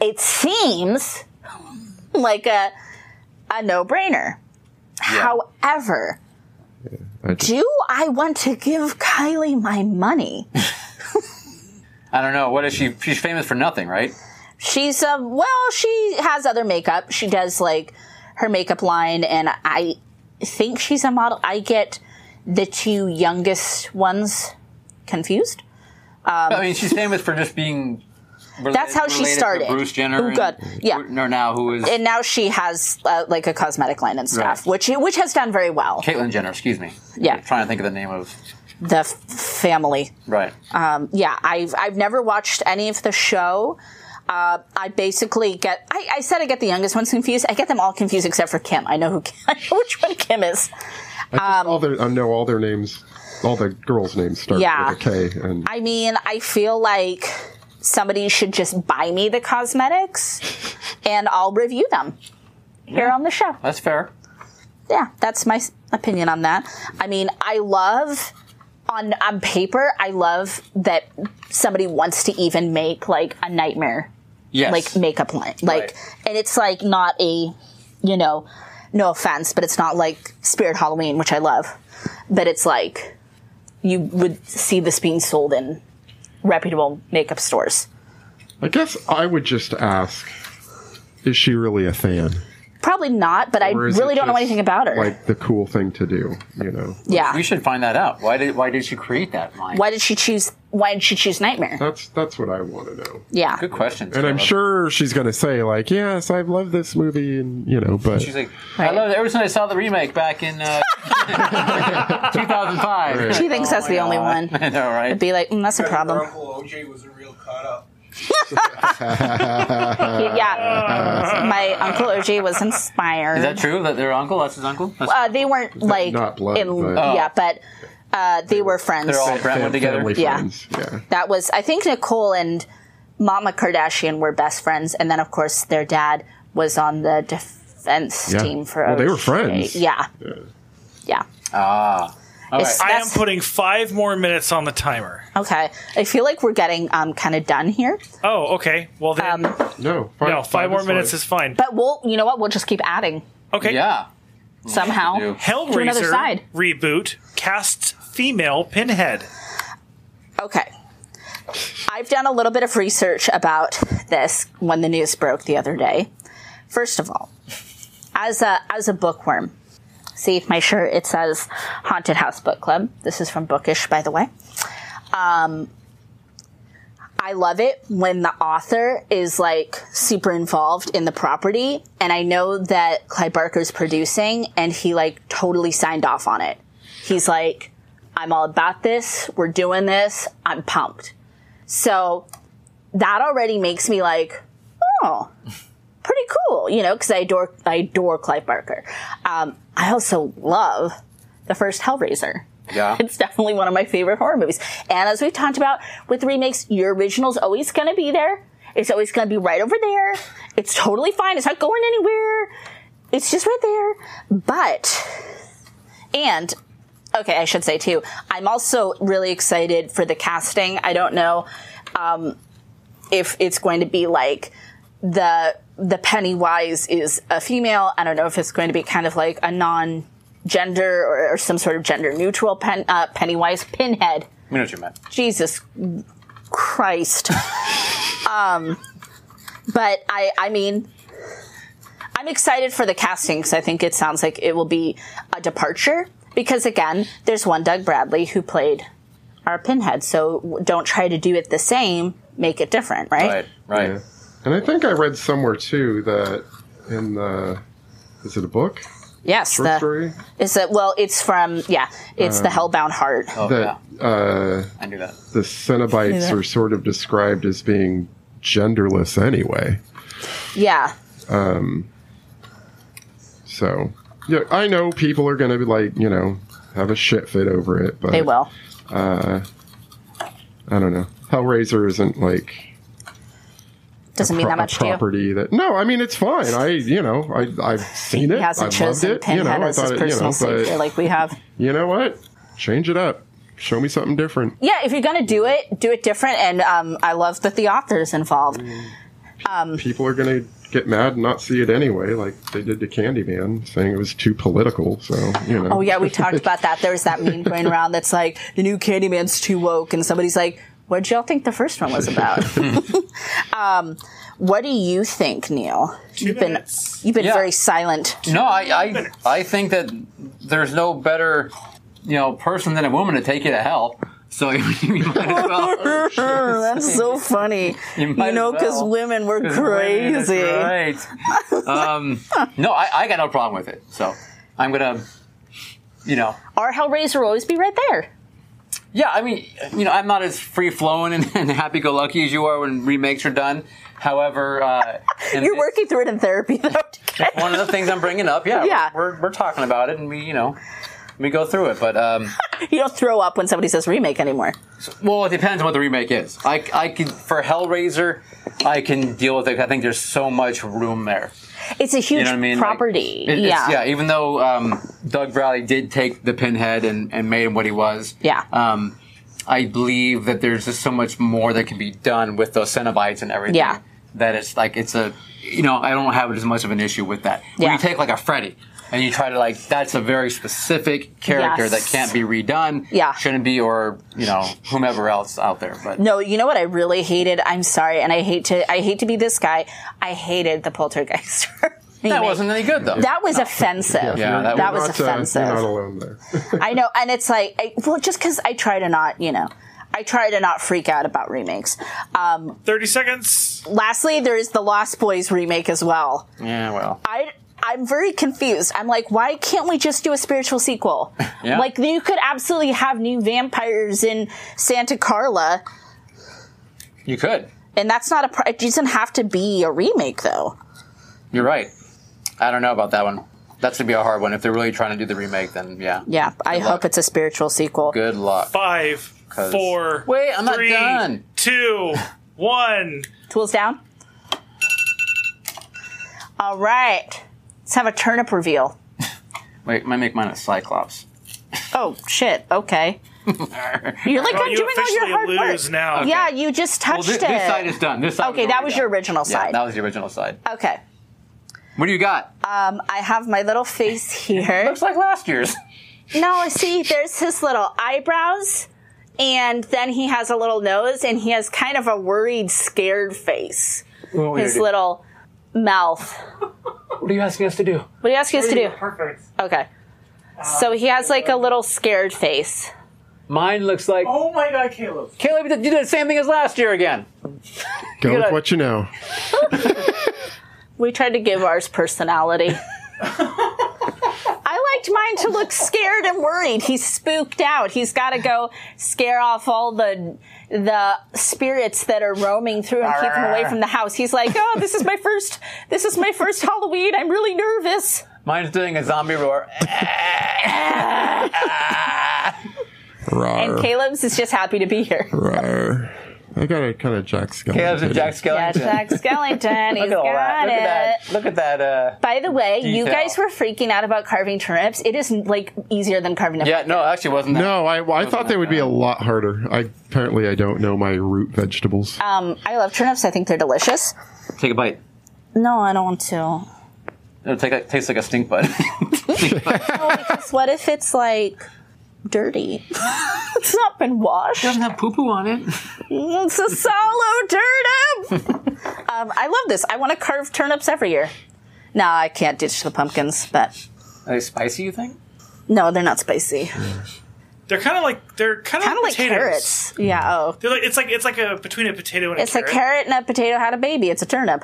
[SPEAKER 2] It seems like a a no-brainer. However,
[SPEAKER 4] I just-
[SPEAKER 2] do I want to give Kylie my money?
[SPEAKER 3] I don't know. What is she? She's famous for nothing, right?
[SPEAKER 2] She's um well, she has other makeup. She does like her makeup line and I think she's a model. I get the two youngest ones confused.
[SPEAKER 3] I mean, she's famous for just being. Related,
[SPEAKER 2] That's how she
[SPEAKER 3] related to
[SPEAKER 2] started.
[SPEAKER 3] Bruce Jenner.
[SPEAKER 2] Oh,
[SPEAKER 3] and-
[SPEAKER 2] God. Yeah.
[SPEAKER 3] Or now who is
[SPEAKER 2] And now she has uh, like a cosmetic line and stuff,
[SPEAKER 3] Right.
[SPEAKER 2] which which has done very well.
[SPEAKER 3] Caitlyn Jenner? Excuse me.
[SPEAKER 2] Yeah.
[SPEAKER 3] I'm trying to think of the name of.
[SPEAKER 2] The f- family Um,
[SPEAKER 3] Right.
[SPEAKER 2] Uh, yeah, I've I've never watched any of the show. Uh, I basically get. I, I said I get the youngest ones confused. I get them all confused except for Kim. I know who. Kim- I know which one Kim is.
[SPEAKER 4] I just-
[SPEAKER 2] um,
[SPEAKER 4] all their I know all their names all the girls names start
[SPEAKER 2] Yeah.
[SPEAKER 4] with a K and
[SPEAKER 2] I mean, I feel like somebody should just buy me the cosmetics and I'll review them here on the show.
[SPEAKER 3] That's fair.
[SPEAKER 2] Yeah, that's my s- opinion on that. I mean, I love on on paper, I love that somebody wants to even make like a nightmare
[SPEAKER 3] Yes.
[SPEAKER 2] like makeup line. Like
[SPEAKER 3] Right.
[SPEAKER 2] and it's like not a you know, no offense, but it's not like Spirit Halloween, which I love. But it's like you would see this being sold in reputable makeup stores.
[SPEAKER 4] I guess I would just ask: Is she really a fan?
[SPEAKER 2] Probably not, but I
[SPEAKER 4] Or is
[SPEAKER 2] really
[SPEAKER 4] it
[SPEAKER 2] don't know
[SPEAKER 4] just,
[SPEAKER 2] anything about her.
[SPEAKER 4] Like the cool thing to do, you know.
[SPEAKER 2] yeah.
[SPEAKER 3] We should find that out. Why did Why did she create that line?
[SPEAKER 2] why did she choose why did she choose Nightmare?
[SPEAKER 4] That's that's what I want to know.
[SPEAKER 2] yeah.
[SPEAKER 3] Good questions.
[SPEAKER 4] And I'm
[SPEAKER 3] Caleb.
[SPEAKER 4] sure she's going to say like, "Yes, I love this movie," and you know, but
[SPEAKER 3] She's like, I
[SPEAKER 2] Right.
[SPEAKER 3] love it. Ever since I saw the remake back in uh, 2005.
[SPEAKER 2] She thinks that's the only one.
[SPEAKER 3] I know, right?
[SPEAKER 2] Be like, mm, that's a problem.
[SPEAKER 7] Uncle OJ was a real cut up.
[SPEAKER 2] yeah. My uncle OJ was inspired.
[SPEAKER 3] Is that true? That their uncle? That's his uncle? That's,
[SPEAKER 2] Uh, they weren't like
[SPEAKER 4] not blood,
[SPEAKER 2] in,
[SPEAKER 4] but-
[SPEAKER 2] yeah, but uh, they were friends.
[SPEAKER 3] Oh. they're all Brentwood together.
[SPEAKER 4] family
[SPEAKER 2] Yeah.
[SPEAKER 4] friends. Yeah.
[SPEAKER 2] That was I think Nicole and Mama Kardashian were best friends, and then of course their dad was on the defense
[SPEAKER 4] Yeah.
[SPEAKER 2] team for.
[SPEAKER 4] Well, they were
[SPEAKER 2] OJ.
[SPEAKER 4] friends.
[SPEAKER 2] Yeah. Yeah.
[SPEAKER 3] Ah. All
[SPEAKER 2] It's-
[SPEAKER 3] right.
[SPEAKER 5] I am
[SPEAKER 2] that's-
[SPEAKER 5] putting five more minutes on the timer.
[SPEAKER 2] Okay. I feel like we're getting um, kind of done here,
[SPEAKER 5] Oh, okay. Well then,
[SPEAKER 4] No.
[SPEAKER 5] no, five more
[SPEAKER 4] is
[SPEAKER 5] minutes
[SPEAKER 4] fine.
[SPEAKER 5] is fine.
[SPEAKER 2] Um, but we'll you know what we'll just keep adding
[SPEAKER 5] Okay.
[SPEAKER 3] Yeah.
[SPEAKER 2] somehow.
[SPEAKER 3] do.
[SPEAKER 2] To another
[SPEAKER 5] Hellraiser
[SPEAKER 2] side.
[SPEAKER 5] reboot casts female Pinhead.
[SPEAKER 2] Okay. I've done a little bit of research about this when the news broke the other day. First of all, as a as a bookworm, see my shirt it says Haunted House Book Club. This is from Bookish, by the way. Um, I love it when the author is like super involved in the property, and I know that Clyde Barker's producing, and he like totally signed off on it. He's like, I'm all about this. We're doing this. I'm pumped. So that already makes me like, oh, pretty cool, you know, because I adore, I adore Clive Barker. Um, I also love the first Hellraiser.
[SPEAKER 3] Yeah.
[SPEAKER 2] It's definitely one of my favorite horror movies. And as we've talked about with remakes, your original's always going to be there. It's always going to be right over there. It's totally fine. It's not going anywhere. It's just right there. But, and okay, I should say too. I'm also really excited for the casting. I don't know um, if it's going to be like the the Pennywise is a female. I don't know if it's going to be kind of like a non gender or, or some sort of gender neutral pen, uh, Pennywise pinhead.
[SPEAKER 3] We know what you meant.
[SPEAKER 2] Jesus Christ. um, but I, I mean, I'm excited for the casting because I think it sounds like it will be a departure. Because again, there's one Doug Bradley who played our Pinhead, so w- don't try to do it the same. Make it different, right?
[SPEAKER 3] Right. Right.
[SPEAKER 4] Yeah. And I think I read somewhere too that in the is it a book
[SPEAKER 2] Yes.
[SPEAKER 4] short
[SPEAKER 2] The,
[SPEAKER 4] story Um,
[SPEAKER 2] is that well? It's from yeah. It's the Hellbound Heart.
[SPEAKER 3] Oh,
[SPEAKER 4] that uh,
[SPEAKER 3] I knew that.
[SPEAKER 4] the Cenobites are sort of described as being genderless anyway.
[SPEAKER 2] Yeah.
[SPEAKER 4] So yeah, I know people are going to be like you know have a shit fit over it, but
[SPEAKER 2] They will.
[SPEAKER 4] I don't know. Hellraiser isn't like
[SPEAKER 2] Doesn't mean
[SPEAKER 4] pro-
[SPEAKER 2] that
[SPEAKER 4] a
[SPEAKER 2] much to you.
[SPEAKER 4] property that no, I mean it's fine. I you know I I've seen it.
[SPEAKER 2] He hasn't
[SPEAKER 4] I
[SPEAKER 2] chosen
[SPEAKER 4] loved it. You
[SPEAKER 2] Pinhead
[SPEAKER 4] know I
[SPEAKER 2] as his
[SPEAKER 4] thought it, you know,
[SPEAKER 2] personal
[SPEAKER 4] but
[SPEAKER 2] savior like we have.
[SPEAKER 4] you know what? Change it up. Show me something different.
[SPEAKER 2] yeah, if you're gonna do it, do it different. And um, I love that the author's involved.
[SPEAKER 4] People are going to get mad and not see it anyway, like they did to Candyman, saying it was too political. So you know.
[SPEAKER 2] Oh yeah, we talked about that. There was that meme going around that's like the new Candyman's too woke, and somebody's like, "What did y'all think the first one was about?" um, what do you think, Neil? you you've
[SPEAKER 5] minutes.
[SPEAKER 2] been you've been
[SPEAKER 3] Yeah.
[SPEAKER 2] very silent.
[SPEAKER 3] No, I, I I think that there's no better you know person than a woman to take you to hell. So you might as well.
[SPEAKER 2] that's so funny.
[SPEAKER 3] You might as
[SPEAKER 2] know, because
[SPEAKER 3] well.
[SPEAKER 2] women were crazy.
[SPEAKER 3] Right. Um, no, I, I got no problem with it. So I'm gonna, you know,
[SPEAKER 2] Our Hellraiser will always be right there.
[SPEAKER 3] yeah. I mean, you know, I'm not as free flowing and, and happy go lucky as you are when remakes are done. However, uh, and
[SPEAKER 2] You're
[SPEAKER 3] it-
[SPEAKER 2] working through it in therapy, though.
[SPEAKER 3] one of the things I'm bringing up. Yeah,
[SPEAKER 2] Yeah.
[SPEAKER 3] We're, we're we're talking about it, and we you know we go through it. But um,
[SPEAKER 2] you don't throw up when somebody says remake anymore.
[SPEAKER 3] Well, it depends on what the remake is. I, I can for Hellraiser, I can deal with it. I think there's so much room there.
[SPEAKER 2] It's a huge
[SPEAKER 3] You know what I mean? Like,
[SPEAKER 2] property.
[SPEAKER 3] it- it's-
[SPEAKER 2] yeah.
[SPEAKER 3] yeah. Even though um, Doug Bradley did take the pinhead and, and made him what he was.
[SPEAKER 2] Yeah.
[SPEAKER 3] Um, I believe that there's just so much more that can be done with those Cenobites and everything.
[SPEAKER 2] Yeah.
[SPEAKER 3] That it's like it's a you know I don't have as much of an issue with that. When
[SPEAKER 2] Yeah.
[SPEAKER 3] you take like a Freddy and you try to like that's a very specific character
[SPEAKER 2] Yes.
[SPEAKER 3] that can't be redone.
[SPEAKER 2] Yeah.
[SPEAKER 3] Shouldn't be or you know whomever else out there. But
[SPEAKER 2] No, you know what I really hated? I'm sorry, and I hate to I hate to be this guy. I hated the poltergeist.
[SPEAKER 3] that wasn't any good though.
[SPEAKER 2] That was offensive.
[SPEAKER 3] Yeah,
[SPEAKER 2] that,
[SPEAKER 3] that
[SPEAKER 2] was
[SPEAKER 4] Not, uh,
[SPEAKER 2] offensive.
[SPEAKER 4] you're not alone there.
[SPEAKER 2] I know, and it's like, I, well, just because I try to not, you know, I try to not freak out about remakes. Um,
[SPEAKER 5] Thirty seconds.
[SPEAKER 2] lastly, there is the Lost Boys remake as well.
[SPEAKER 3] yeah. Well.
[SPEAKER 2] I. I'm very confused. I'm like, why can't we just do a spiritual sequel?
[SPEAKER 3] Yeah.
[SPEAKER 2] Like, you could absolutely have new vampires in Santa Carla,
[SPEAKER 3] You could.
[SPEAKER 2] and that's not a. Pro- it doesn't have to be a remake, though.
[SPEAKER 3] You're right. I don't know about that one. That's gonna be a hard one. If they're really trying to do the remake, then yeah.
[SPEAKER 2] Yeah, I
[SPEAKER 3] luck.
[SPEAKER 2] hope it's a spiritual sequel.
[SPEAKER 3] Good luck.
[SPEAKER 5] Five,
[SPEAKER 3] 'Cause-
[SPEAKER 5] four,
[SPEAKER 3] Wait, I'm not
[SPEAKER 5] three,
[SPEAKER 3] done.
[SPEAKER 5] two, one.
[SPEAKER 2] Tools down. All right, let's have a turnip reveal.
[SPEAKER 3] Wait, I might make mine a Cyclops.
[SPEAKER 2] Oh shit! Okay. You're like I'm
[SPEAKER 5] Well, Oh, you
[SPEAKER 2] doing all your
[SPEAKER 5] officially
[SPEAKER 2] hard
[SPEAKER 5] lose
[SPEAKER 2] work.
[SPEAKER 5] now.
[SPEAKER 2] Yeah, you just
[SPEAKER 3] Well,
[SPEAKER 2] touched
[SPEAKER 3] thi- this,
[SPEAKER 2] it.
[SPEAKER 3] side is done. This side.
[SPEAKER 2] okay, that was your original
[SPEAKER 3] Yeah,
[SPEAKER 2] side. Uh,
[SPEAKER 3] that was the original side.
[SPEAKER 2] okay.
[SPEAKER 3] What do you got?
[SPEAKER 2] Um, I have my little face here.
[SPEAKER 3] Looks like last year's.
[SPEAKER 2] no, see, there's his little eyebrows, and then he has a little nose, and he has kind of a worried, scared face. His little mouth.
[SPEAKER 3] What are you asking us to do? Uh,
[SPEAKER 2] What do you ask us to do?
[SPEAKER 6] Perfect.
[SPEAKER 2] Okay. So he has like a little scared face.
[SPEAKER 3] Mine looks like.
[SPEAKER 6] Oh my god, Caleb.
[SPEAKER 3] Caleb, you did- you did the same thing as last year again.
[SPEAKER 4] Go with
[SPEAKER 3] gotta-
[SPEAKER 4] what you know.
[SPEAKER 2] We tried to give ours personality. I liked mine to look scared and worried. He's spooked out. He's got to go scare off all the the spirits that are roaming through and keep him away from the house. He's like, "Oh, this is my first this is my first Halloween. I'm really nervous."
[SPEAKER 3] Mine's doing a zombie roar.
[SPEAKER 4] Rawr,
[SPEAKER 2] And Caleb's is just happy to be here.
[SPEAKER 4] rawr. I got a kind of Jack Skellington.
[SPEAKER 3] Caleb's a Jack
[SPEAKER 2] Yeah,
[SPEAKER 3] Skellington.
[SPEAKER 2] Jack Skellington. He's
[SPEAKER 3] Look at all
[SPEAKER 2] got
[SPEAKER 3] that. Look
[SPEAKER 2] it.
[SPEAKER 3] at that. Look at that. Uh,
[SPEAKER 2] By the way, you
[SPEAKER 3] Detail.
[SPEAKER 2] guys were freaking out about carving turnips. It is like easier than carving a
[SPEAKER 3] yeah, no, actually wasn't. That.
[SPEAKER 4] No, I, well, I thought they would be a lot harder. I apparently I don't know my root vegetables.
[SPEAKER 2] Um, I love turnips. I think they're delicious.
[SPEAKER 3] Take a bite.
[SPEAKER 2] No, I don't want to.
[SPEAKER 3] It'll take, it tastes like a stink bud.
[SPEAKER 2] What if it's like dirty? it's not been washed.
[SPEAKER 3] doesn't have poo poo on it.
[SPEAKER 2] It's a solo turnip. um, I love this. I want to carve turnips every year. No, I can't ditch the pumpkins, but
[SPEAKER 3] Are they spicy? You think?
[SPEAKER 2] no, they're not spicy.
[SPEAKER 5] They're kind of like they're kind of
[SPEAKER 2] Kind of like
[SPEAKER 5] potatoes.
[SPEAKER 2] carrots. Yeah. Oh,
[SPEAKER 5] They're like it's like it's like a between a potato and
[SPEAKER 2] it's a carrot and a potato had a baby. It's a turnip.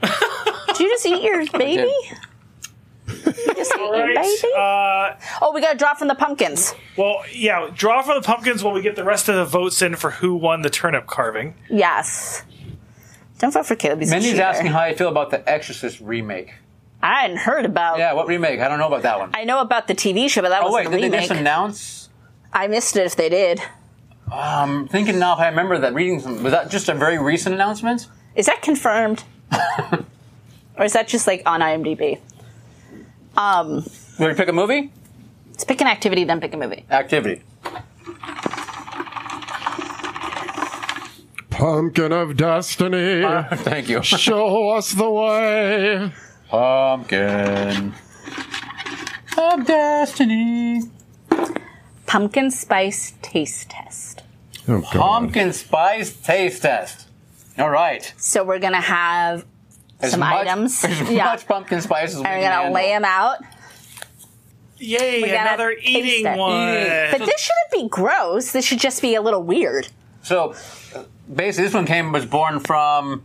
[SPEAKER 2] Did you just eat your baby? You just ate your baby?
[SPEAKER 5] Right, uh,
[SPEAKER 2] Oh, we got to draw from the pumpkins.
[SPEAKER 5] well, yeah. Draw for the pumpkins while we get the rest of the votes in for who won the turnip carving.
[SPEAKER 2] Yes. Don't vote for Caleb. He's a
[SPEAKER 3] Mindy's
[SPEAKER 2] cheater.
[SPEAKER 3] asking how I feel about the Exorcist remake.
[SPEAKER 2] I hadn't heard about.
[SPEAKER 3] Yeah, what remake? I don't know about that one.
[SPEAKER 2] I know about the TV show, but that
[SPEAKER 3] oh wait,
[SPEAKER 2] wasn't
[SPEAKER 3] did
[SPEAKER 2] a
[SPEAKER 3] they
[SPEAKER 2] remake.
[SPEAKER 3] just announce?
[SPEAKER 2] I missed it if they did.
[SPEAKER 3] I'm thinking now if I remember that reading some. Was that just a very recent announcement?
[SPEAKER 2] Is that confirmed? or is that just like on IMDb? Um,
[SPEAKER 3] Where you pick a movie?
[SPEAKER 2] let's pick an activity, then pick a movie.
[SPEAKER 3] Activity.
[SPEAKER 4] Pumpkin of Destiny,
[SPEAKER 3] Thank you.
[SPEAKER 4] show us the way.
[SPEAKER 3] Pumpkin. Of destiny.
[SPEAKER 2] Pumpkin spice taste test.
[SPEAKER 4] Oh, God.
[SPEAKER 3] Pumpkin spice taste test. All right.
[SPEAKER 2] So we're gonna have
[SPEAKER 3] As
[SPEAKER 2] Some
[SPEAKER 3] much-
[SPEAKER 2] items.
[SPEAKER 3] As
[SPEAKER 2] Yeah.
[SPEAKER 3] much pumpkin spice as we
[SPEAKER 2] and
[SPEAKER 3] can
[SPEAKER 2] we're gonna
[SPEAKER 3] handle.
[SPEAKER 2] lay them out.
[SPEAKER 5] Yay!
[SPEAKER 2] gotta
[SPEAKER 5] Another
[SPEAKER 2] taste
[SPEAKER 5] eating
[SPEAKER 2] it.
[SPEAKER 5] one.
[SPEAKER 2] But this shouldn't be gross. This should just be a little weird.
[SPEAKER 3] So uh, basically, this one came was born from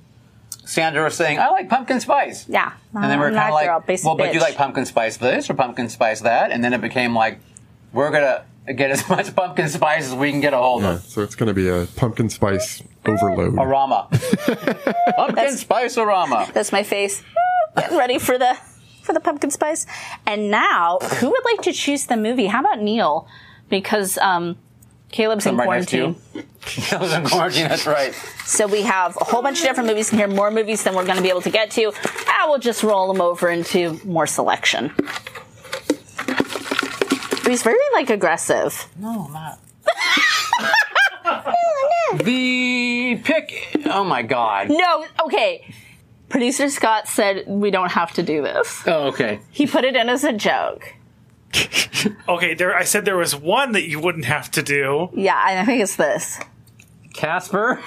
[SPEAKER 3] Sandra saying, "I like pumpkin spice."
[SPEAKER 2] Yeah.
[SPEAKER 3] And then we were
[SPEAKER 2] I'm
[SPEAKER 3] kind
[SPEAKER 2] that
[SPEAKER 3] of like,
[SPEAKER 2] girl, Uh, basic
[SPEAKER 3] well, but you
[SPEAKER 2] bitch.
[SPEAKER 3] like pumpkin spice this or pumpkin spice that, and then it became like, we're gonna get as much pumpkin spice as we can get a hold
[SPEAKER 4] Yeah,
[SPEAKER 3] of.
[SPEAKER 4] so it's going to be a pumpkin spice overload.
[SPEAKER 3] Arama, pumpkin spice arama.
[SPEAKER 2] That's my face. Getting ready for the for the pumpkin spice. And now, who would like to choose the movie? How about Neil? because um, Caleb's in
[SPEAKER 3] I'm right next to
[SPEAKER 2] quarantine.
[SPEAKER 3] you. I was in quarantine. That's right.
[SPEAKER 2] So we have a whole bunch of different movies in here, more movies than we're going to be able to get to. I will just roll them over into more selection. He's very like aggressive.
[SPEAKER 3] No, I'm not. the pick. Oh my god.
[SPEAKER 2] No, okay. Producer Scott said we don't have to do this.
[SPEAKER 3] Oh, okay.
[SPEAKER 2] He put it in as a joke.
[SPEAKER 5] Okay, there. I said there was one that you wouldn't have to do.
[SPEAKER 2] Yeah, and I think it's this.
[SPEAKER 3] Casper.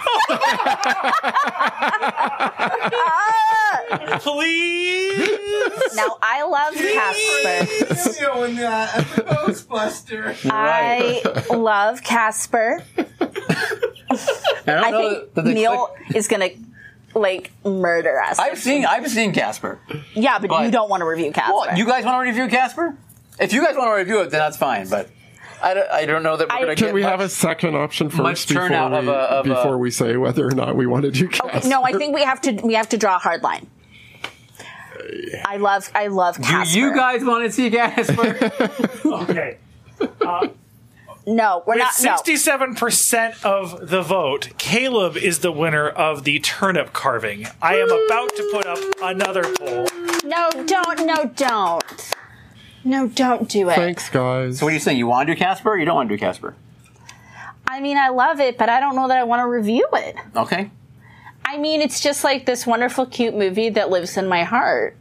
[SPEAKER 2] Ah!
[SPEAKER 5] Please.
[SPEAKER 2] Now I love Casper.
[SPEAKER 7] doing that at the Ghostbuster.
[SPEAKER 2] I love Casper.
[SPEAKER 3] I don't
[SPEAKER 2] I
[SPEAKER 3] know
[SPEAKER 2] think
[SPEAKER 3] that they
[SPEAKER 2] Neil
[SPEAKER 3] click-
[SPEAKER 2] is gonna like murder us.
[SPEAKER 3] I've seen. I've seen Casper.
[SPEAKER 2] yeah, but,
[SPEAKER 3] but-
[SPEAKER 2] you don't want to review Casper.
[SPEAKER 3] Well, you guys want to review Casper? If you guys want to review it, then that's fine. But I don't, I don't know that we're
[SPEAKER 2] I-
[SPEAKER 3] going to
[SPEAKER 2] Can
[SPEAKER 3] get
[SPEAKER 4] we
[SPEAKER 3] much-
[SPEAKER 4] have a second option
[SPEAKER 3] much
[SPEAKER 4] first before,
[SPEAKER 3] turnout of
[SPEAKER 4] we,
[SPEAKER 3] a- of a-
[SPEAKER 4] before we say whether or not we want to do cast.
[SPEAKER 2] No, I think we have to we have to draw a hard line. I love I love
[SPEAKER 3] Do
[SPEAKER 2] Casper.
[SPEAKER 3] you guys want to see Casper?
[SPEAKER 6] Okay.
[SPEAKER 2] No, we're not.
[SPEAKER 5] With
[SPEAKER 2] No.
[SPEAKER 5] sixty-seven percent of the vote, Caleb is the winner of the turnip carving. I am about to put up another poll.
[SPEAKER 2] no, don't. No, don't. No, don't do it.
[SPEAKER 4] Thanks, guys.
[SPEAKER 3] what are you saying? You want to do Casper? or You don't want to do Casper?
[SPEAKER 2] I mean, I love it, but I don't know that I want to review it.
[SPEAKER 3] Okay.
[SPEAKER 2] I mean, it's just like this wonderful, cute movie that lives in my heart.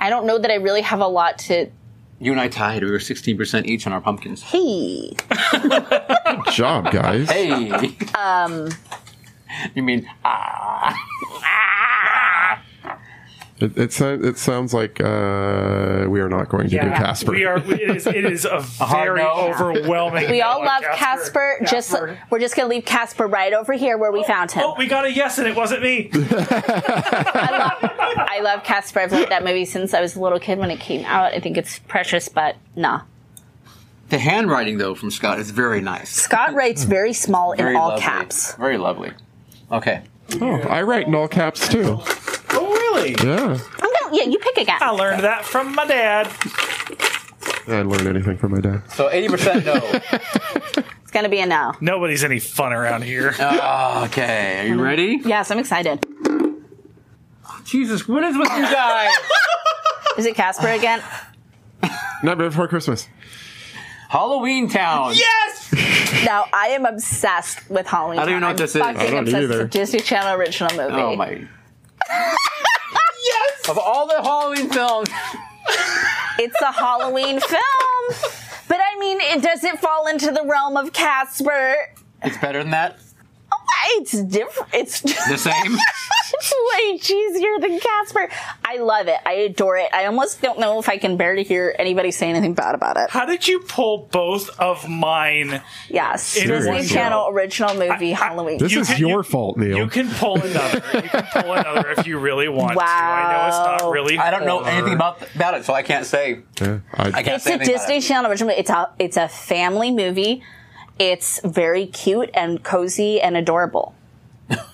[SPEAKER 2] I don't know that I really have a lot to.
[SPEAKER 3] You and I tied. We were sixteen percent each on our pumpkins.
[SPEAKER 2] Hey,
[SPEAKER 4] Good job, guys.
[SPEAKER 3] Hey. um. You mean ah?
[SPEAKER 4] It, it, sound, it sounds like uh, we are not going to do Casper.
[SPEAKER 5] We are. It is, it is a
[SPEAKER 3] hard
[SPEAKER 5] very
[SPEAKER 3] no.
[SPEAKER 5] overwhelming.
[SPEAKER 2] we
[SPEAKER 5] no uh,
[SPEAKER 2] all
[SPEAKER 5] on
[SPEAKER 2] love Casper. Just
[SPEAKER 6] Casper.
[SPEAKER 2] we're just gonna leave Casper right over here where we found him.
[SPEAKER 5] Oh, we got a yes, and it wasn't me.
[SPEAKER 2] I love Casper. I've loved that movie since I was a little kid when it came out. I think it's precious, but nah.
[SPEAKER 3] The handwriting though from Scott is very nice.
[SPEAKER 2] Scott writes very small in
[SPEAKER 3] Very
[SPEAKER 2] all
[SPEAKER 3] lovely.
[SPEAKER 2] caps.
[SPEAKER 3] Very lovely. Okay.
[SPEAKER 4] Oh, I write in all caps too.
[SPEAKER 5] Oh, really?
[SPEAKER 4] Yeah.
[SPEAKER 2] I'm gonna, yeah, you pick a
[SPEAKER 5] I
[SPEAKER 2] guy.
[SPEAKER 5] learned that from my dad.
[SPEAKER 4] I learned anything from my dad.
[SPEAKER 3] So eighty percent no.
[SPEAKER 2] It's gonna be a no.
[SPEAKER 5] Nobody's any fun around here.
[SPEAKER 2] Uh,
[SPEAKER 3] okay. Are you ready?
[SPEAKER 2] Yes, I'm excited.
[SPEAKER 3] Jesus, what is with you guys?
[SPEAKER 2] Is it Casper again?
[SPEAKER 4] Nightmare Before Christmas.
[SPEAKER 3] Halloween Town. Yeah.
[SPEAKER 2] No, I am obsessed with Halloween.
[SPEAKER 3] I don't even know
[SPEAKER 2] Town.
[SPEAKER 3] what this is.
[SPEAKER 2] I'm
[SPEAKER 4] I
[SPEAKER 2] Fucking
[SPEAKER 4] don't
[SPEAKER 2] obsessed
[SPEAKER 4] either.
[SPEAKER 2] with Disney Channel original movie.
[SPEAKER 3] Oh my. yes. Of all the Halloween films,
[SPEAKER 2] It's a Halloween film. But I mean, it does it fall into the realm of Casper?
[SPEAKER 3] it's better than that.
[SPEAKER 2] It's different. It's
[SPEAKER 3] The same.
[SPEAKER 2] way cheesier than Casper. I love it. I adore it. I almost don't know if I can bear to hear anybody say anything bad about it.
[SPEAKER 5] How did you pull both of mine?
[SPEAKER 2] Yes, Disney
[SPEAKER 4] Seriously.
[SPEAKER 2] Channel original movie Halloween.
[SPEAKER 4] This
[SPEAKER 5] You
[SPEAKER 4] is
[SPEAKER 5] can-
[SPEAKER 4] your
[SPEAKER 5] you-
[SPEAKER 4] fault, Neil.
[SPEAKER 5] You can pull another. You can pull another if you really want to. I know it's
[SPEAKER 2] Wow.
[SPEAKER 5] not really.
[SPEAKER 3] I don't know
[SPEAKER 5] horror.
[SPEAKER 3] anything about about it, so I can't say.
[SPEAKER 4] Yeah, I-
[SPEAKER 3] I can't
[SPEAKER 2] it's
[SPEAKER 3] say
[SPEAKER 2] a
[SPEAKER 3] anything about
[SPEAKER 2] Disney
[SPEAKER 3] it.
[SPEAKER 2] Channel original. It's a it's a family movie. It's very cute and cozy and adorable.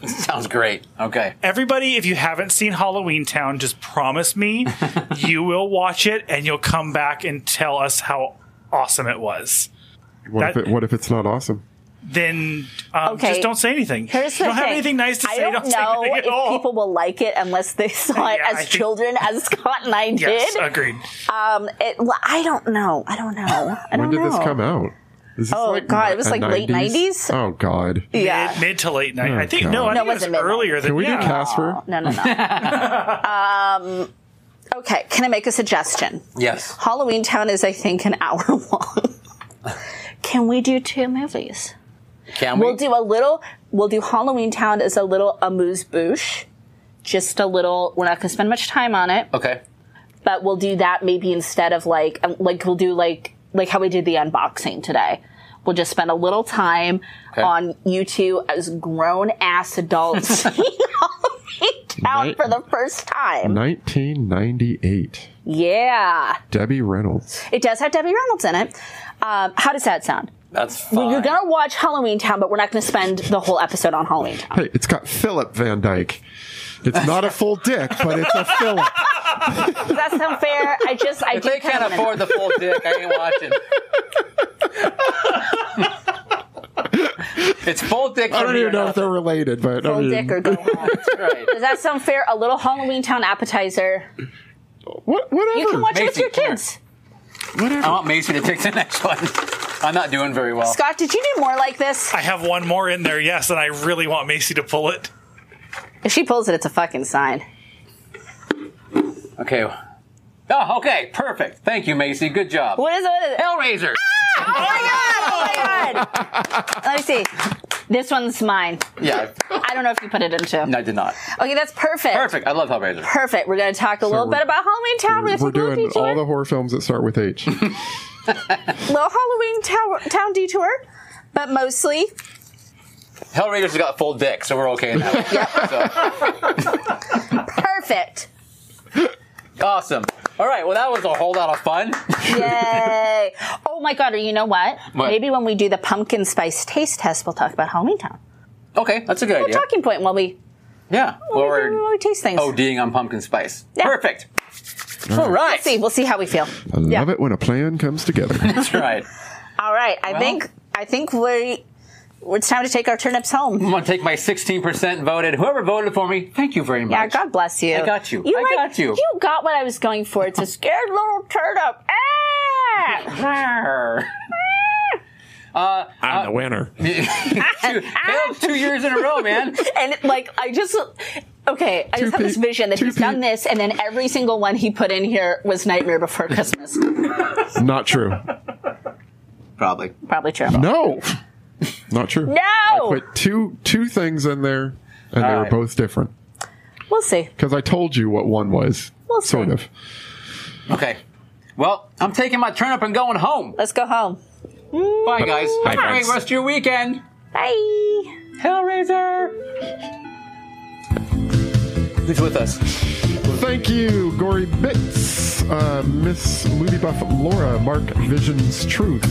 [SPEAKER 3] Sounds great. Okay.
[SPEAKER 5] Everybody, if you haven't seen Halloween Town, just promise me you will watch it and you'll come back and tell us how awesome it was.
[SPEAKER 4] what, if
[SPEAKER 5] that-
[SPEAKER 4] it, what if it's not awesome?
[SPEAKER 5] Then um,
[SPEAKER 2] Okay.
[SPEAKER 5] just don't say anything.
[SPEAKER 2] Here's
[SPEAKER 5] you
[SPEAKER 2] the
[SPEAKER 5] don't have
[SPEAKER 2] thing.
[SPEAKER 5] anything nice to
[SPEAKER 2] I
[SPEAKER 5] say.
[SPEAKER 2] don't,
[SPEAKER 5] Don't, say
[SPEAKER 2] know
[SPEAKER 5] anything at
[SPEAKER 2] if
[SPEAKER 5] all.
[SPEAKER 2] people will like it unless they saw it
[SPEAKER 5] Yeah,
[SPEAKER 2] as
[SPEAKER 5] I think-
[SPEAKER 2] children, as Scott and I did.
[SPEAKER 5] yes, agreed.
[SPEAKER 2] Um, it, I don't know. I don't know. I don't
[SPEAKER 4] When did
[SPEAKER 2] know.
[SPEAKER 4] this come out? Is this
[SPEAKER 2] Oh, God, it was
[SPEAKER 4] a
[SPEAKER 2] like late 90s?
[SPEAKER 4] Oh God.
[SPEAKER 2] Yeah.
[SPEAKER 5] Mid, mid to late night.
[SPEAKER 4] Oh,
[SPEAKER 5] I think
[SPEAKER 4] God.
[SPEAKER 5] no, I
[SPEAKER 4] No,
[SPEAKER 5] think
[SPEAKER 2] it
[SPEAKER 5] it was
[SPEAKER 2] wasn't midnight.
[SPEAKER 5] earlier than
[SPEAKER 4] Can we
[SPEAKER 5] yeah.
[SPEAKER 4] do Casper?
[SPEAKER 2] No, no, no. um, okay, can I make a suggestion?
[SPEAKER 3] Yes.
[SPEAKER 2] Halloween Town is, I think, an hour long. can we do two movies?
[SPEAKER 3] Can we?
[SPEAKER 2] We'll do a little. We'll do Halloween Town as a little amuse bouche. Just a little. We're not going to spend much time on it,
[SPEAKER 3] okay.
[SPEAKER 2] but we'll do that maybe instead of like um, like we'll do like like how we did the unboxing today. We'll just spend a little time on you two as grown ass adults seeing Halloween Town
[SPEAKER 4] Night-
[SPEAKER 2] for the first time.
[SPEAKER 4] 1998.
[SPEAKER 2] Yeah,
[SPEAKER 4] Debbie Reynolds.
[SPEAKER 2] it does have Debbie Reynolds in it. Um, how does that sound?
[SPEAKER 3] That's fine.
[SPEAKER 2] You're gonna watch Halloween Town, but we're not gonna spend the whole episode on Halloween Town.
[SPEAKER 4] Hey, it's got Philip Van Dyke. It's not a full dick, but it's a Philip.
[SPEAKER 2] Does that sound fair? I just I
[SPEAKER 3] if they can't afford the full dick, I ain't watching. It's full dick.
[SPEAKER 4] I
[SPEAKER 3] for
[SPEAKER 4] don't
[SPEAKER 3] me
[SPEAKER 4] even
[SPEAKER 3] or
[SPEAKER 4] know if
[SPEAKER 3] not.
[SPEAKER 4] they're related, but I
[SPEAKER 1] Full
[SPEAKER 4] mean,
[SPEAKER 1] dick or go home.
[SPEAKER 3] Right.
[SPEAKER 2] Does that sound fair? A little Halloween Town appetizer.
[SPEAKER 4] what, whatever.
[SPEAKER 2] You can watch it with
[SPEAKER 3] Macy,
[SPEAKER 2] your
[SPEAKER 3] come here.
[SPEAKER 2] kids.
[SPEAKER 4] whatever.
[SPEAKER 3] I want Mason to take the next one. I'm not doing very well.
[SPEAKER 2] Scott, did you do more like this?
[SPEAKER 5] I have one more in there, yes, and I really want Macy to pull it.
[SPEAKER 2] If she pulls it, it's a fucking sign.
[SPEAKER 3] Okay. Oh, okay. Perfect. Thank you, Macy. Good job.
[SPEAKER 2] What is it? What is it?
[SPEAKER 3] Hellraiser.
[SPEAKER 2] Oh my god! Oh my god! Let me see. This one's mine.
[SPEAKER 3] Yeah,
[SPEAKER 2] I don't know if you put it into.
[SPEAKER 3] I did not.
[SPEAKER 2] Okay, that's perfect.
[SPEAKER 3] Perfect. I love Hellraiser.
[SPEAKER 2] Perfect. We're gonna talk a little
[SPEAKER 4] we're-
[SPEAKER 2] bit about Halloween Town.
[SPEAKER 4] We're doing
[SPEAKER 2] detour.
[SPEAKER 4] all the horror films that start with H.
[SPEAKER 2] little Halloween tower, Town detour, but mostly
[SPEAKER 3] Hellraiser's got full dick, so we're okay now.
[SPEAKER 2] perfect.
[SPEAKER 3] Awesome. All right. Well, that was a whole lot of fun.
[SPEAKER 2] Yay! Oh my god! Or you know what?
[SPEAKER 3] What?
[SPEAKER 2] Maybe when we do the pumpkin spice taste test, we'll talk about Halloween Town.
[SPEAKER 3] Okay, that's a good idea. Oh,
[SPEAKER 2] Talking point while we
[SPEAKER 3] Yeah. Well,
[SPEAKER 2] while we, while
[SPEAKER 3] we're
[SPEAKER 2] we taste things.
[SPEAKER 3] ODing on pumpkin spice.
[SPEAKER 2] Yeah.
[SPEAKER 3] Perfect. All right.
[SPEAKER 2] See, we'll see how we feel.
[SPEAKER 4] I love
[SPEAKER 2] Yeah.
[SPEAKER 4] it when a plan comes together.
[SPEAKER 3] That's right.
[SPEAKER 2] All right. I
[SPEAKER 3] Well-
[SPEAKER 2] think I think we it's time to take our turnips home.
[SPEAKER 3] I'm gonna take my 16% voted. Whoever voted for me, thank you very much.
[SPEAKER 2] Yeah, God bless you.
[SPEAKER 3] I got you. I
[SPEAKER 2] like-
[SPEAKER 3] got you.
[SPEAKER 2] You got what I was going for. It's a scared little turnip. Ah!
[SPEAKER 3] Arr.
[SPEAKER 8] I'm the winner.
[SPEAKER 3] two, Caleb, Uh, two years in a row, man.
[SPEAKER 2] and like I just okay, I just have
[SPEAKER 4] pe-
[SPEAKER 2] this vision that
[SPEAKER 4] two
[SPEAKER 2] he's
[SPEAKER 4] pe-
[SPEAKER 2] done this, and then every single one he put in here was Nightmare Before Christmas.
[SPEAKER 4] Not true.
[SPEAKER 3] Probably.
[SPEAKER 2] Probably true.
[SPEAKER 4] No. Not true.
[SPEAKER 2] No!
[SPEAKER 4] I put two two things in there, and they were
[SPEAKER 3] right.
[SPEAKER 4] both different.
[SPEAKER 2] We'll see.
[SPEAKER 4] Because I told you what one was.
[SPEAKER 2] Well,
[SPEAKER 4] sort
[SPEAKER 2] sure.
[SPEAKER 4] of.
[SPEAKER 3] Okay. Well, I'm taking my turnip and going home.
[SPEAKER 2] Let's go home.
[SPEAKER 3] Bye, guys. Have a great
[SPEAKER 8] friends.
[SPEAKER 3] rest of your weekend.
[SPEAKER 2] Bye.
[SPEAKER 3] Hellraiser. Leave it with us.
[SPEAKER 4] Thank you, Gory Bits, uh, Miss Movie Buff Laura, Mark Visions Truth,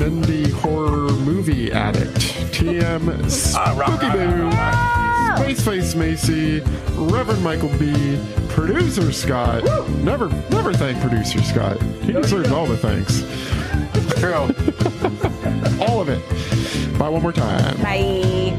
[SPEAKER 4] Mindy Horror Movie Addict, TM
[SPEAKER 3] Ah,
[SPEAKER 4] Spooky Boo, Space Face Macy, Reverend Michael B, Producer Scott. Never, never thank Producer Scott. He deserves all the thanks.
[SPEAKER 3] True.
[SPEAKER 4] All of it. Bye one more time.
[SPEAKER 2] Bye.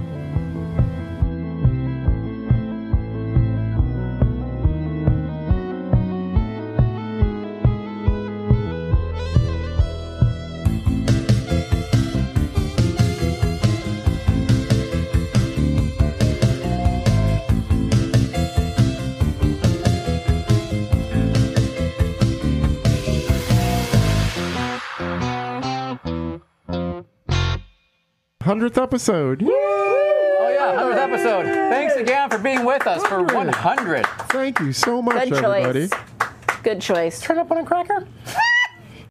[SPEAKER 4] Hundredth episode. Yay!
[SPEAKER 3] Oh yeah, hundredth episode. Thanks again for being with us for 100.
[SPEAKER 4] Thank you so much,
[SPEAKER 2] Good choice.
[SPEAKER 4] everybody.
[SPEAKER 2] Good choice.
[SPEAKER 3] Turn up on a cracker.